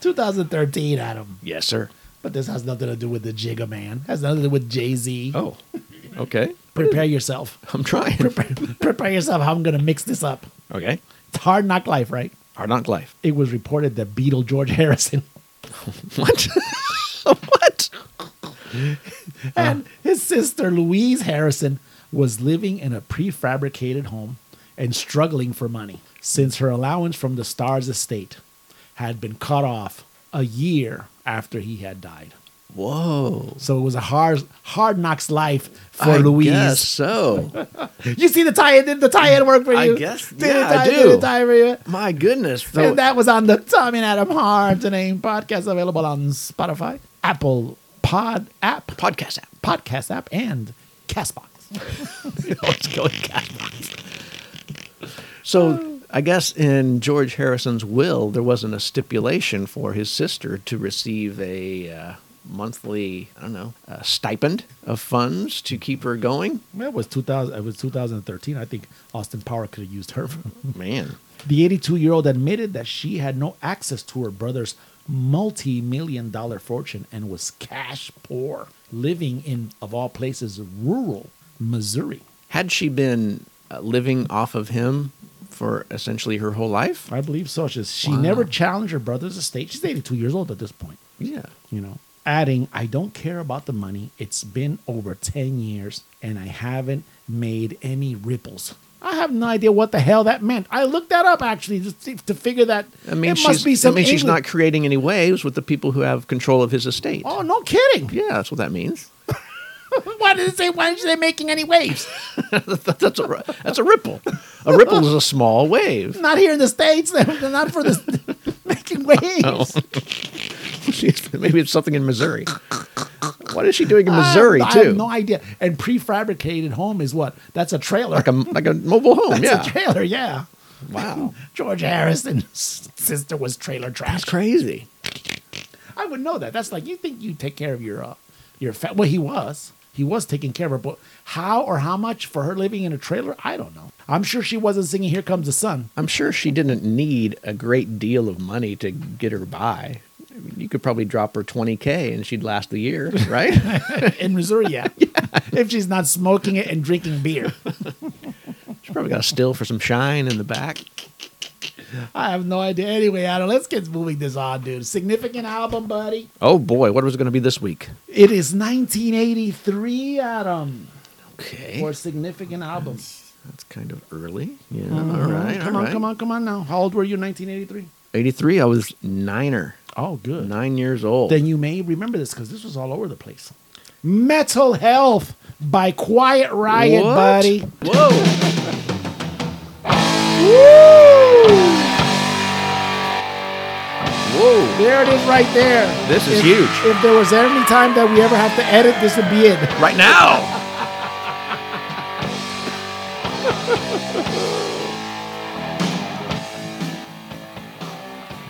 S3: 2013, Adam.
S2: Yes, sir.
S3: But this has nothing to do with the Jigga Man. Has nothing to do with Jay Z.
S2: Oh, okay.
S3: Prepare yourself.
S2: I'm trying.
S3: Prepare yourself how I'm going to mix this up.
S2: Okay.
S3: It's hard knock life, right?
S2: Hard Knock Life.
S3: It was reported that Beatle George Harrison
S2: What? what?
S3: and his sister Louise Harrison was living in a prefabricated home and struggling for money since her allowance from the Stars estate had been cut off a year after he had died.
S2: Whoa.
S3: So it was a hard hard knocks life for
S2: I
S3: Louise.
S2: guess so.
S3: You see the tie-in? Did the tie-in work for
S2: I
S3: you?
S2: guess-
S3: Did it
S2: yeah, I
S3: tie-
S2: do.
S3: Did it tie for you?
S2: My goodness. So,
S3: and that was on the Tom and Adam Hard to Name podcast, available on Spotify, Apple Pod app, podcast app, podcast app, and Castbox.
S2: Let's go with Catbox. So I guess in George Harrison's will, there wasn't a stipulation for his sister to receive a uh, monthly, I don't know, uh, stipend of funds to keep her going.
S3: That was 2000. It was 2013. I think Austin Power could have used her. for-
S2: Man,
S3: the 82 year old admitted that she had no access to her brother's multi million dollar fortune and was cash poor, living in, of all places, rural Missouri.
S2: had she been uh, living off of him for essentially her whole life?
S3: I believe so. She's, she
S2: Wow.
S3: never challenged her brother's estate. She's 82 years old at this point.
S2: Yeah.
S3: you know adding i don't care about the money it's been over 10 years and i haven't made any ripples i have no idea what the hell that meant i looked that up actually just to, to figure that
S2: I mean,
S3: it
S2: she's,
S3: must be
S2: I
S3: some
S2: mean she's
S3: English-
S2: not creating any waves with the people who have control of his estate.
S3: oh no kidding
S2: Yeah, that's what that means.
S3: why did it say why aren't they making any waves
S2: that's, a, ri- that's a ripple. A ripple is a small wave.
S3: not here in the states they're not for this making
S2: Oh,
S3: waves
S2: Maybe it's something in Missouri. What is she doing in
S3: I have-
S2: Missouri,
S3: I have,
S2: too?
S3: no idea and prefabricated home is what that's a trailer
S2: like, a, like a mobile home,
S3: that's a
S2: yeah.
S3: trailer yeah
S2: wow.
S3: george harrison's sister was trailer trash
S2: That's crazy.
S3: I would know that. That's like you think you take care of your uh, your fa Well, he was. He was taking care of her, but how or how much for her living in a trailer? I don't know. I'm sure she wasn't singing "Here Comes the Sun."
S2: I'm sure she didn't need a great deal of money to get her by. I mean, You could probably drop her 20K and she'd last the year, right?
S3: in Missouri yeah. if she's not smoking it and drinking beer.
S2: she probably got a still for some shine in the back.
S3: I have no idea. Anyway, Adam, let's get moving this on, dude. Significant album, buddy.
S2: Oh, boy. What was it going to be this week?
S3: It is 1983, Adam,
S2: Okay.
S3: for significant album.
S2: That's kind of early. Yeah. all right.
S3: Mm-hmm.
S2: all
S3: Come on,
S2: right.
S3: come on, come on now. How old were you in 1983?
S2: 83, I was niner,
S3: Oh, good.
S2: nine years old.
S3: then you may remember this because this was all over the place. Metal Health by Quiet Riot,
S2: What?
S3: buddy.
S2: Whoa. Whoa.
S3: There it is right there.
S2: This is
S3: If-
S2: huge.
S3: If there was any time that we ever have to edit, this would be it.
S2: Right now.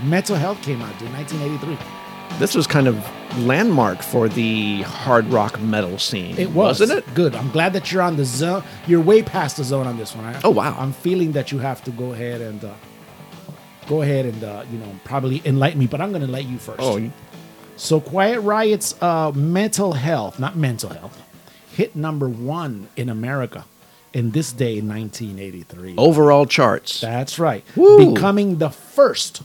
S3: Metal Health came out, dude, 1983.
S2: This was kind of landmark for the hard rock metal scene.
S3: It was,
S2: wasn't it?
S3: Good. I'm glad that you're on the zone. You're way past the zone on this one. I,
S2: Oh, wow.
S3: I'm feeling that you have to go ahead and uh, go ahead and uh, you know probably enlighten me, but I'm going to enlighten you first.
S2: Oh,
S3: So Quiet Riot's uh, mental health, not mental health, hit number one in America in this day in 1983.
S2: overall charts.
S3: That's right.
S2: Oh. Woo. Mm-hmm.
S3: Becoming the 1st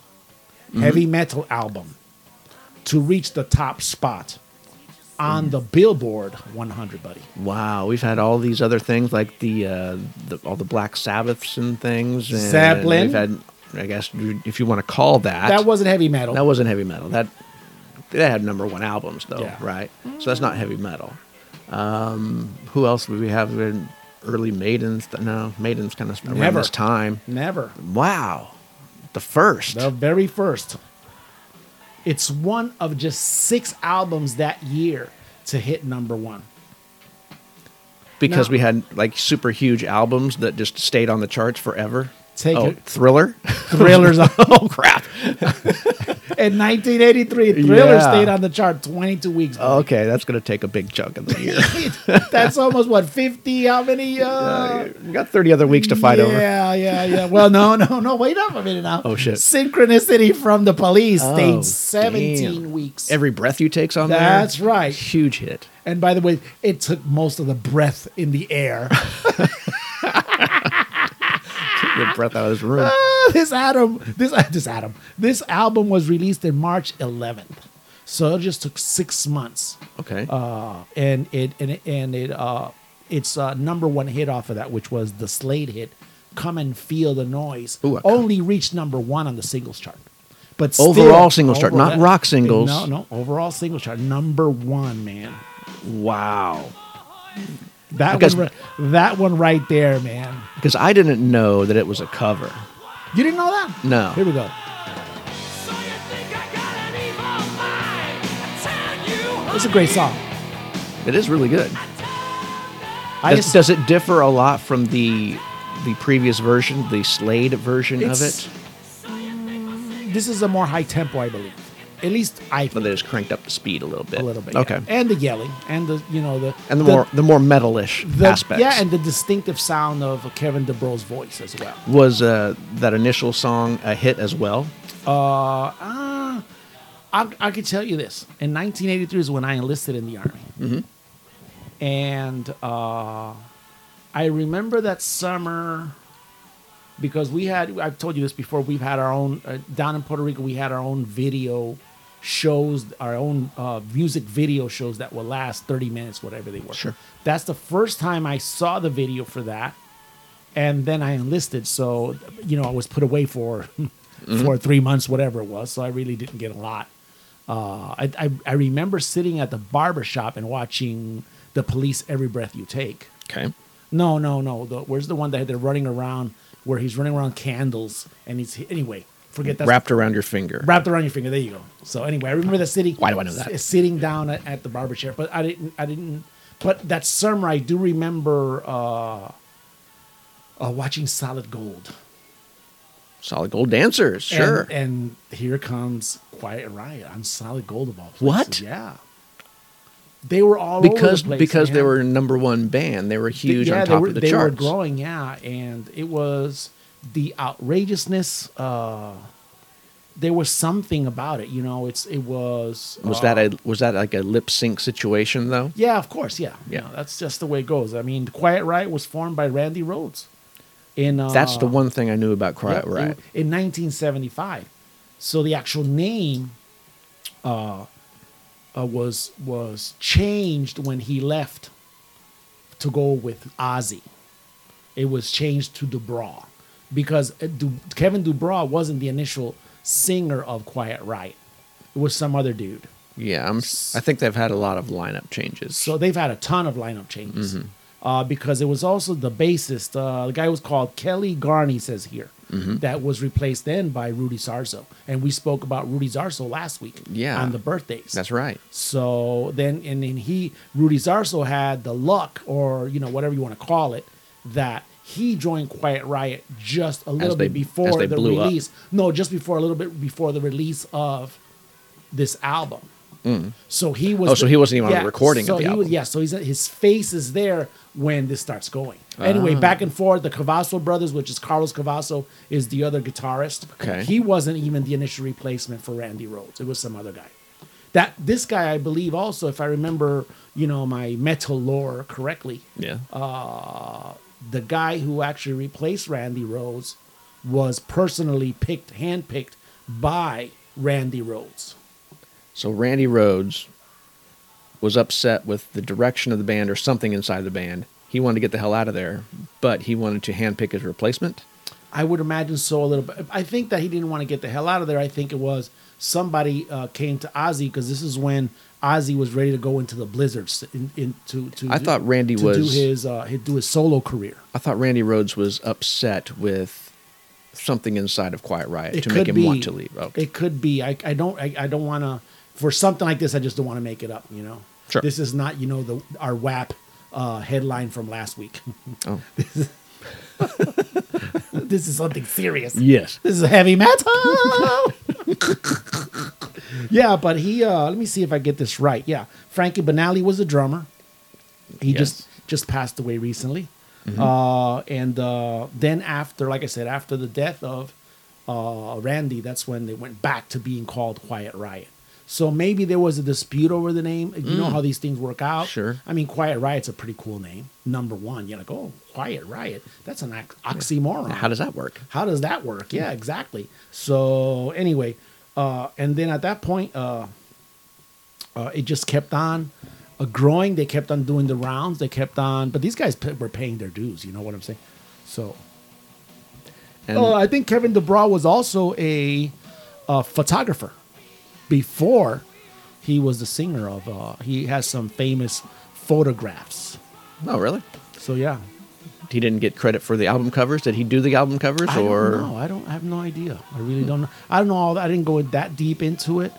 S3: heavy metal album to reach the top spot on the Billboard 100, buddy.
S2: Wow, we've had all these other things like the, uh, the all the Black Sabbaths and things. And
S3: Zeppelin.
S2: We've had, I guess, you- if you want to call that,
S3: That wasn't heavy metal.
S2: that wasn't heavy metal. That they had number one albums though,
S3: Yeah.
S2: right? So that's not heavy metal. Um, who else would we have in early Maidens? No, Maidens kind of around
S3: Never.
S2: this time.
S3: Never.
S2: Wow, the first.
S3: The very first. It's one of just six albums that year to hit number one.
S2: because
S3: No.
S2: we had like super huge albums that just stayed on the charts forever.
S3: Take
S2: oh,
S3: it.
S2: Thriller.
S3: Thrillers.
S2: oh crap.
S3: In 1983, Thriller
S2: Yeah. Oh,
S3: stayed on the chart 22 weeks. buddy.
S2: Okay, that's gonna take a big chunk of the year.
S3: That's almost what 50. How many? Uh,
S2: we got thirty other weeks to fight
S3: yeah,
S2: over.
S3: Yeah, yeah, Well, no, no, no. Wait up a minute now.
S2: Oh, shit.
S3: Synchronicity from the Police
S2: Oh,
S3: stayed 17
S2: damn.
S3: weeks.
S2: Every breath you take's on there.
S3: That's right.
S2: Huge hit.
S3: and by the way, it took most of the breath in the air.
S2: Get your breath out of this room.
S3: Ah, this Adam, this this Adam, this album was released in March 11th, so it just took six months,
S2: Okay.
S3: uh, and it and it, and it uh, it's uh, number one hit off of that, which was the Slade hit, "Come and Feel the Noise,"
S2: Ooh, I-
S3: only reached number one on the singles chart. But still-
S2: Overall singles chart, not rock singles.
S3: No, no, overall singles chart, number one, man.
S2: wow.
S3: That
S2: Because-
S3: one, ri- that one right there, man.
S2: Because I didn't know that it was a cover.
S3: You didn't know that?
S2: No.
S3: Here we go. It's a great song.
S2: It is really good.
S3: I
S2: does,
S3: just
S2: does it differ a lot from the the previous version, the Slade version of
S3: It's-
S2: it?
S3: this is a more high tempo, I believe. At least I
S2: But
S3: think
S2: they just cranked up the speed a little bit.
S3: a little bit. yeah.
S2: Okay.
S3: And the yelling and the you know the
S2: And the, more the more metalish
S3: the-
S2: aspects.
S3: Yeah, and the distinctive sound of Kevin DeBro's voice as well.
S2: was uh, that initial song a hit as well?
S3: Uh, I, I could tell you this. In 1983 is when I enlisted in the army. And uh, I remember that summer because we had, I've told you this before, we've had our own, uh, down in Puerto Rico, we had our own video shows, our own uh, music video shows that will last 30 minutes, whatever they were.
S2: Sure.
S3: That's the first time I saw the video for that. And then I enlisted. So, you know, I was put away for. For three months, whatever it was, so I really didn't get a lot. Uh, I, I, I remember sitting at the barber shop and watching the police every breath you take.
S2: Okay.
S3: No, no, no. The, where's the one that they're running around where he's running around candles and he's anyway. Forget that.
S2: Wrapped around your finger.
S3: wrapped around your finger. There you go. So anyway, I remember the city.
S2: Why do I know that?
S3: s- Sitting down at, at the barber chair, but I didn't. I didn't. But that summer, I do remember uh, uh, watching Solid Gold.
S2: Solid gold dancers.
S3: And-
S2: Sure.
S3: And, here comes Quiet Riot on Solid Gold of all places.
S2: What?
S3: Yeah. They were all over
S2: because
S3: the place,
S2: because they
S3: man.
S2: were a number one band, they were huge
S3: yeah,
S2: on top
S3: they were,
S2: of the
S3: they
S2: charts.
S3: were growing, yeah, and it was the outrageousness. Uh, there was something about it, you know. It's it was
S2: Was
S3: uh,
S2: that a was that like a lip sync situation though?
S3: yeah, of course, yeah,
S2: Yeah.
S3: No, that's just the way it goes. I mean, Quiet Riot was formed by Randy Rhodes. In uh,
S2: That's the one thing I knew about Quiet
S3: Yep,
S2: Riot.
S3: In, in 1975. So the actual name uh, uh, was was changed when he left to go with Ozzy. It was changed to DuBra because uh, Du- Kevin DuBra wasn't the initial singer of Quiet Riot. It was some other dude.
S2: Yeah, I'm, I think they've had a lot of lineup changes.
S3: So they've had a ton of lineup changes
S2: Mm-hmm.
S3: uh, because it was also the bassist. Uh, the guy was called Kelly Garney, says here,
S2: Mm-hmm.
S3: that was replaced then by Rudy Sarzo. And we spoke about Rudy Sarzo last week
S2: Yeah.
S3: on the birthdays.
S2: That's right.
S3: So then, and then he, Rudy Sarso had the luck, or you know, whatever you want to call it, that he joined Quiet Riot just a little
S2: they-
S3: bit
S2: as
S3: before
S2: they
S3: the
S2: blew up.
S3: release. No, just before a little bit before the release of this album. So he was.
S2: Oh, so he wasn't even on the recording of
S3: So
S2: the
S3: he was-
S2: album.
S3: yeah, so he's, his face is there when this starts going. Anyway, back and forth, the Cavasso brothers, which is Carlos Cavasso, is the other guitarist.
S2: Okay.
S3: He wasn't even the initial replacement for Randy Rhodes. It was some other guy. That this guy, I believe, also, if I remember, you know, my metal lore correctly,
S2: Yeah.
S3: Uh, the guy who actually replaced Randy Rhodes was personally picked, handpicked by Randy Rhodes.
S2: so Randy Rhodes was upset with the direction of the band or something inside the band. He wanted to get the hell out of there, but he wanted to handpick his replacement.
S3: I would imagine so a little bit. I think that he didn't want to get the hell out of there. I think it was somebody uh, came to Ozzy because this is when Ozzy was ready to go into the blizzards in, in, to, to
S2: I thought Randy
S3: to
S2: was-
S3: do his uh, he'd do his solo career.
S2: I thought Randy Rhodes was upset with something inside of Quiet Riot to
S3: could
S2: make him
S3: be.
S2: want to leave. Okay.
S3: It could be. I, I don't I, I don't want to for something like this. I just don't want to make it up. You know.
S2: Sure.
S3: This is not you know the our WAP uh, headline from last week.
S2: Oh.
S3: this is something serious.
S2: Yes.
S3: This is heavy metal. yeah, but he uh let me see if I get this right. Yeah. Frankie Benali was a drummer. He
S2: Yes. Mm-hmm.
S3: just just passed away recently. Uh and uh then after like I said after the death of uh Randy, that's when they went back to being called Quiet Riot. So maybe there was a dispute over the name. You know how these things work out.
S2: Mm. Sure.
S3: I mean, Quiet Riot's a pretty cool name. Number one, you're like, oh, Quiet Riot. That's an ox- oxymoron
S2: How does that work?
S3: how does that work? Yeah, exactly. So anyway, uh, and then at that point, uh, uh, it just kept on uh, growing. They kept on doing the rounds. They kept on, but these guys p- were paying their dues. You know what I'm saying? So,
S2: And
S3: oh, I think Kevin DeBraw was also a, uh photographer before he was the singer of. Uh, he has some famous photographs.
S2: no, oh, really?
S3: So yeah,
S2: He didn't get credit for the album covers. Did he do the album covers
S3: I
S2: or
S3: don't know. I don't. I have no idea. I really don't know. I don't know. All that. I didn't go that deep into it,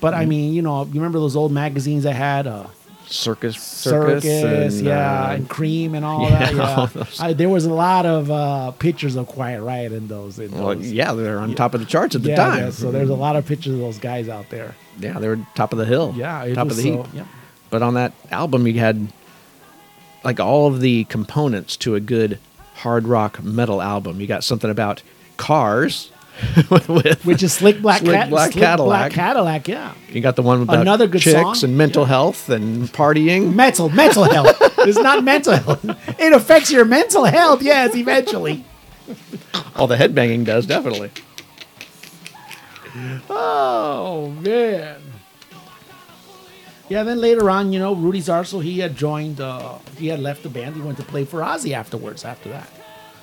S3: but
S2: Mm.
S3: I mean, you know, you remember those old magazines I had, uh,
S2: circus?
S3: Circus,
S2: and,
S3: yeah,
S2: uh,
S3: and Cream and all
S2: yeah,
S3: that. Yeah,
S2: all those.
S3: I, there was a lot of uh, pictures of Quiet Riot in those. In
S2: well,
S3: those.
S2: yeah, they're on top of the charts at the
S3: Yeah,
S2: time.
S3: yeah, so there's a lot of pictures of those guys out there.
S2: Yeah, they were top of the hill.
S3: Yeah, it
S2: top
S3: was
S2: of the
S3: so-
S2: heap.
S3: yeah.
S2: But on that album, you had like all of the components to a good hard rock metal album. You got something about cars with,
S3: Which is Slick Black,
S2: Slick
S3: Cat-
S2: Black
S3: Slick
S2: Cadillac.
S3: Black Cadillac. Yeah,
S2: you got the one about
S3: Another good
S2: chicks
S3: song.
S2: and mental health and partying.
S3: mental mental health. it's not mental health. It affects your mental health. Yes, eventually.
S2: All the headbanging does definitely.
S3: Oh man. Yeah, then later on, you know, Rudy Zarso, he had joined, uh, he had left the band. He went to play for Ozzy afterwards. After that,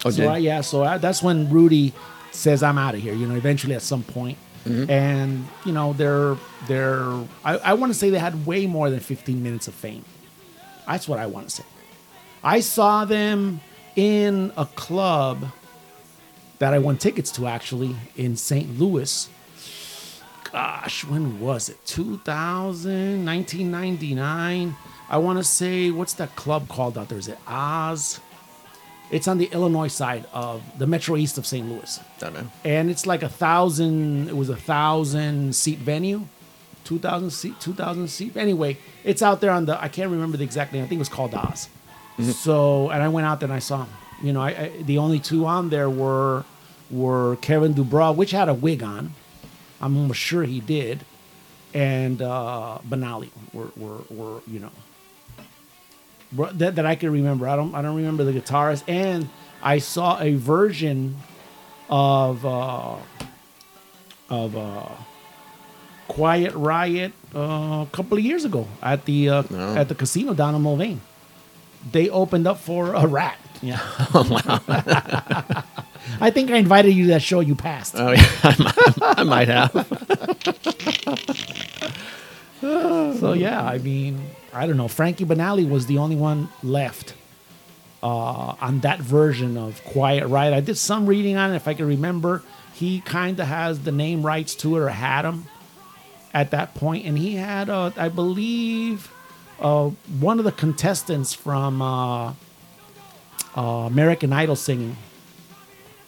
S2: Oh,
S3: so
S2: did-
S3: I, yeah, so I, that's when Rudy says, "I'm out of here." You know, eventually at some point, and you know, they're they're I, I want to say they had way more than 15 minutes of fame. That's what I want to say. I saw them in a club that I won tickets to actually in St. Louis. Gosh, when was it? 2000, 1999. I want to say, what's that club called out there? Is it Oz? It's on the Illinois side of the metro east of St. Louis.
S2: don't know.
S3: And it's like a thousand, it was a thousand seat venue, 2,000 seat, 2,000 seat. Anyway, it's out there on the, I can't remember the exact name. I think it was called Oz. So, and I went out there and I saw him. You know, I, I, the only two on there were were Kevin Dubrow, which had a wig on. I'm almost sure he did. And uh, Benali were, were, were, you know, were- that, that I can remember. I don't, I don't remember the guitarist. And I saw a version of uh, of uh, Quiet Riot uh, a couple of years ago at the uh,
S2: No.
S3: at the casino down in Mulvane. They opened up for a rat. Yeah. I think I invited you to that show. You passed.
S2: Oh yeah, I might, I might have.
S3: so yeah, I mean, I don't know. Frankie Benali was the only one left uh, on that version of Quiet Riot. I did some reading on it, if I can remember. He kind of has the name rights to it, or had them at that point, and he had, uh, I believe, uh, one of the contestants from uh, uh, American Idol singing.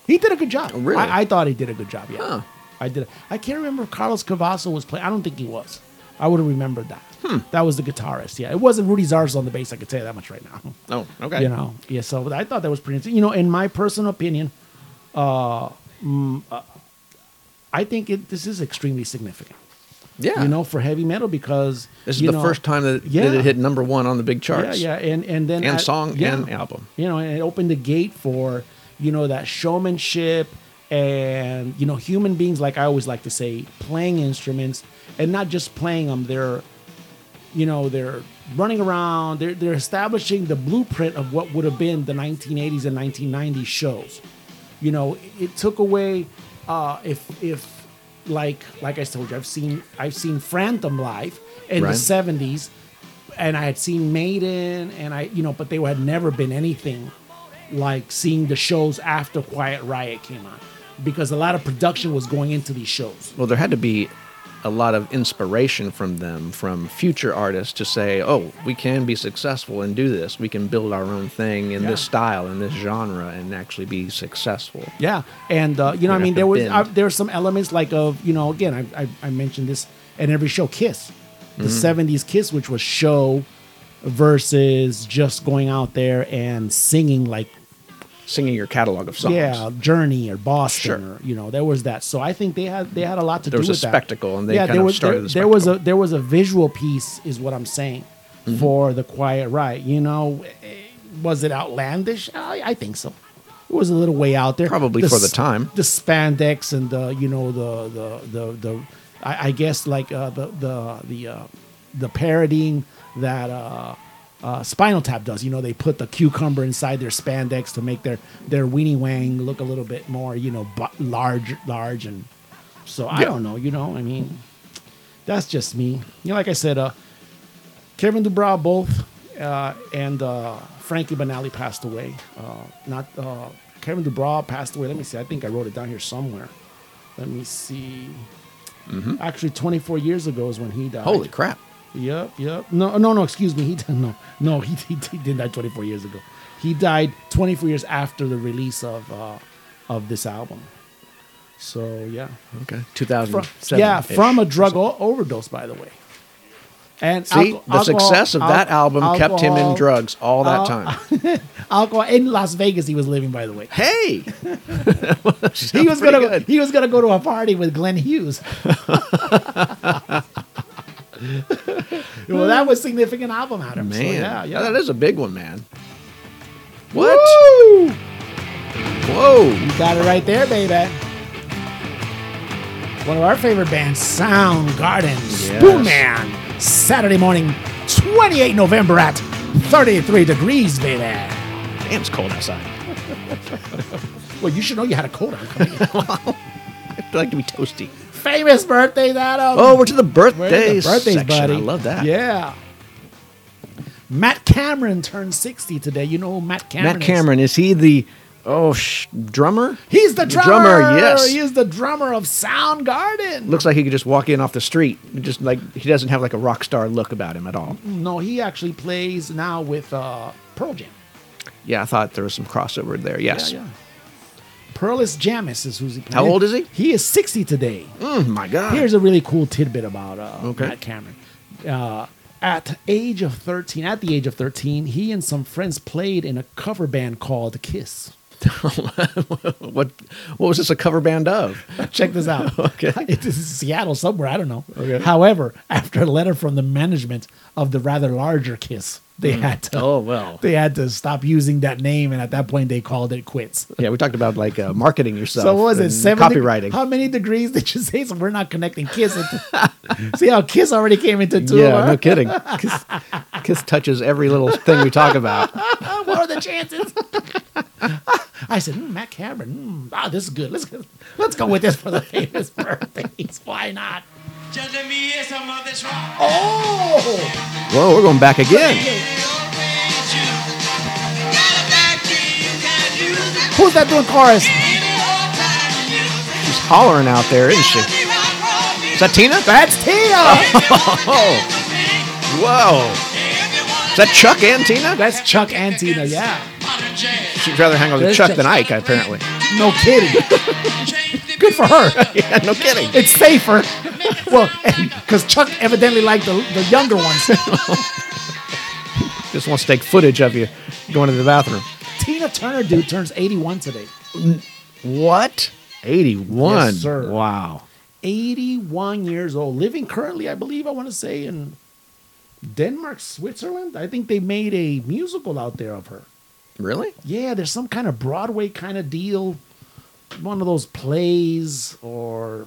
S3: He did a good job.
S2: Oh, really?
S3: I, I thought he did a good job. Yeah,
S2: Huh.
S3: I I did. I can't remember if Carlos Cavasso was playing. I don't think he was. I would have remembered that.
S2: Hmm.
S3: That was the guitarist. Yeah, it wasn't Rudy Zars on the bass. I could tell you that much right now.
S2: Oh, okay.
S3: You know, yeah. So I thought that was pretty. You know, in my personal opinion, uh, mm, uh, I think it, this is extremely significant.
S2: yeah.
S3: You know, for heavy metal because
S2: this is
S3: you
S2: the
S3: know,
S2: first time that,
S3: yeah.
S2: that it hit number one on the big charts.
S3: Yeah, yeah, and and then
S2: And
S3: I-
S2: song and album.
S3: You know, and it opened the gate for you know that showmanship and you know human beings like I always like to say playing instruments and not just playing them. They're you know they're running around. They're they're establishing the blueprint of what would have been the 1980s and 1990s shows. You know, it, it took away uh, if if like like I told you, I've seen I've seen Phantom live in
S2: Right.
S3: the 70s and I had seen Maiden, and I, you know, but they had never been anything like seeing the shows after Quiet Riot came on, because a lot of production was going into these shows.
S2: Well, there had to be a lot of inspiration from them, from future artists to say, oh, we can be successful and do this. We can build our own thing in this
S3: Yeah.
S2: style, in this genre, and actually be successful.
S3: Yeah, and uh, you know,
S2: We're
S3: I mean,
S2: gonna
S3: there was
S2: bend.
S3: uh, there were some elements like of you know, again, I I, I mentioned this in every show, Kiss,
S2: Mm-hmm.
S3: the '70s Kiss, which was show versus just going out there and singing like
S2: Singing your catalog of songs.
S3: yeah, Journey or Boston,
S2: Sure.
S3: or, you know, there was that. So I think they had they had a lot to
S2: There
S3: do
S2: was a
S3: with that.
S2: spectacle, and they kind
S3: there
S2: of
S3: was
S2: started
S3: there,
S2: the
S3: there was a
S2: spectacle. Mm-hmm.
S3: there was a visual piece, is what I'm saying, for the Quiet Riot. You know, eh, was it outlandish? I, I think so. It was a little way out there,
S2: Probably for the
S3: s-
S2: time.
S3: The spandex and the you know the the the the I, I guess like uh, the the the uh, the parodying that. Uh, uh, Spinal Tap does. You know, they put the cucumber inside their spandex to make their their weenie wang look a little bit more, you know, bu- large, large, and so I
S2: Yeah.
S3: don't know. You know, I mean, that's just me. You know, like I said, uh, Kevin Dubrow both uh, and uh, Frankie Banali passed away. Uh, not uh, Kevin Dubrow passed away. Let me see. I think I wrote it down here somewhere. Let me see. Actually, 24 years ago is when he died.
S2: Mm-hmm. Holy crap.
S3: Yep, yep. No, no, no. Excuse me. He did no, no. He, he, he did that 24 years ago. He died 24 years after the release of uh, of this album. So yeah,
S2: Okay.
S3: Fro-
S2: 2007.
S3: yeah, from a drug o- overdose, by the way. And
S2: See,
S3: alco-
S2: the
S3: alcohol-
S2: success of that
S3: al-
S2: album kept him in
S3: alcohol-
S2: drugs all that
S3: al-
S2: time.
S3: Alcohol in Las Vegas, he was living, by the way.
S2: hey!
S3: He was
S2: pretty
S3: gonna
S2: good.
S3: he was gonna go to a party with Glenn Hughes. well, that was significant album out of him. so
S2: Man,
S3: yeah, yeah.
S2: that is a big one, man. What?
S3: Woo!
S2: Whoa!
S3: You got it right there, baby. One of our favorite bands, Soundgarden, Spoon Man, Saturday morning, 28 November at 33 degrees, baby.
S2: Damn, it's cold outside.
S3: Well, you should know you had a cold on coming in.
S2: I'd like to be toasty.
S3: Famous birthday, that Adam.
S2: Oh, we're to the
S3: We're in
S2: birthday
S3: the
S2: section.
S3: buddy.
S2: I love that.
S3: Yeah. Matt Cameron turned 60 today. You know who Matt Cameron
S2: Matt
S3: is?
S2: Cameron is he the oh sh- drummer?
S3: He's the
S2: The
S3: drummer.
S2: drummer, yes.
S3: He is the drummer of Soundgarden.
S2: Looks like he could just walk in off the street. Just like he doesn't have like a rock star look about him at all.
S3: No, he actually plays now with uh, Pearl Jam.
S2: Yeah, I thought there was some crossover there. Yes.
S3: Perlis Jamis is who's he playing.
S2: How old is he?
S3: He is 60 today.
S2: Mm, my God.
S3: Here's a really cool tidbit about uh,
S2: Okay.
S3: Matt Cameron. Uh, at age of 13, at the age of 13, he and some friends played in a cover band called Kiss.
S2: what what was this a cover band of?
S3: Check this out.
S2: Okay.
S3: It is Seattle somewhere. I don't know. However, after a letter from the management of the rather larger Kiss, they had to
S2: Oh well.
S3: they had to stop using that name, and at that point, they called it quits.
S2: Yeah, we talked about like uh, marketing yourself.
S3: So what was it?
S2: and
S3: Seven deg-
S2: copywriting.
S3: how many degrees did you say? So we're not connecting Kiss. into- See how Kiss already came into two.
S2: yeah,
S3: huh?
S2: no kidding. Kiss, Kiss touches every little thing we talk about.
S3: what are the chances? I said, mm, Matt Cameron. Mm, ah, this is good. Let's go, let's go with this for the famous birthdays. Why not? Oh,
S2: Whoa, we're going back again.
S3: who's that doing chorus?
S2: She's hollering out there, isn't she? Is that Tina?
S3: That's Tia.
S2: Whoa. Is that Chuck and Tina?
S3: That's Chuck and Tina. Yeah,
S2: She'd rather hang out with
S3: There's
S2: Chuck
S3: Chuck.
S2: than Ike, apparently.
S3: no kidding. Good for her.
S2: yeah, no kidding.
S3: It's safer. Well, because Chuck evidently liked the, the younger ones.
S2: Just wants to take footage of you going to the bathroom.
S3: Tina Turner, dude, turns 81 today.
S2: What? 81.
S3: Yes, sir.
S2: Wow.
S3: 81 years old, living currently, I believe, I want to say, in Denmark, Switzerland. I think they made a musical out there of her.
S2: Really?
S3: Yeah, there's some kind of Broadway kind of deal, one of those plays or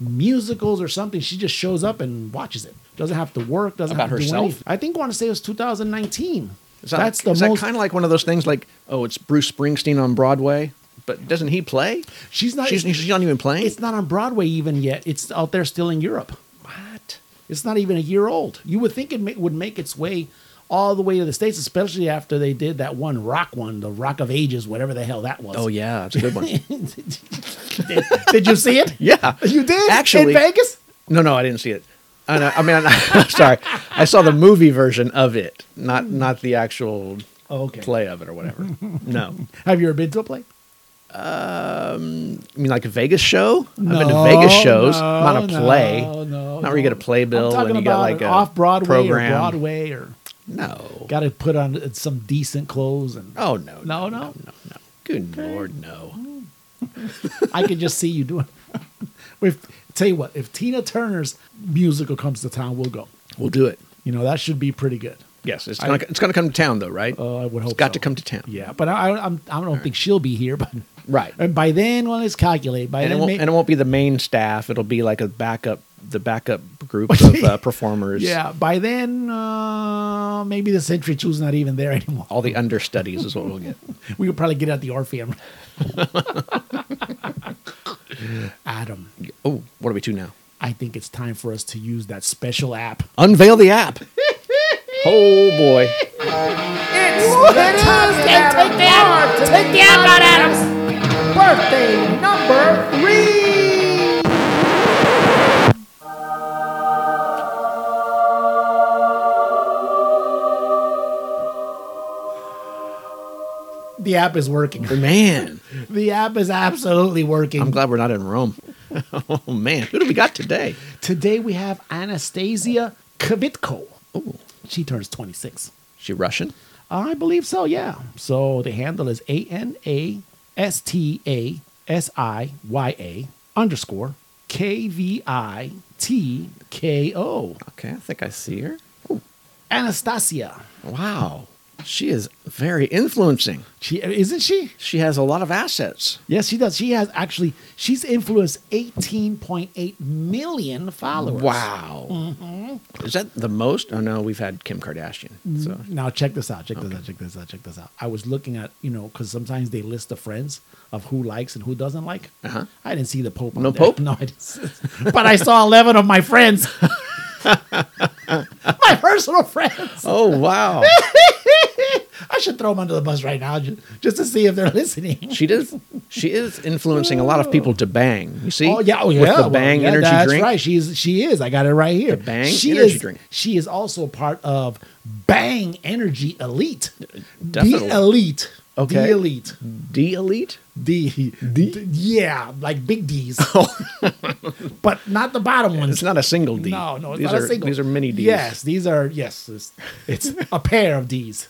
S3: musicals or something. She just shows up and watches it. Doesn't have to work. Doesn't
S2: About
S3: have to
S2: herself?
S3: Do anything. I think I want to say it was 2019.
S2: Is that,
S3: That's the
S2: is
S3: most.
S2: that kind of like one of those things like, oh, it's Bruce Springsteen on Broadway, but doesn't he play?
S3: she's not.
S2: she's, she's not even playing?
S3: It's not on Broadway even yet. It's out there still in Europe. What? It's not even a year old. You would think it ma- would make its way all the way to the States, especially after they did that one rock one, the Rock of Ages, whatever the hell that was.
S2: oh, yeah. That's a good one.
S3: did, did you see it?
S2: yeah.
S3: You did?
S2: Actually-
S3: In Vegas?
S2: No, no, I didn't see it. I, know, I mean, I'm sorry. I saw the movie version of it, not not the actual
S3: Okay.
S2: play of it or whatever. No,
S3: Have you ever been to a play?
S2: I mean like a Vegas show. I've been to Vegas shows,
S3: no,
S2: not a play.
S3: no, no,
S2: not where you get a
S3: I'm
S2: playbill
S3: talking
S2: and you got
S3: about
S2: like a
S3: off Broadway
S2: program.
S3: or Broadway or
S2: No.
S3: got to put on some decent clothes and
S2: Oh no.
S3: No,
S2: No.
S3: no.
S2: No. no. Good lord, no.
S3: I could just see you doing. If tell you what, if Tina Turner's musical comes to town, we'll go.
S2: We'll do it.
S3: You know that should be pretty good.
S2: Yes, it's Oh,
S3: I-
S2: gonna it's gonna come to town though, right?
S3: Uh, I would hope.
S2: it's got
S3: so.
S2: to come to town.
S3: Yeah, but I, I, I'm, I don't think she'll be here. But
S2: Right.
S3: and by then, well, let's calculate. By
S2: And it,
S3: then,
S2: won't,
S3: may-
S2: and it won't be the main staff. It'll be like a backup, the backup group of uh, performers.
S3: yeah, by then, uh, maybe the Century Two's not even there anymore.
S2: all the understudies is what we'll get.
S3: We could probably get it at the Orpheum. Adam,
S2: Oh, what are we to now?
S3: I think it's time for us to use that special app.
S2: Unveil the app. oh boy.
S3: Take the app out, Adams. Birthday number three. The app is working.
S2: Man,
S3: The app is absolutely working.
S2: I'm glad we're not in Rome. oh man, who do we got today?
S3: Today we have Anastasia Kvitko. She turns 26.
S2: She Russian?
S3: I believe so, yeah. So the handle is A N A S T A S I Y A underscore K V I T K O.
S2: Okay, I think I see her.
S3: Anastasia.
S2: Wow. She is very influencing.
S3: She isn't she?
S2: She has a lot of assets.
S3: Yes, she does. She has actually she's influenced 18.8 million followers.
S2: Wow.
S3: Mm-hmm.
S2: Is that the most? Oh no, we've had Kim Kardashian. So
S3: Now check this out. Check this out. Check this out. Check this out. I was looking at you know because sometimes they list the friends of who likes and who doesn't like.
S2: Uh-huh.
S3: I didn't see the Pope. on
S2: No
S3: there.
S2: Pope?
S3: No, I didn't. see- but I saw eleven of my friends, my personal friends.
S2: Oh wow.
S3: I should throw them under the bus right now just, just to see if they're listening.
S2: she does she is influencing a lot of people to bang. You see?
S3: Oh yeah, oh yeah.
S2: With the
S3: Well,
S2: bang
S3: yeah,
S2: energy
S3: that's
S2: drink.
S3: right. She's she is. I got it right here.
S2: The Bang
S3: she
S2: energy
S3: is,
S2: drink.
S3: She is also part of Bang Energy Elite.
S2: Definitely.
S3: The Elite.
S2: Okay.
S3: The Elite.
S2: D elite?
S3: D. D- Yeah, like big D's. but not the bottom
S2: Oh.
S3: ones.
S2: It's not a single D.
S3: No, no, it's
S2: these
S3: not
S2: are,
S3: a single.
S2: These are mini Ds.
S3: Yes, these are yes. It's, it's a pair of D's.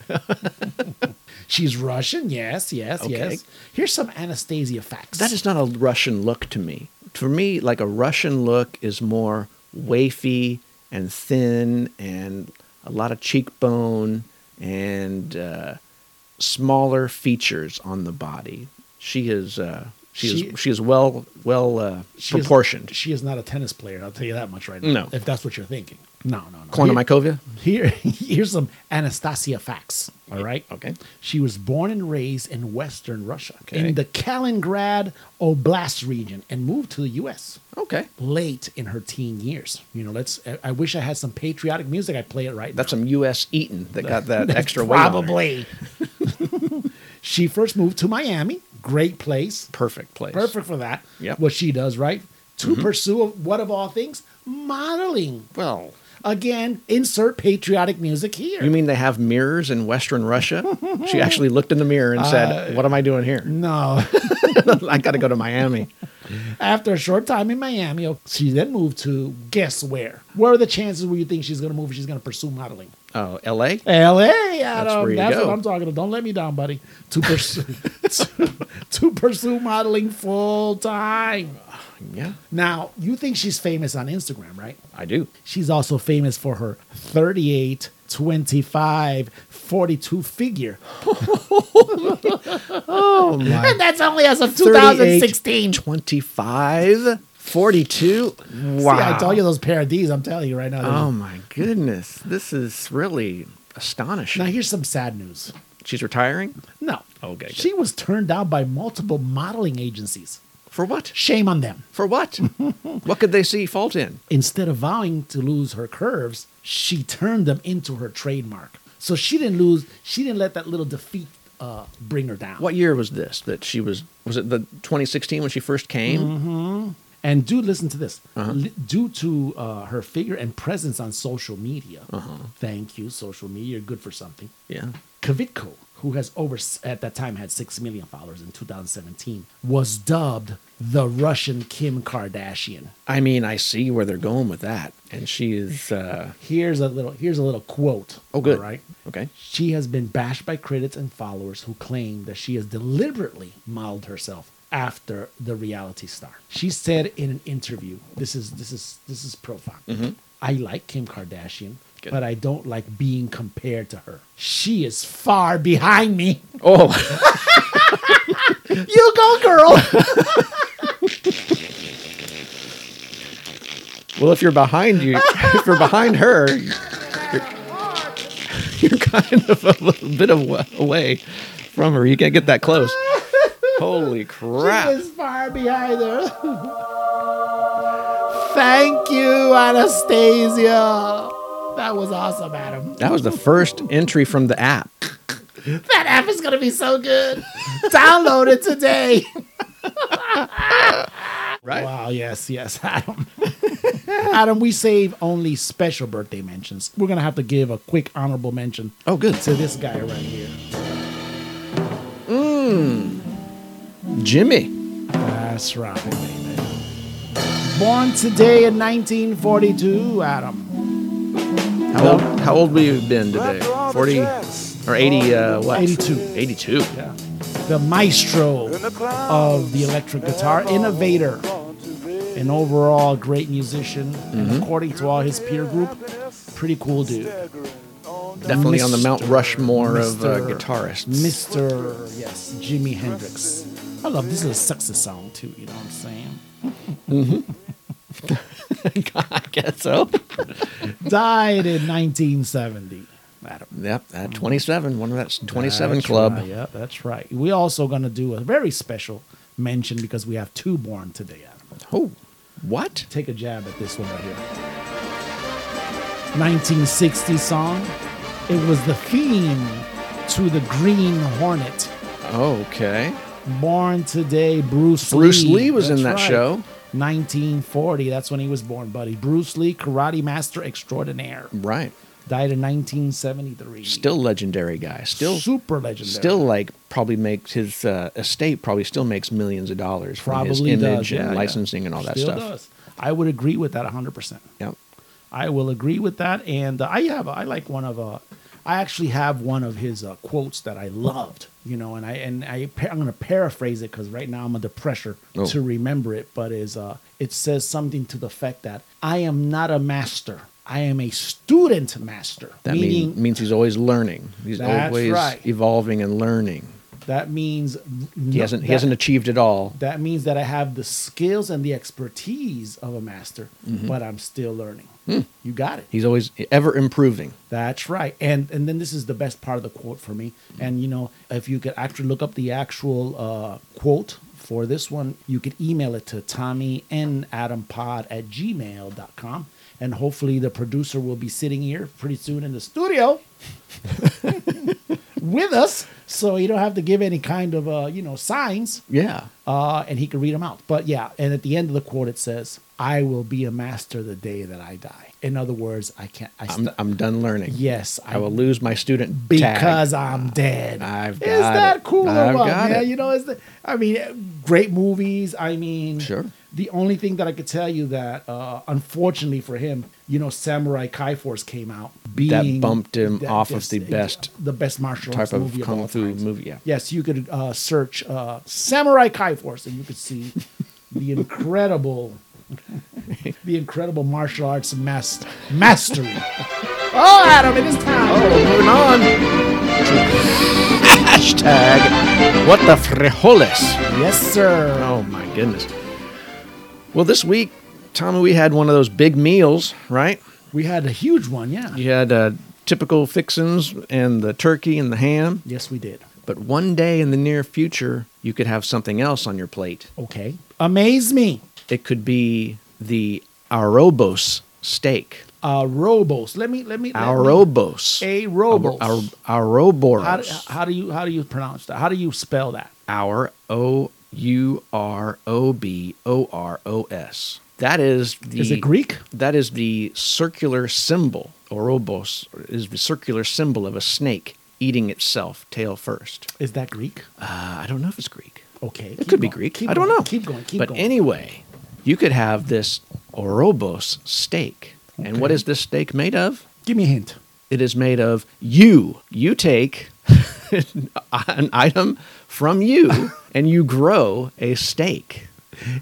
S3: She's Russian. Yes, yes,
S2: Okay.
S3: yes. Here's some Anastasia facts.
S2: That is not a Russian look to me. For me, like a Russian look is more wafy and thin and a lot of cheekbone and uh, smaller features on the body. She is uh, she,
S3: She-
S2: is she is well well uh,
S3: She is-
S2: proportioned.
S3: she is not a tennis player. I'll tell you that much right now.
S2: No.
S3: if that's what you're thinking. No, no, no.
S2: Corner Mycovia?
S3: Here, here's some Anastasia facts. All right.
S2: Okay.
S3: She was born and raised in Western Russia,
S2: Okay.
S3: in the Kaliningrad Oblast region, and moved to the U.S.
S2: Okay.
S3: late in her teen years. You know, let's. I, I wish I had some patriotic music. I play it right
S2: That's
S3: now.
S2: some U.S. Eaton that got that extra weight. on there.
S3: probably. she first moved to Miami. Great place.
S2: perfect place.
S3: Perfect for that.
S2: Yep. Mm-hmm.
S3: What she does, right? To pursue what of all things? Modeling.
S2: Well,
S3: Again, insert patriotic music here.
S2: you mean they have mirrors in Western Russia? she actually looked in the mirror and said, "What am Uh, I doing here?"
S3: no.
S2: I got to go to Miami.
S3: After a short time in Miami, she then moved to guess where? What are the chances where you think she's going to move? She's going to pursue modeling.
S2: Oh, L.A.
S3: L.A. Adam. That's,
S2: where you go.
S3: what I'm talking about. Don't let me down, buddy. To pursue, to, to pursue modeling full time.
S2: Yeah,
S3: Now, you think she's famous on Instagram, right?
S2: I do.
S3: She's also famous for her 38, 25, 42 figure.
S2: Oh my.
S3: And that's only as of 2016.
S2: 25, 42. Wow.
S3: See, I told you those pair of D's. I'm telling you right now.
S2: Oh my goodness. This is really
S3: Now,
S2: astonishing.
S3: here's some sad news.
S2: She's retiring?
S3: No.
S2: Okay, good.
S3: She was turned down by multiple modeling agencies.
S2: For what?
S3: Shame on them.
S2: For what? what could they see fault in?
S3: Instead of vowing to lose her curves, she turned them into her trademark. So she didn't lose, she didn't let that little defeat uh, bring her down.
S2: What year was this that she was? Was it the 2016 when she first came?
S3: And do listen to this.
S2: Uh-huh.
S3: Li- due to uh, her figure and presence on social media,
S2: Uh-huh.
S3: thank you, social media, you're good for something.
S2: Yeah.
S3: Kavitko, who has over s- at that time had six million followers in 2017, was dubbed the Russian Kim Kardashian.
S2: I mean, I see where they're going with that. And she is, uh,
S3: Here's a little. Here's a little quote.
S2: oh, good.
S3: All
S2: Right.
S3: right.
S2: Okay.
S3: She has been bashed by critics and followers who claim that she has deliberately modeled herself after the reality star. She said in an interview, "This is this is this is profound. I like Kim Kardashian,
S2: Mm-hmm. Good.
S3: but I don't like being compared to her. She is far behind me.
S2: Oh,
S3: You go, girl.
S2: well, if you're behind you, if you're behind her, you're, you're kind of a little bit of wa- away from her. You can't get that close. Holy
S3: she
S2: crap.
S3: is far behind her." Thank you, Anastasia. That was awesome, Adam.
S2: That was the first entry from the app.
S3: That app is gonna be so good. Download it today.
S2: Right.
S3: Wow, yes, yes, Adam. Adam, we save only special birthday mentions. We're gonna have to give a quick honorable mention
S2: Oh, good.
S3: to this guy right here.
S2: Jimmy.
S3: That's right, baby. Born today in 1942, Adam.
S2: How old, how old will you have been today? 40 or 80, uh, what?
S3: 82.
S2: 82.
S3: The maestro of the electric guitar, innovator, an overall great musician, and
S2: Mm-hmm.
S3: according to all his peer group, pretty cool dude.
S2: Definitely on the Mount Rushmore of uh,
S3: Mr.
S2: guitarists.
S3: Mr. Yes, Jimi Hendrix. I love this is a success song too. You know what I'm saying?
S2: I guess so.
S3: Died in 1970. Adam.
S2: Yep, at 27, one of that 27
S3: That's
S2: club.
S3: Right, yeah, that's right. We're also gonna do a very special mention because we have two born today. Adam,
S2: Oh, what?
S3: take a jab at this one right here. 1960 song. It was the theme to the Green Hornet.
S2: Okay.
S3: Born today, Bruce Lee.
S2: Bruce Lee was in that show.
S3: 1940. That's when he was born, buddy. Bruce Lee, karate master extraordinaire.
S2: Right.
S3: Died in 1973.
S2: Still legendary guy. Still
S3: super legendary.
S2: still like probably makes his uh, estate probably still makes millions of dollars from his
S3: Probably
S2: image
S3: does,
S2: and
S3: yeah, yeah.
S2: licensing and all that
S3: Still
S2: stuff.
S3: does. I would agree with that 100%.
S2: Yep.
S3: I will agree with that. And uh, I have, I like one of, uh, I actually have one of his uh, quotes that I loved, you know, and I, and I, pa- I'm going to paraphrase it because right now I'm under pressure
S2: Oh.
S3: to remember it, but is, uh, it says something to the effect that I am not a master. I am a student master.
S2: That mean, means he's always learning. He's
S3: That's
S2: always
S3: right.
S2: evolving and learning.
S3: that means
S2: He hasn't he hasn't achieved it all.
S3: that means that I have the skills and the expertise of a master,
S2: Mm-hmm.
S3: but I'm still learning.
S2: Hmm.
S3: You got it.
S2: He's always ever improving.
S3: That's right. And and then this is the best part of the quote for me.
S2: Mm-hmm.
S3: And you know, if you could actually look up the actual uh, quote for this one, you could email it to Tommy and Adam Pod at gmail.com. And hopefully the producer will be sitting here pretty soon in the studio with us so you don't have to give any kind of uh, you know signs,
S2: Yeah.
S3: uh, and he could read them out. But yeah, and at the end of the quote it says, "I will be a master the day that I die." In other words, I can't. I
S2: I'm,
S3: st-
S2: I'm done learning.
S3: yes,
S2: I will lose my student tag.
S3: because I'm dead.
S2: I've
S3: is
S2: got
S3: that
S2: it.
S3: cool or
S2: I've
S3: what,
S2: got
S3: man?
S2: it.
S3: You know, is the I mean, great movies. I mean,
S2: Sure.
S3: The only thing that I could tell you that, uh, unfortunately for him, you know, Samurai Kai Force came out. Being
S2: bumped him off of
S3: just-
S2: the best
S3: the best martial
S2: type
S3: arts
S2: of
S3: movie of
S2: kung
S3: all
S2: fu
S3: times.
S2: movie. Yeah.
S3: Yes, you could uh, search uh, Samurai Kai Force, and you could see the incredible, the incredible martial arts mas- mastery. Oh, Adam, it is time.
S2: Moving on. Hashtag what the frijoles.
S3: Yes, sir.
S2: Oh my goodness. Well, this week, Tommy, we had one of those big meals, right?
S3: We had a huge one, yeah.
S2: You had uh, typical fixins and the turkey and the ham.
S3: Yes, we did.
S2: But one day in the near future, you could have something else on your plate.
S3: Okay. Amaze me.
S2: It could be the arobos steak.
S3: Uh, Robos. Let me let me. let me-
S2: Arobos.
S3: A robos.
S2: Ar- Aroboros.
S3: How, do- how do you how do you pronounce that? How do you spell that?
S2: our O U R O B O R O S. That is the
S3: Is it Greek?
S2: That is the circular symbol. Orobos is the circular symbol of a snake eating itself tail first.
S3: Is that Greek?
S2: Uh, I don't know if it's Greek.
S3: Okay.
S2: It could be
S3: going,
S2: Greek.
S3: keep
S2: I don't
S3: going,
S2: know.
S3: Keep going. Keep
S2: but
S3: going.
S2: anyway, you could have this orobos steak. And what is this steak made of?
S3: give me a hint.
S2: It is made of you. You take an item from you and you grow a steak.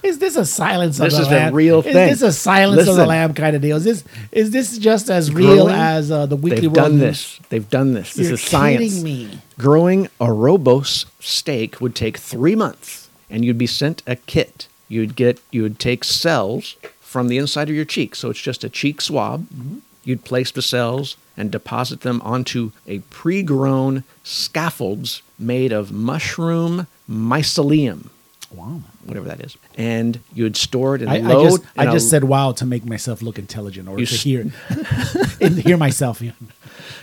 S3: Is this a silence
S2: This
S3: of the
S2: is the
S3: lamb?
S2: real thing.
S3: Is this a silence of the
S2: Listen.
S3: lamb kind of deal? Is this is this just as real
S2: Growing?
S3: as uh, the weekly?
S2: They've
S3: World
S2: done
S3: News?
S2: this. They've done this. This
S3: You're
S2: is science.
S3: kidding me.
S2: Growing a robos steak would take three months, and you'd be sent a kit. You'd get you would take cells from the inside of your cheek, so it's just a cheek swab.
S3: Mm-hmm.
S2: You'd place the cells and deposit them onto a pre-grown scaffolds made of mushroom mycelium,
S3: Wow.
S2: whatever that is, and you would store it in
S3: I, I
S2: low.
S3: just
S2: in
S3: I
S2: a-
S3: just said wow to make myself look intelligent or
S2: You
S3: to
S2: s-
S3: hear and hear myself. yeah.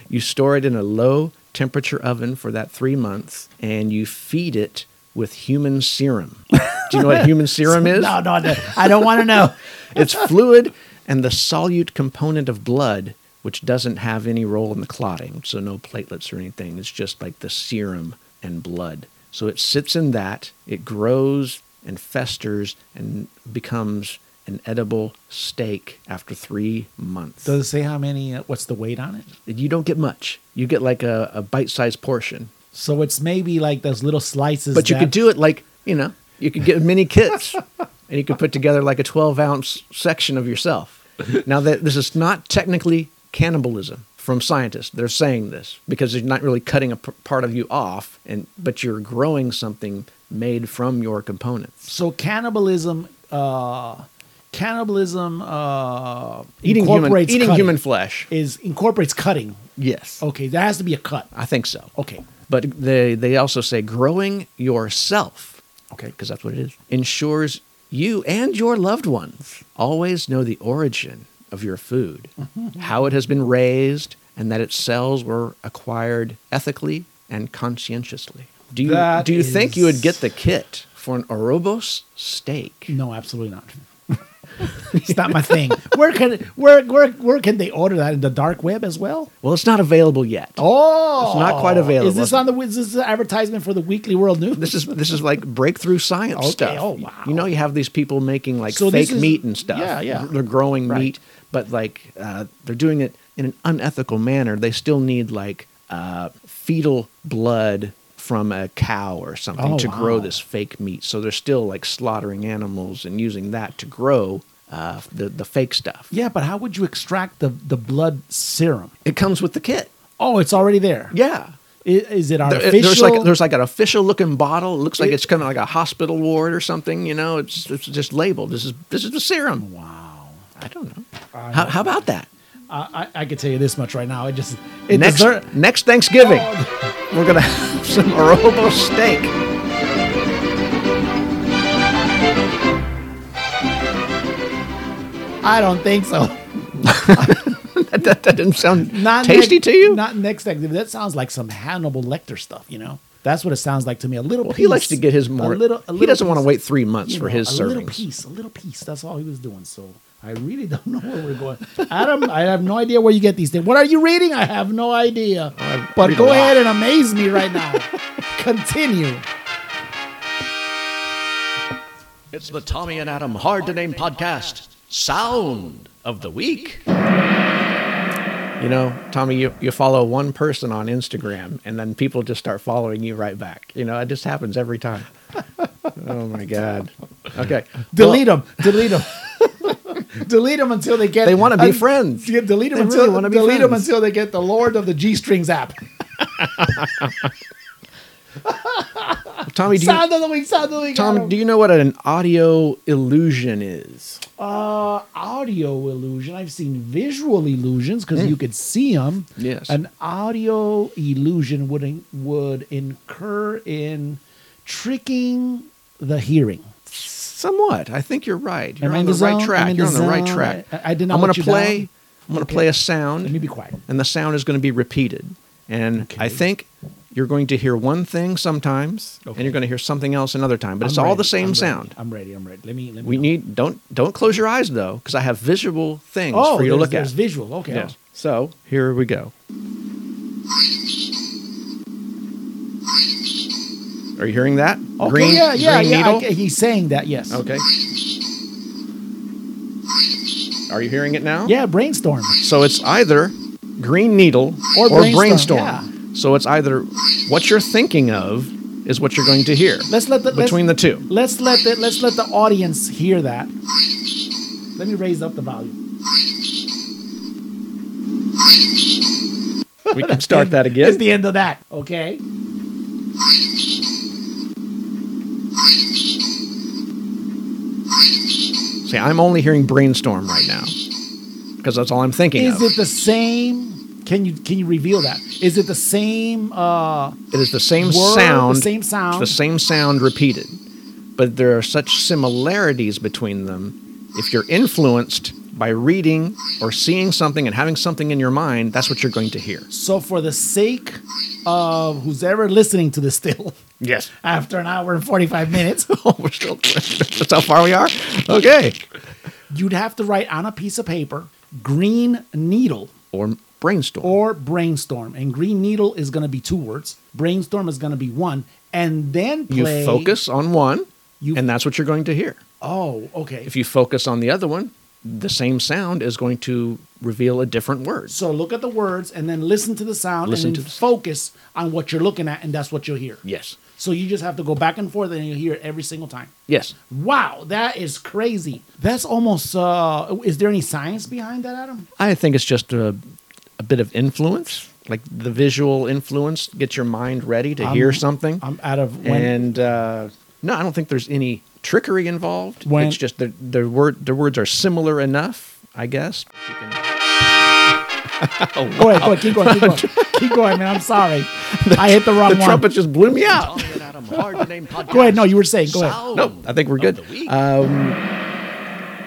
S2: You store it in a low temperature oven for that three months, and you feed it with human serum. Do you know what human serum is?
S3: No, no, no. I don't want to know.
S2: It's fluid and the solute component of blood, which doesn't have any role in the clotting, so no platelets or anything. It's just like the serum and blood. So it sits in that, it grows and festers and becomes an edible steak after three months
S3: Does it say how many? Uh, what's the weight on it?
S2: you don't get much. You get like a, a bite-sized portion,
S3: So it's maybe like those little slices.
S2: but you
S3: that-
S2: could do it like you know, you could get mini kits, and you could put together like a twelve-ounce section of yourself. Now that this is not technically cannibalism from scientists, they're saying this because they're not really cutting a p- part of you off, and but you're growing something made from your components.
S3: So cannibalism. Uh, cannibalism. Uh,
S2: Eating human,
S3: incorporates
S2: eating
S3: cutting. Oh.
S2: human flesh.
S3: is incorporates cutting.
S2: Yes,
S3: Okay, there has to be a cut.
S2: I think so.
S3: Okay,
S2: But they, they also say growing yourself,
S3: Okay.
S2: because that's what it is, ensures you and your loved ones always know the origin of your food,
S3: Mm-hmm.
S2: how it has been raised, and that its cells were acquired ethically and conscientiously. Do you,
S3: That
S2: do you think you would
S3: is- Mm.
S2: get the kit for an Orobos steak?
S3: no, absolutely not. it's not my thing. Where can where where where can they order that in the dark web as well?
S2: Well, it's not available yet.
S3: Oh,
S2: It's not quite available.
S3: Is this on the is this an advertisement for the Weekly World News?
S2: This is this is like breakthrough science
S3: Okay,
S2: stuff.
S3: oh, wow.
S2: You know, you have these people making like
S3: So this
S2: fake
S3: is-
S2: meat and stuff.
S3: yeah, yeah.
S2: They're growing
S3: Right.
S2: meat, but like uh, they're doing it in an unethical manner. They still need like uh, fetal blood from a cow or something
S3: Oh,
S2: to grow
S3: wow.
S2: this fake meat. So they're still like slaughtering animals and using that to grow uh, the the fake stuff.
S3: yeah, but how would you extract the the blood serum?
S2: It comes with the kit.
S3: Oh, it's already there.
S2: Yeah.
S3: I- Is, it
S2: There-
S3: artificial?
S2: There's like there's like an official looking bottle. It looks like
S3: It-
S2: it's coming like a hospital ward or something. You know, it's it's just labeled. This is this is the serum. Wow. I don't know. How, how about that?
S3: I, I, I can tell you this much right now. It just it
S2: next
S3: deser-
S2: next Thanksgiving, we're gonna have some arobo steak.
S3: I don't think so.
S2: That, that, that didn't sound
S3: Not
S2: tasty
S3: next-
S2: to you.
S3: Not next activity. That sounds like some Hannibal Lecter stuff. You know, That's what it sounds like to me. A little
S2: Well,
S3: piece.
S2: he likes to get his more.
S3: A little, a
S2: he
S3: little
S2: doesn't want to
S3: piece.
S2: wait three months
S3: You
S2: for
S3: know,
S2: his
S3: a little
S2: servings.
S3: piece, a little piece. That's all he was doing. So I really don't know where we're going. Adam, I have no idea where you get these things. What are you reading? I have no idea. but
S2: read a
S3: go
S2: lot.
S3: ahead and amaze me right now. Continue.
S2: It's the Tommy and Adam Hard to Name podcast. Sound of the week. You know, Tommy, you, you follow one person on Instagram, and then people just start following you right back. You know, it just happens every time. oh my God. Okay,
S3: Delete them. Delete them. delete them until they get.
S2: They wanna be
S3: un-
S2: friends.
S3: Yeah, delete them
S2: They
S3: until
S2: really wanna be
S3: delete 'em
S2: friends.
S3: until they get the Lord of the G Strings app.
S2: Well, Tommy, do you,
S3: Sound of the week. Sound of the week.
S2: Tom,
S3: Adam.
S2: do you know what an audio illusion is?
S3: uh, audio illusion. I've seen visual illusions because you could see them.
S2: Yes.
S3: An audio illusion would in, would incur in tricking the hearing.
S2: Somewhat. I think you're right. You're
S3: Am I
S2: on
S3: in
S2: the,
S3: the
S2: right
S3: zone? I'm
S2: track.
S3: in
S2: You're on
S3: the
S2: the right
S3: zone.
S2: track.
S3: I- I did not
S2: I'm gonna
S3: let you
S2: play.
S3: down.
S2: I'm going to
S3: Okay.
S2: play a sound.
S3: Let me be quiet.
S2: and the sound is going to be repeated. And I
S3: Okay.
S2: think you're going to hear one thing sometimes, and you're going to hear something else another time. But it's
S3: I'm
S2: all
S3: ready.
S2: the same
S3: I'm ready.
S2: sound.
S3: I'm ready. I'm ready. Let me. Let me
S2: We
S3: know.
S2: need don't don't close your eyes though, because I have visual things
S3: Oh,
S2: for you to
S3: there's-
S2: look at.
S3: there's visual. Okay.
S2: Yes. So here we go. Are you hearing that?
S3: Okay.
S2: green,
S3: yeah. Yeah.
S2: green
S3: yeah. I
S2: needle.
S3: ca- he's saying that. Yes.
S2: okay. Are you hearing it now?
S3: Yeah. Brainstorm.
S2: So it's either green needle
S3: Or
S2: or,
S3: brainstorm,
S2: brainstorm.
S3: yeah.
S2: So it's either what you're thinking of is what you're going to hear.
S3: Let's let the let's-
S2: Between the two.
S3: Let's let the let's let the audience hear that. Let me raise up the volume.
S2: We can start that
S3: It's
S2: again.
S3: the end of that. Okay.
S2: See, I'm only hearing brainstorm right now because that's all I'm thinking
S3: Is
S2: of.
S3: it the same? Can you can you reveal that? Is it the same? Uh,
S2: it is the same
S3: Word, the
S2: sound.
S3: same sound.
S2: The same sound repeated. But there are such similarities between them. If you're influenced by reading or seeing something and having something in your mind, that's what you're going to hear.
S3: so for the sake of who's ever listening to this still
S2: Yes.
S3: after an hour and forty five minutes,
S2: Oh, we're still. That's how far we are. Okay.
S3: you'd have to write on a piece of paper green needle
S2: Or brainstorm.
S3: or brainstorm, and green needle is going to be two words. Brainstorm is going to be one, and then
S2: you
S3: play
S2: focus on one,
S3: You-
S2: and that's what you're going to hear.
S3: Oh, okay.
S2: If you focus on the other one, the same sound is going to reveal a different word.
S3: So look at the words and then listen to the sound
S2: Listen
S3: and
S2: to
S3: then
S2: the-
S3: focus on what you're looking at, and that's what you'll hear.
S2: yes.
S3: So you just have to go back and forth, and you hear it every single time.
S2: Yes.
S3: Wow, that is crazy. That's almost. uh Is there any science behind that, Adam?
S2: I think it's just a, a bit of influence, like the visual influence gets your mind ready to hear something.
S3: I'm out of when.
S2: and uh, no, I don't think there's any trickery involved.
S3: When-
S2: it's just the the word the words are similar enough, I guess.
S3: go ahead, go ahead, keep going, keep going, keep going, man. I'm sorry, I hit the wrong
S2: The
S3: one.
S2: trumpet just blew me out.
S3: Go ahead. No, you were saying. Go ahead.
S2: Nope, I think we're good. Um,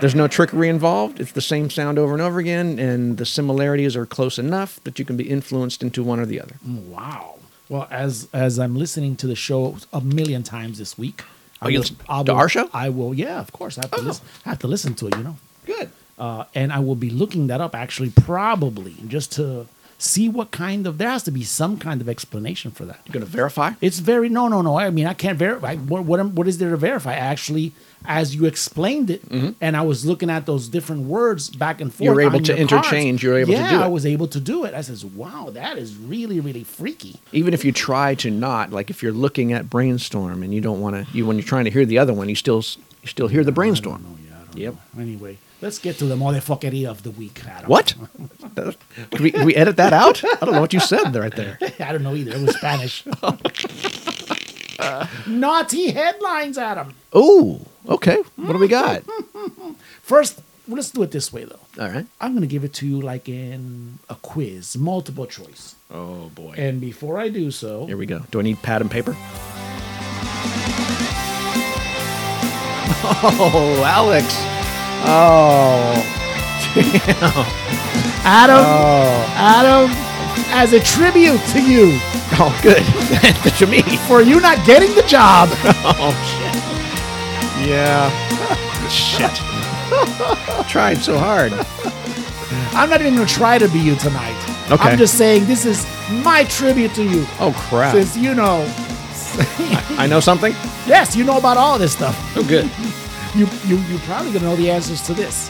S2: there's no trickery involved. It's the same sound over and over again, and the similarities are close enough that you can be influenced into one or the other.
S3: Mm, Wow. Well, as as I'm listening to the show a million times this week,
S2: Oh, you listen to our show? Oh.
S3: I will. Yeah, of course. I have to, listen, I have to listen to it. You know.
S2: Good.
S3: uh, and I will be looking that up actually, probably just to see what kind of there has to be some kind of explanation for that.
S2: You gonna verify?
S3: It's very no, no, no. I mean, I can't verify. What what, am- what is there to verify? Actually, as you explained it, and I was looking at those different words back and forth.
S2: You were Mm-hmm. able
S3: on
S2: to
S3: your cards.
S2: interchange. You were able to
S3: yeah,
S2: do
S3: I
S2: it.
S3: was able to do it. I says, "Wow, that is really, really freaky."
S2: Even if you try to not, like if you're looking at brainstorm and you don't want to, you when you're trying to hear the other one, you still s- you still hear the brainstorm. yep.
S3: Anyway, let's get to the motherfuckeria of the week. Adam.
S2: What? That- Can we, can we edit that out? I don't know what you said there, right there.
S3: I don't know either. It was Spanish. Naughty headlines, Adam.
S2: Oh, okay. What do we got?
S3: First, let's do it this way though.
S2: All right.
S3: I'm gonna give it to you like in a quiz, multiple choice.
S2: Oh boy.
S3: And before I do so,
S2: Here we go. Do I need pad and paper? Oh, Alex. Oh,
S3: Adam, Adam, as a tribute to you
S2: Oh, good. Good to me.
S3: for you not getting the job.
S2: Oh, shit. Yeah. shit. Tried so hard.
S3: I'm not even gonna try to be you tonight.
S2: Okay.
S3: I'm just saying this is my tribute to you.
S2: Oh, crap.
S3: Since you know,
S2: I know something?
S3: yes, you know about all this stuff.
S2: Oh, good.
S3: You you you're probably gonna know the answers to this.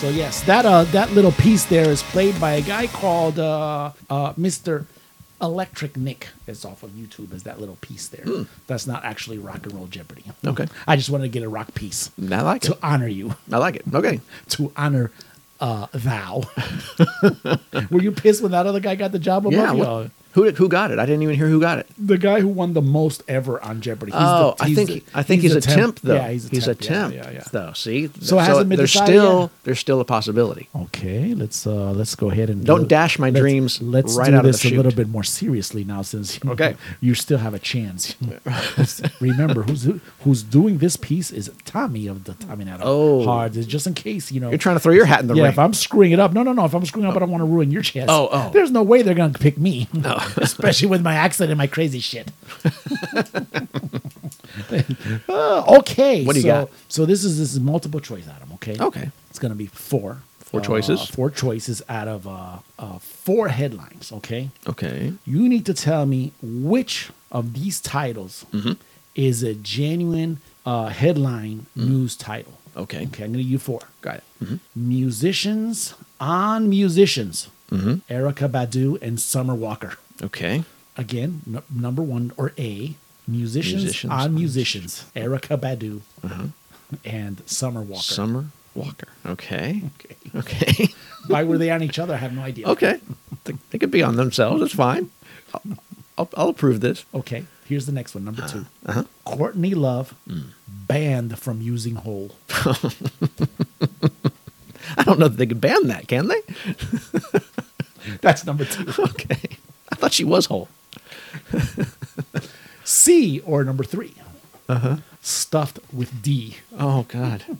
S3: So yes, that uh that little piece there is played by a guy called uh, uh Mr. Electric Nick. It's off of YouTube. Is that little piece there? That's not actually rock and roll Jeopardy.
S2: Hmm. Okay.
S3: I just wanted to get a rock piece
S2: I like
S3: to
S2: it.
S3: honor you.
S2: I like it. Okay.
S3: to honor uh, thou. Were you pissed when that other guy got the job above
S2: Yeah.
S3: you?
S2: what- who, did- who got it? I didn't even hear who got it.
S3: the guy who won the most ever on Jeopardy. He's
S2: oh,
S3: the,
S2: I
S3: he's
S2: think
S3: the-
S2: I think he's, a temp, though.
S3: Yeah, he's a temp. yeah,
S2: temp,
S3: Yeah, yeah.
S2: though. See,
S3: So it hasn't been
S2: there's
S3: decided
S2: still
S3: yet?
S2: there's still a possibility.
S3: Okay, let's uh, let's go ahead and
S2: Don't
S3: let-
S2: dash my
S3: let's-
S2: dreams
S3: Let's
S2: right
S3: do
S2: out of the
S3: this a little
S2: chute.
S3: bit more seriously now, since you,
S2: Okay.
S3: you still have a chance. Remember who's who's doing this piece is Tommy of the Tommy Nato
S2: Oh.
S3: hard. Just in case you know
S2: You're trying to throw your hat in the
S3: yeah,
S2: ring.
S3: if I'm screwing it up, no, no, no. If I'm screwing up, I don't want to ruin your chance.
S2: Oh, oh.
S3: There's no way they're going to pick me, especially with my accent and my crazy shit. Uh, okay.
S2: What do you
S3: so,
S2: got?
S3: So this is this is multiple choice, Adam. Okay.
S2: Okay.
S3: It's going to be four.
S2: Four
S3: Uh,
S2: choices?
S3: Four choices out of uh, uh, four headlines. Okay.
S2: okay.
S3: You need to tell me which of these titles
S2: Mm-hmm.
S3: is a genuine uh, headline news title.
S2: Mm. Okay.
S3: Okay, I'm going to give you four
S2: Got it.
S3: musicians on musicians erica badu and summer walker
S2: Okay.
S3: again n- number one or a musicians,
S2: Musicians
S3: on
S2: on
S3: musicians erica badu and summer walker
S2: Summer Walker. Okay. Okay.
S3: why were they on each other i have no idea
S2: okay. They, they could be on themselves. It's fine. I'll, I'll, I'll approve this.
S3: okay here's the next one number 2 courtney love banned from using hole
S2: I don't know that they could ban that, can they?
S3: that's number two
S2: Okay. I thought she was whole.
S3: c or number 3 stuffed with d
S2: Oh God.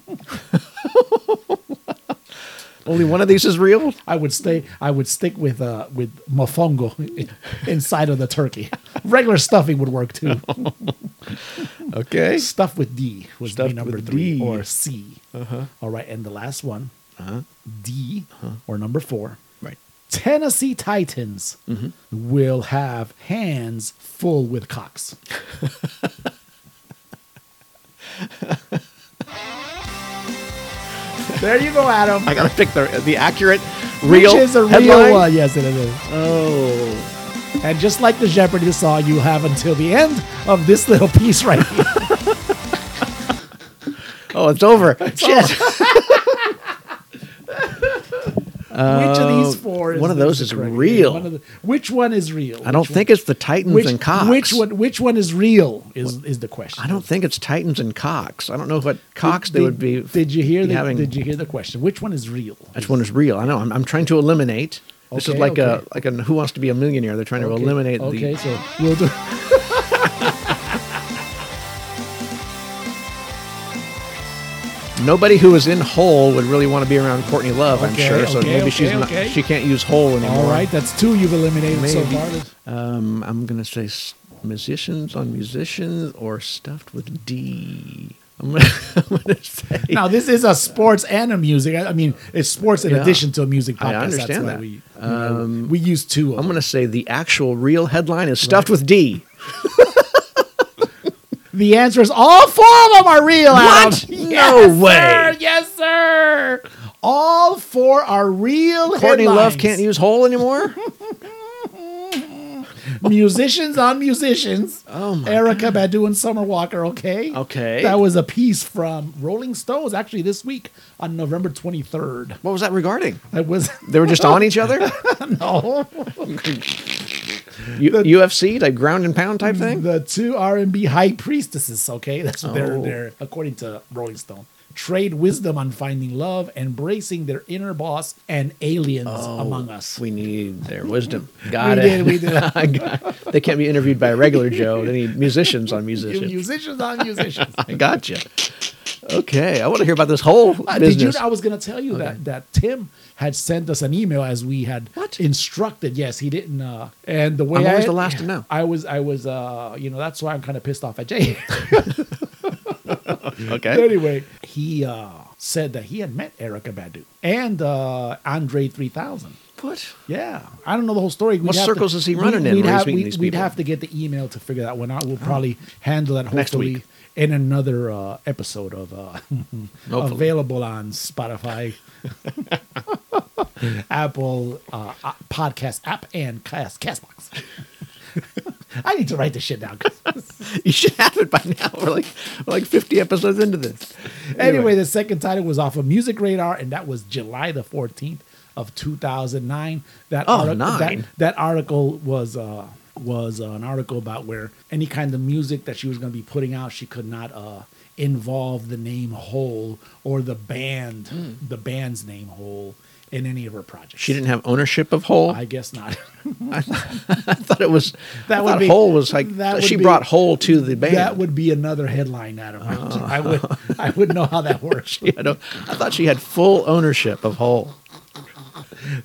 S2: Only one of these is real.
S3: I would stay. I would stick with uh with mofongo inside of the turkey. Regular stuffing would work too.
S2: Okay.
S3: Stuff with D was
S2: Stuffed
S3: be number
S2: with
S3: three
S2: D. Uh-huh.
S3: or C. All right, and the last one, D or number four.
S2: Right.
S3: Tennessee Titans
S2: Mm-hmm.
S3: will have hands full with cocks. there you go, Adam.
S2: I gotta pick the the accurate, real
S3: Which is a
S2: headline.
S3: real one. Yes, it is.
S2: Oh,
S3: And just like the Jeopardy song, you have until the end of this little piece right here.
S2: oh, it's over. Shit.
S3: which of these four is
S2: Uh, one of
S3: the-
S2: those
S3: the
S2: is
S3: correct-
S2: real.
S3: one of the- which one is real?
S2: I don't
S3: Which
S2: think it's the Titans
S3: one- which,
S2: and Cox.
S3: Which one? Which one is real? Is is the question?
S2: I don't think it's Titans and Cox. I don't know what Cox
S3: Did-
S2: they would be.
S3: Did you hear
S2: be
S3: the?
S2: having-
S3: Did you hear the question? Which one is real?
S2: Which one is real? I know. I'm, I'm trying to eliminate. This
S3: Okay,
S2: is like a
S3: okay.
S2: like a Who Wants to Be a Millionaire? They're trying to
S3: Okay,
S2: eliminate
S3: Okay,
S2: the.
S3: so we'll do.
S2: Nobody who is in Hole would really want to be around Courtney Love. I'm
S3: Okay,
S2: sure. so
S3: okay,
S2: maybe
S3: okay,
S2: she's
S3: okay.
S2: not. She can't use Hole anymore.
S3: All right, that's two you've eliminated so
S2: Maybe.
S3: far.
S2: Um, I'm gonna say s- musicians on musicians or stuffed with D. I'm gonna, I'm gonna say.
S3: Now this is a sports and a music. I I mean, it's sports in
S2: Yeah.
S3: addition to a music podcast.
S2: I
S3: that's
S2: understand
S3: why
S2: that. Um,
S3: We, you know, we use two. Of
S2: I'm
S3: them.
S2: gonna say the actual real headline is stuffed with D.
S3: The answer is all four of them are real. Adam.
S2: What? No way.
S3: Sir, yes, sir. All four are real.
S2: Courtney
S3: headlines.
S2: Love can't use Hole anymore.
S3: musicians on musicians.
S2: Oh my
S3: Erica Badu and Summer Walker. Okay.
S2: Okay.
S3: That was a piece from Rolling Stones actually this week on November 23rd.
S2: What was that regarding?
S3: That was
S2: They were just on each other.
S3: no.
S2: U- UFC like ground and pound type thing.
S3: The two R and B high priestesses. Okay, that's what they're
S2: Oh.
S3: they're according to Rolling Stone. Trade wisdom on finding love, embracing their inner boss and aliens
S2: Oh,
S3: among us.
S2: We need their wisdom. Got
S3: We
S2: it.
S3: did, we did.
S2: I got- they can't be interviewed by a regular Joe. They need musicians on
S3: You
S2: musicians.
S3: musicians on musicians.
S2: I got you. Okay, I want to hear about this whole
S3: Uh, did you?
S2: business.
S3: know- I was going to tell you that that Tim had sent us an email as we had
S2: What?
S3: instructed. Yes, he didn't. Uh, and the way
S2: I'm
S3: I,
S2: always the last to know.
S3: I was, I was, uh, you know, that's why I'm kind of pissed off at Jay.
S2: okay.
S3: anyway, he uh, said that he had met Erica Badu and uh, Andre 3000.
S2: What?
S3: Yeah, I don't know the whole story. We'd
S2: What
S3: have
S2: circles is he running
S3: we-
S2: in
S3: We'd,
S2: where he's
S3: have,
S2: meeting
S3: we,
S2: these
S3: we'd
S2: people? Uh-huh.
S3: have to get the email to figure that one out. We'll probably handle that hopefully
S2: Next week.
S3: in another uh, episode of uh,
S2: Hopefully.
S3: available on Spotify, Apple uh, uh, podcast app, and Cast Castbox. I need to write this shit down.
S2: You should have it by now. We're like we're like 50 episodes into this.
S3: Anyway, the second title was off of Music Radar, and that was July the 14th of 2009. That,
S2: Oh,
S3: artic-
S2: nine.
S3: that, that article was uh, was uh, an article about where any kind of music that she was going to be putting out, she could not uh, involve the name Hole or the band, the band's name Hole, in any of her projects.
S2: Hmm. she didn't have ownership of Whole.
S3: I
S2: I,
S3: guess not.
S2: thought it was
S3: That
S2: I
S3: would
S2: thought
S3: be-
S2: Whole was like
S3: that would
S2: she
S3: be-
S2: brought Whole to the band. Ah.
S3: That would be another headline out of her. I would I would know how that works.
S2: I, don't, I thought she had full ownership of Whole.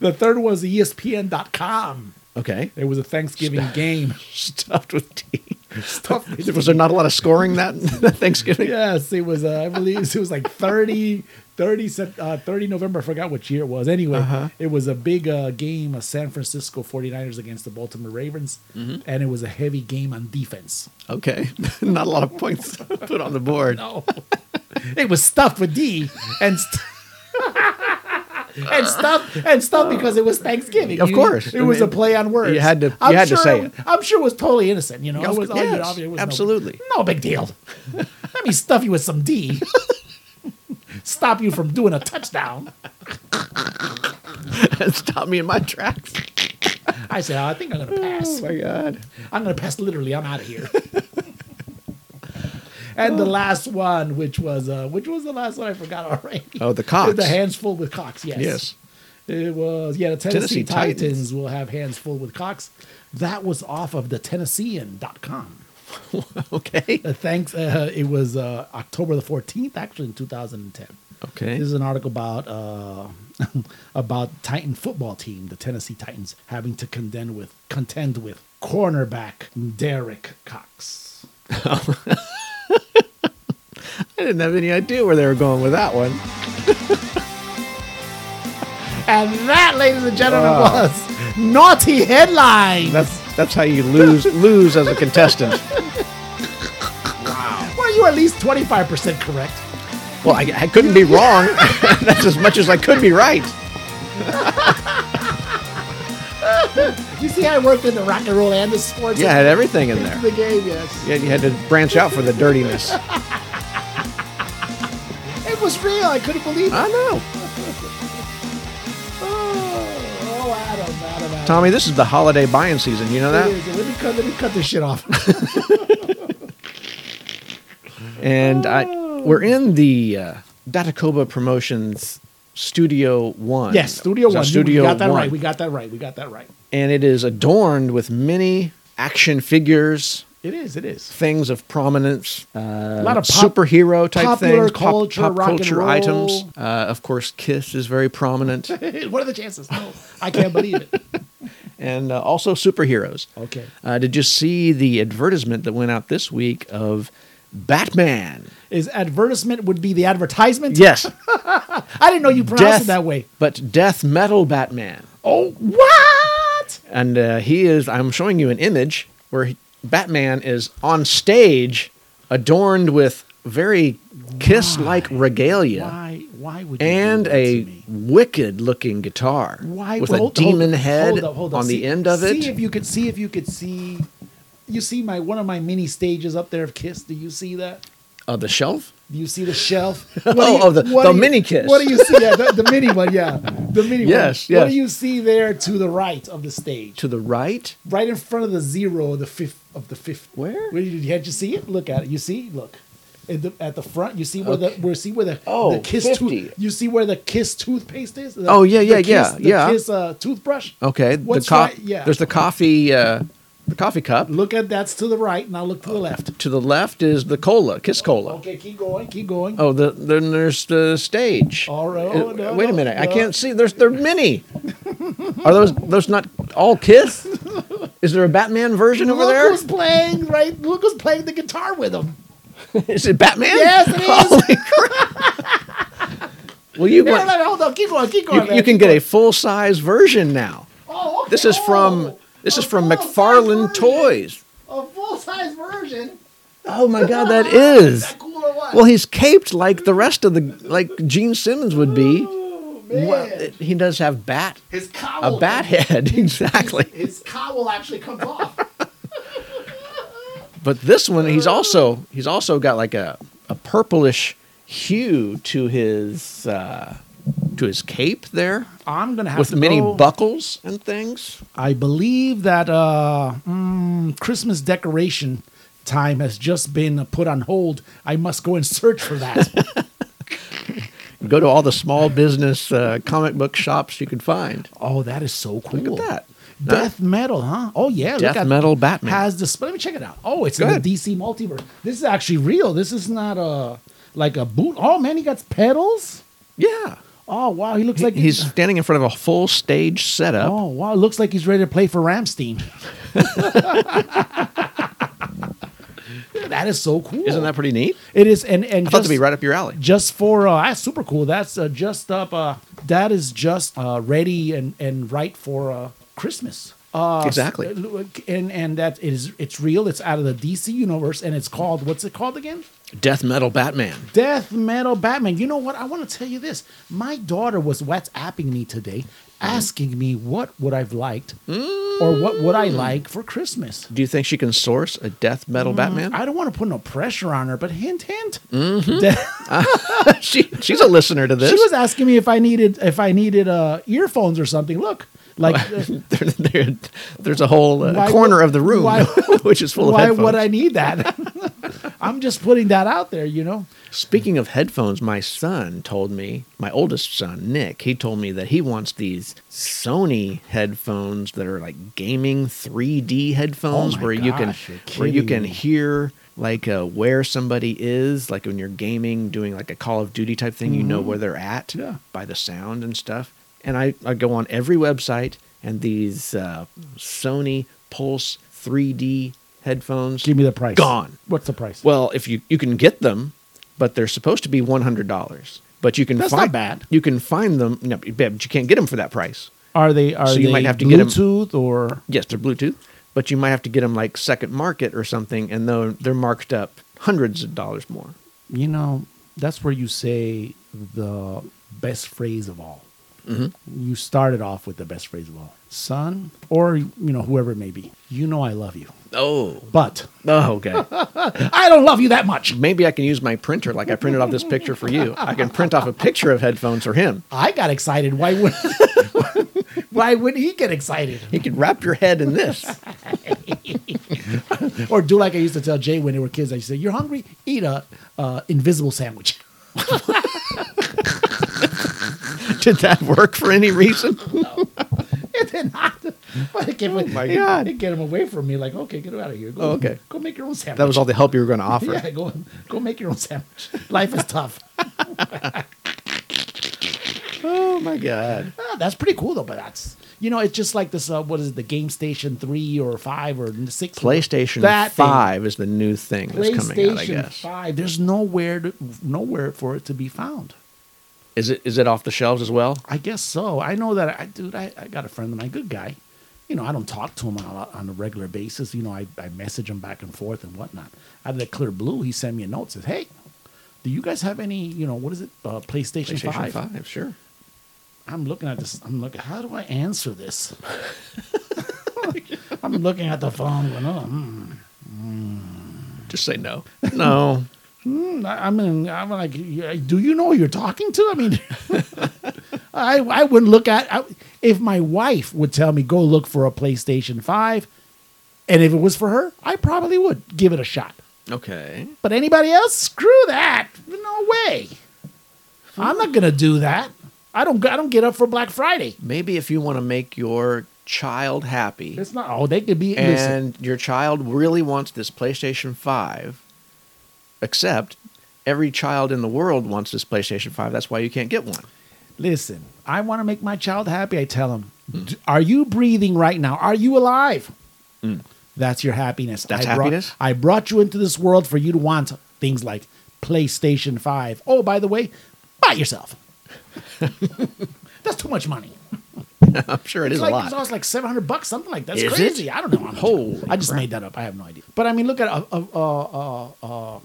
S3: The third was E ESPN.com.
S2: Okay.
S3: It was a Thanksgiving game.
S2: Stuffed with tea. Was there not a lot of scoring that, that Thanksgiving?
S3: Yes, it was. Uh, I believe it was like 30, 30, Sep- uh, 30 November. I forgot which year it was. Anyway,
S2: Uh-huh.
S3: it was a big uh, game, a San Francisco 49ers against the Baltimore Ravens,
S2: Mm-hmm.
S3: and it was a heavy game on defense.
S2: Okay. not a lot of points put on the board.
S3: No, it was stuffed with D and. St- and stuff and stuff because it was Thanksgiving.
S2: Of
S3: You-
S2: course.
S3: it was
S2: I
S3: a
S2: mean,
S3: play on words.
S2: you had to-
S3: I'm
S2: you had to
S3: sure
S2: say
S3: it was-
S2: it.
S3: I'm sure it was totally innocent. You know,
S2: Of-
S3: it was, oh,
S2: yes,
S3: you know, it was no-
S2: absolutely.
S3: no big deal. Let me stuff you with some D. Stop you from doing a touchdown.
S2: Stop me in my tracks.
S3: I said, oh, I think I'm gonna pass.
S2: my God.
S3: I'm gonna pass literally. I'm out of here. and the last one, which was uh, which was the last one, I forgot already.
S2: Oh, the Cox.
S3: The hands full with Cox. Yes.
S2: Yes.
S3: It was yeah. The
S2: Tennessee
S3: Tennessee, Titans.
S2: Titans.
S3: will have hands full with Cox. That was off of the Tennessean.com.
S2: Okay.
S3: Uh, thanks. Uh, it was uh, October the 14th, actually, in 2010.
S2: Okay.
S3: This is an article about uh, about Titan football team, the Tennessee Titans, having to contend with contend with cornerback Derek Cox.
S2: I didn't have any idea where they were going with that one.
S3: And that, ladies and gentlemen, was naughty headline.
S2: That's that's how you lose lose as a contestant.
S3: Were you at least twenty five percent correct?
S2: Well, I, I couldn't be wrong. that's as much as I could be right.
S3: You see, I worked in the rock and roll and the sports.
S2: Yeah, I had everything in there.
S3: the game. Yes,
S2: Yeah, you had to branch out for the dirtiness.
S3: it was real. I couldn't believe it.
S2: I know,
S3: Oh, oh, Adam, Adam, Adam.
S2: Tommy. This is the holiday buying season. You know
S3: It
S2: that.
S3: is. Let me cut. Let me cut this shit off.
S2: And I, we're in the uh, Datacoba Promotions Studio One.
S3: yes, Studio
S2: It's our
S3: One.
S2: Studio
S3: we got that
S2: One.
S3: right. We got that right. We got that right.
S2: and it is adorned with many action figures,
S3: It is. It is.
S2: things of prominence,
S3: a lot of Uh, pop-
S2: superhero type
S3: popular
S2: things, pop-
S3: culture,
S2: pop,
S3: rock and
S2: culture
S3: roll.
S2: items. Uh, of course, Kiss is very prominent,
S3: what are the chances? No, I can't believe it.
S2: and uh, also superheroes.
S3: Okay.
S2: Uh, did you see the advertisement that went out this week of Batman?
S3: Is advertisement would be the advertisement?
S2: Yes,
S3: I didn't know you pronounced it that way.
S2: but death metal Batman.
S3: Oh, what?
S2: and uh, he is i'm showing you an image where he, batman is on stage adorned with very kiss-like regalia
S3: Why? Why would you
S2: and
S3: do that to
S2: a
S3: me?
S2: wicked looking guitar
S3: why
S2: with
S3: well,
S2: a
S3: hold- hold-
S2: demon head
S3: hold up, hold up.
S2: on
S3: See-
S2: the end of it
S3: See if you could see if you could see. You see my one of my mini stages up there of Kiss. Do you see that?
S2: of Uh, the shelf
S3: Do you see the shelf?
S2: Oh, oh, the-
S3: what
S2: the
S3: do you-
S2: mini Kiss.
S3: What do you see? Yeah, the, the mini one. Yeah, the mini one.
S2: Yes,
S3: What
S2: yes.
S3: do you see there to the right of the stage?
S2: to the right
S3: right in front of the zero of the fifth of the fifth.
S2: Where?
S3: Where did you, had you see it? Look at it. You see? Look. At the, at the front, you see where
S2: Okay.
S3: the where see where the
S2: Oh,
S3: the kiss
S2: 50.
S3: tooth. You see where the kiss toothpaste is. The-
S2: Oh, yeah,
S3: the
S2: yeah, yeah,
S3: Kiss-
S2: Oh.
S3: the
S2: yeah.
S3: Kiss uh, toothbrush.
S2: okay
S3: What's
S2: the co-
S3: right- yeah.
S2: there's the coffee uh, the coffee cup.
S3: Look at that's to the right. Now look to
S2: Oh.
S3: the left.
S2: To the left is the cola, Kiss Cola.
S3: Okay, keep going. Keep going.
S2: Oh, the, then there's the stage.
S3: All right.
S2: Uh,
S3: Oh, no,
S2: wait
S3: no,
S2: a minute. I
S3: no.
S2: can't see. There's there are many. Are those those not all Kiss? Is there a Batman version over
S3: look
S2: there?
S3: who's playing right. Look who's playing the guitar with him.
S2: Is it Batman?
S3: Yes, it is.
S2: Holy crap. well, you,
S3: No, no,
S2: want,
S3: no, hold on. Keep going. Keep going.
S2: you, you can get a full size version now.
S3: Oh, okay.
S2: This is from
S3: Oh,
S2: this
S3: a
S2: is from
S3: full-size
S2: McFarlane
S3: version.
S2: Toys.
S3: Oh, A full size version.
S2: Oh my God, that is.
S3: That cool or what?
S2: Well, he's caped like the rest of the like Gene Simmons would be.
S3: oh, man.
S2: Well, it- he does have bat
S3: his
S2: a
S3: cowl.
S2: bat head exactly.
S3: His cowl actually comes off.
S2: But this one, he's also he's also got like a, a purplish hue to his uh, to his cape there
S3: I'm gonna have
S2: with
S3: to
S2: many
S3: go.
S2: buckles and things.
S3: I believe that uh, mm, Christmas decoration time has just been put on hold. I must go and search for that.
S2: Go to all the small business uh, comic book shops you could find.
S3: oh, that is so cool.
S2: Look at that.
S3: Death metal, huh? Oh yeah,
S2: Death
S3: at-
S2: metal Batman.
S3: has this. Let me check it out. Oh, it's in
S2: Good.
S3: the DC multiverse. This is actually real. This is not a like a boot. Oh man, he got pedals.
S2: yeah.
S3: Oh wow, he looks like
S2: He's standing in front of a full stage setup.
S3: Oh wow, looks like he's ready to play for Ramstein. that is so cool.
S2: Isn't that pretty neat?
S3: It is, and and
S2: I
S3: just,
S2: thought to be right up your alley.
S3: just for uh, that's super cool. That's uh, just up. Uh, that is just uh, ready and and right for uh, Christmas. Uh,
S2: Exactly.
S3: And and that is it's real. It's out of the DC universe, and it's called what's it called again?
S2: Death metal Batman.
S3: Death Metal Batman. You know what? I want to tell you this. My daughter was WhatsApping me
S2: Mm.
S3: today, asking me what would I've liked or what would I like for Christmas.
S2: Do you think she can source a death
S3: Mm,
S2: metal Batman?
S3: I don't want to put no pressure on her, but hint, hint.
S2: she she's a listener to Mm-hmm. this.
S3: She was asking me if I needed if I neededed uh, earphones or something. Look, like
S2: there, there- there's a whole uh,
S3: Why
S2: corner
S3: would-
S2: of the room
S3: why-
S2: which is full of
S3: why
S2: headphones.
S3: would I need that? I'm just putting that out there, you know.
S2: Speaking of headphones, my son told me, my oldest son Nick, he told me that he wants these Sony headphones that are like gaming 3D headphones
S3: Oh my
S2: where you can
S3: gosh, you're
S2: where you
S3: kidding
S2: can
S3: me.
S2: hear like uh, where somebody is, like when you're gaming, doing like a Call of Duty type thing, you know where they're at
S3: Mm-hmm. Yeah.
S2: by the sound and stuff. And I, I go on every website and these uh, Sony Pulse 3D headphones
S3: Give me the price.
S2: Gone.
S3: What's the price?
S2: Well, if you you can get them, but they're supposed to be one hundred dollars. But you can
S3: That's
S2: find
S3: not bad.
S2: You can find them, no, but you can't get them for that price.
S3: are they are
S2: so
S3: they
S2: you might have to get 'em-
S3: Bluetooth or
S2: Yes, they're Bluetooth, but you might have to get them like second market or something, and they're they're marked up hundreds of dollars more.
S3: you know? That's where you say the best phrase of all.
S2: Mm-hmm.
S3: You started off with the best phrase of all, son, or you know whoever it may be. You know I love you,
S2: Oh,
S3: but
S2: oh, okay.
S3: I don't love you that much.
S2: Maybe I can use my printer, like I printed off this picture for you. I can print off a picture of headphones for him.
S3: I got excited. Why would why would he get excited?
S2: He could wrap your head in this.
S3: Or do like I used to tell Jay when they were kids. I used to say, "You're hungry? Eat a uh, invisible sandwich."
S2: Did that work for any reason?
S3: It did not, but it gave,
S2: Oh my
S3: it,
S2: God.
S3: it get him away from me. Like, okay, get out of here. Go,
S2: Oh, okay.
S3: go make your own sandwich.
S2: That was all the help you were going to offer.
S3: Yeah, go go make your own sandwich. Life is tough.
S2: Oh my god.
S3: Ah, that's pretty cool though. But that's you know, it's just like this. Uh, what is it, the Game Station Three or Five or Six?
S2: PlayStation
S3: That thing.
S2: Five is the new thing that's coming out. I
S3: PlayStation
S2: guess
S3: Five. There's nowhere to, nowhere for it to be found.
S2: is it is it off the shelves as well?
S3: I guess so. I know that I, dude. I, I got a friend of mine, good guy. You know, I don't talk to him on a, on a regular basis. You know, I, I message him back and forth and whatnot. Out of the clear blue, he sent me a note says, "Hey, do you guys have any? You know, what is it? Uh, PlayStation,
S2: PlayStation
S3: 5?
S2: Five, sure.
S3: I'm looking at this. I'm looking. How do I answer this? I'm looking at the phone. Going, oh, hmm.
S2: Just say no. No.
S3: Hmm, I, I mean, I'm like, yeah, do you know who you're talking to? I mean, I I wouldn't look at I, if my wife would tell me go look for a PlayStation Five, and if it was for her, I probably would give it a shot.
S2: okay.
S3: But anybody else, screw that. No way. I'm not gonna do that. I don't I don't get up for Black Friday.
S2: Maybe if you want to make your child happy
S3: It's not. Oh, they could be. listen,
S2: and your child really wants this PlayStation 5, except every child in the world wants this PlayStation 5. That's why you can't get one.
S3: listen. I want to make my child happy. I tell him, "D- "Are you breathing right now? Are you alive?" That's your happiness.
S2: Mm. That's
S3: I brought-
S2: happiness?
S3: I brought you into this world for you to want things like PlayStation Five. Oh, by the way, buy yourself. That's too much money.
S2: I'm sure it is
S3: it's like,
S2: a
S3: It's
S2: lot.
S3: almost like seven hundred bucks, something like that. That's
S2: Is it?
S3: crazy. I don't know. how much.
S2: Holy
S3: I just
S2: crap.
S3: made that up. I have no idea. But I mean, look at a, a, a, a, a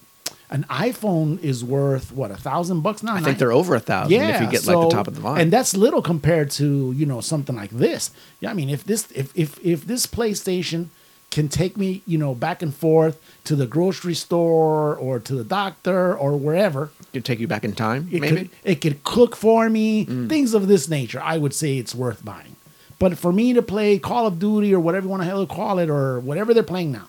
S3: an iPhone is worth what a thousand bucks now.
S2: I think they're over a thousand if you get like the top of the line.
S3: and that's little compared to you know something like this. Yeah, I mean, if this if if if this PlayStation can take me you know back and forth to the grocery store or to the doctor or wherever
S2: Could take you back in time,
S3: it
S2: maybe. Mm.
S3: Could, it could cook for me, things of this nature. I would say it's worth buying. But for me to play Call of Duty or whatever you want to hell call it or whatever they're playing now,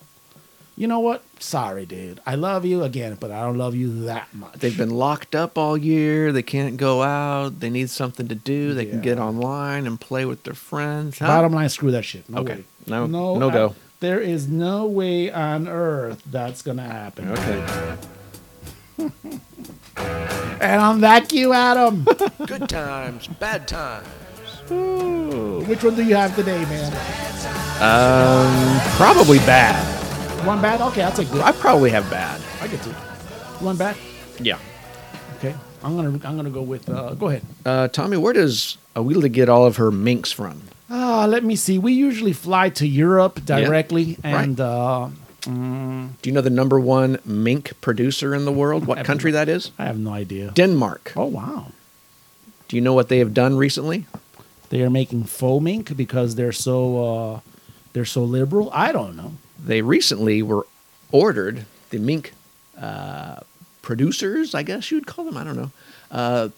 S3: you know what? Sorry, dude. I love you again, but I don't love you that much.
S2: They've been locked up all year. They can't go out. They need something to do. They can get online and play with their friends. Huh?
S3: Bottom line, screw that shit. No
S2: Okay.
S3: way.
S2: No- no go.
S3: There is no way on earth that's gonna happen.
S2: Okay.
S3: And on that cue, Adam,
S2: Good times, bad times.
S3: which one do you have today, man?
S2: Probably bad.
S3: One bad? Okay, I'll take good.
S2: I probably have bad.
S3: I get two. One bad?
S2: Yeah.
S3: Okay. I'm gonna I'm gonna go with uh, go ahead.
S2: Uh, Tommy, where does Awila get all of her minks from?
S3: Uh, let me see. We usually fly to Europe directly, and uh,
S2: Do you know the number one mink producer in the world? What country that is?
S3: I have no idea.
S2: Denmark.
S3: Oh wow,
S2: Do you know what they have done recently?
S3: they are making faux mink because they're so uh, they're so liberal. I don't know.
S2: They recently were ordered the mink uh, producers, I guess you would call them. I don't know. Uh,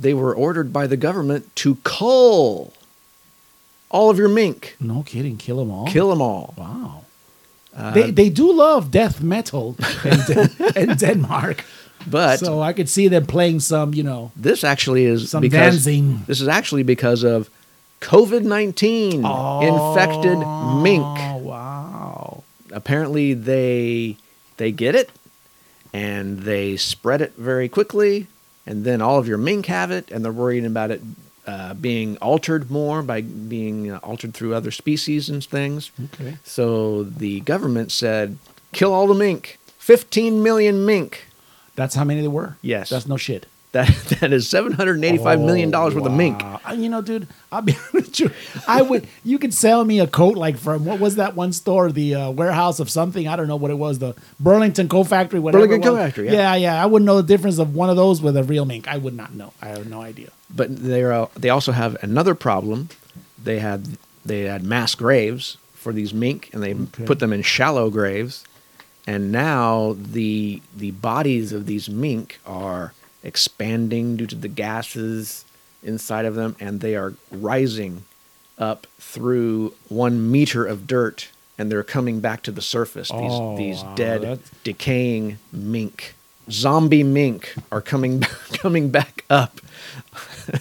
S2: they were ordered by the government to cull all of your mink,
S3: No kidding. Kill them all.
S2: kill them all.
S3: Wow. Uh, they they do love death metal in, Den- in Denmark,
S2: But
S3: so I could see them playing some. You know.
S2: this actually is
S3: Some
S2: because
S3: dancing.
S2: this is actually because of COVID nineteen infected
S3: Oh
S2: mink.
S3: wow.
S2: Apparently, they they get it and they spread it very quickly, and then all of your mink have it, and they're worried about it uh, being altered more by being uh, altered through other species and things.
S3: Okay.
S2: So the government said, "Kill all the mink." Fifteen million mink.
S3: That's how many there were.
S2: Yes.
S3: That's no shit.
S2: That that is seven hundred eighty-five million dollars worth of mink.
S3: Wow. Uh, You know, dude, I'll be honest with you. I would. You could sell me a coat like from what was that one store, the uh, warehouse of something. I don't know what it was, the Burlington Coat Factory, whatever. it
S2: Burlington Coat
S3: was.
S2: Factory, yeah.
S3: yeah, I wouldn't know the difference of one of those with a real mink. I would not know. I have no idea.
S2: but they are they also have another problem. They had they had mass graves for these mink, and they put them in shallow graves, and now the the bodies of these mink are expanding due to the gases inside of them, and they are rising up through one meter of dirt, and they're coming back to the surface. These
S3: Oh,
S2: these
S3: wow,
S2: dead,
S3: that's-
S2: decaying mink. Zombie mink are coming coming back up.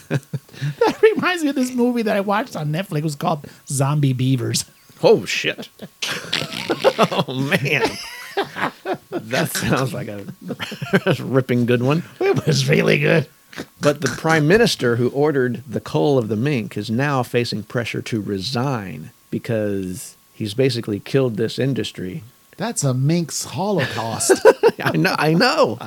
S3: That reminds me of this movie that I watched on Netflix. It was called Zombie Beavers.
S2: Oh shit! oh man, that sounds like a ripping good one.
S3: It was really good.
S2: But the prime minister who ordered the cull of the mink is now facing pressure to resign because he's basically killed this industry.
S3: That's a mink's holocaust.
S2: I know, I know.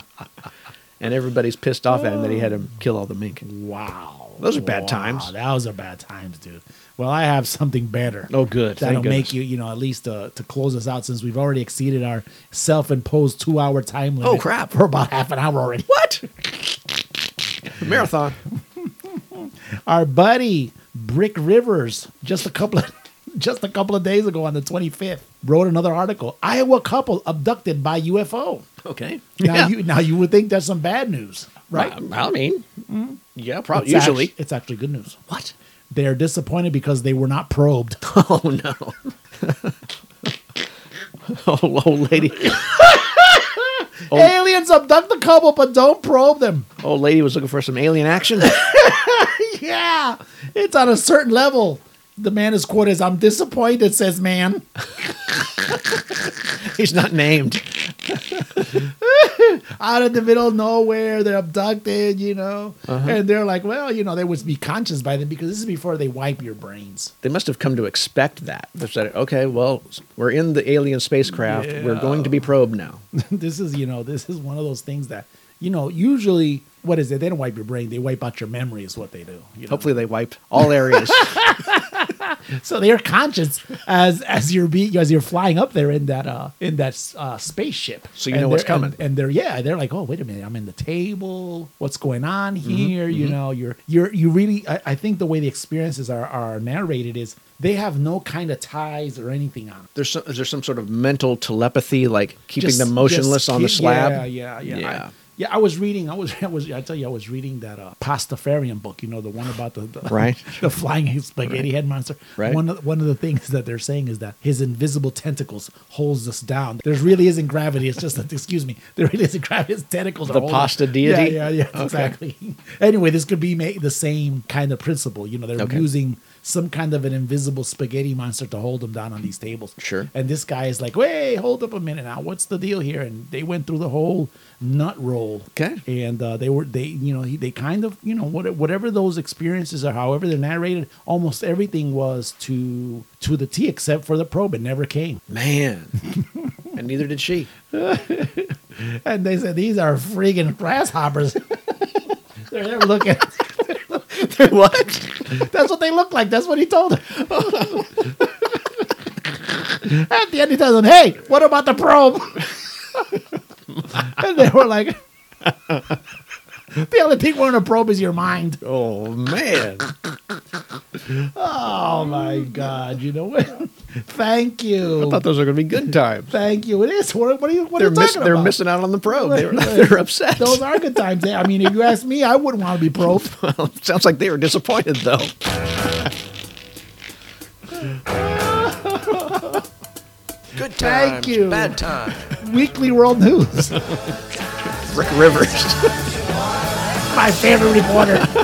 S2: And everybody's pissed off at him that he had to kill all the mink.
S3: wow.
S2: Those are bad
S3: Wow,
S2: times.
S3: Those are bad times, dude. Well, I have something better.
S2: Oh, good.
S3: that'll
S2: Thank
S3: make
S2: goodness.
S3: you, you know, at least uh, to close us out since we've already exceeded our self-imposed two-hour time limit.
S2: Oh, crap.
S3: For about half an hour already.
S2: what marathon.
S3: Our buddy Brick Rivers, just a couple of just a couple of days ago on the 25th, wrote another article: Iowa couple abducted by UFO.
S2: Okay.
S3: Now,
S2: yeah.
S3: you now you would think that's some bad news, right? Mm-hmm.
S2: Well, I mean, yeah, probably.
S3: It's
S2: Usually.
S3: act- it's actually good news.
S2: what?
S3: They are disappointed because they were not probed.
S2: Oh no. oh, old lady. Oh.
S3: Aliens abduct the couple, but don't probe them.
S2: Old lady was looking for some alien action.
S3: yeah, it's on a certain level. The man is quoted as, I'm disappointed, says man.
S2: He's not named.
S3: out in the middle of nowhere. They're abducted, you know.
S2: Uh-huh.
S3: And they're like, well, you know, they would be conscious by then because this is before they wipe your brains.
S2: They must have come to expect that. They said, "Okay, well, we're in the alien spacecraft. We're going to be probed now."
S3: this is, you know, this is one of those things that, you know, usually, what is it? They don't wipe your brain. They wipe out your memory is what they do. You know?
S2: Hopefully, they wiped all areas.
S3: So they're conscious as, as you're be, as you're flying up there in that, uh, in that, uh, spaceship.
S2: So you
S3: And
S2: know what's
S3: they're- and-
S2: coming.
S3: And, they're, yeah, they're like, oh, wait a minute. I'm in the table. What's going on
S2: Mm-hmm,
S3: here? You know, you're, you're, you really, I, I think the way the experiences are, are narrated is they have no kind of ties or anything on it.
S2: there's some, is there some sort of mental telepathy, like keeping
S3: Just-
S2: them motionless
S3: just
S2: on the
S3: keep-
S2: slab?
S3: Yeah, yeah, yeah.
S2: Yeah.
S3: I, yeah, I was reading. I was, I was. I tell you, I was reading that uh, Pastafarian book. You know, the one about the, the
S2: Right.
S3: the flying spaghetti head monster.
S2: Right.
S3: One of, one of the things that they're saying is that his invisible tentacles holds us down. There really isn't gravity. It's just that, excuse me, there really isn't gravity. His tentacles are
S2: The
S3: holding-
S2: pasta deity?
S3: Yeah, yeah, yeah exactly. anyway, this could be made the same kind of principle. You know, they're
S2: Okay.
S3: using some kind of an invisible spaghetti monster to hold them down on these tables.
S2: Sure.
S3: And this guy is like, "Wait, hold up a minute now. What's the deal here?" And they went through the whole nut roll.
S2: Okay.
S3: And uh, they were they you know he, they kind of you know what, whatever those experiences are, however they're narrated, almost everything was to to the T except for the probe. It never came.
S2: Man, and neither did she.
S3: And they said these are friggin' grasshoppers. they're, they're looking.
S2: what?
S3: That's what they look like. That's what he told her. At the end, he tells them, "Hey, what about the probe?" and they were like, "The only thing we're in a probe is your mind."
S2: Oh man,
S3: Oh my God! You know what? Thank
S2: I
S3: you,
S2: thought those were going to be good times.
S3: thank you. It is. What, what are you? What
S2: They're
S3: are you talking
S2: miss, they're
S3: about?
S2: missing out on the probe. They were,
S3: Right.
S2: they're upset.
S3: Those are good times. I mean, if you ask me, I wouldn't want to be probed.
S2: Sounds like they were disappointed though.
S10: Good times,
S3: Thank you.
S10: bad times.
S3: Weekly World News.
S2: Rick Rivers.
S3: my favorite reporter.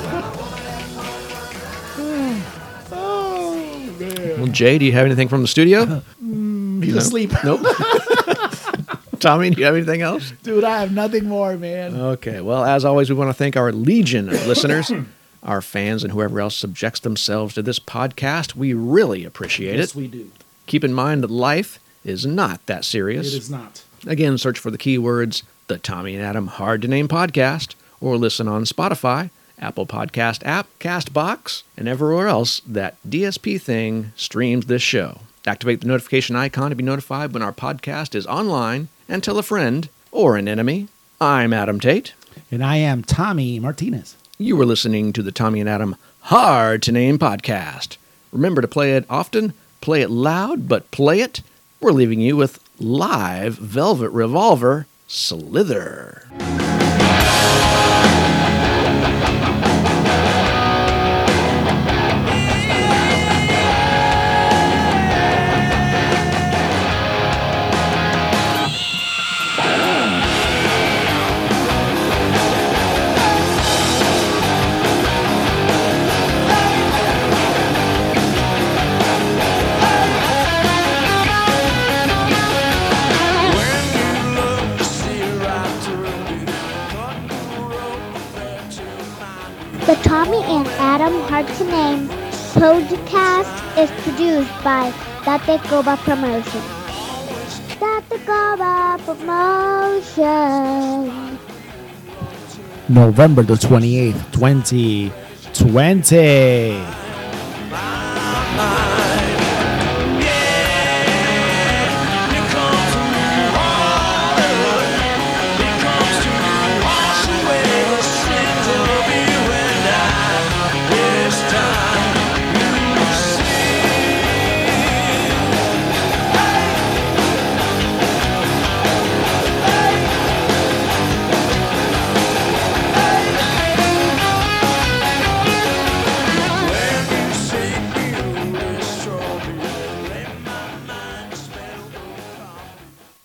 S3: oh man.
S2: Well, Jay, do you have anything from the studio?
S3: He's asleep.
S2: Nope. Tommy, do you have anything else?
S3: Dude, I have nothing more, man.
S2: Okay. Well, as always, we want to thank our legion of listeners, our fans, and whoever else subjects themselves to this podcast. We really appreciate
S3: yes,
S2: it.
S3: we do.
S2: Keep in mind that life is not that
S3: It
S2: serious.
S3: is not.
S2: Again, search for the keywords The Tommy and Adam Hard to Name Podcast or listen on Spotify, Apple Podcast app, Castbox, and everywhere else that DSP thing streams this show. Activate the notification icon to be notified when our podcast is online and tell a friend or an enemy. I'm Adam Tate.
S3: And I am Tommy Martinez.
S2: You were listening to the Tommy and Adam Hard to Name podcast. Remember to play it often, play it loud, but play it. We're leaving you with live Velvet Revolver Slither.
S6: The Tommy and Adam Hard to Name podcast is produced by Date Goba Promotion. Date Goba Promotion.
S3: November the 28th, 2020.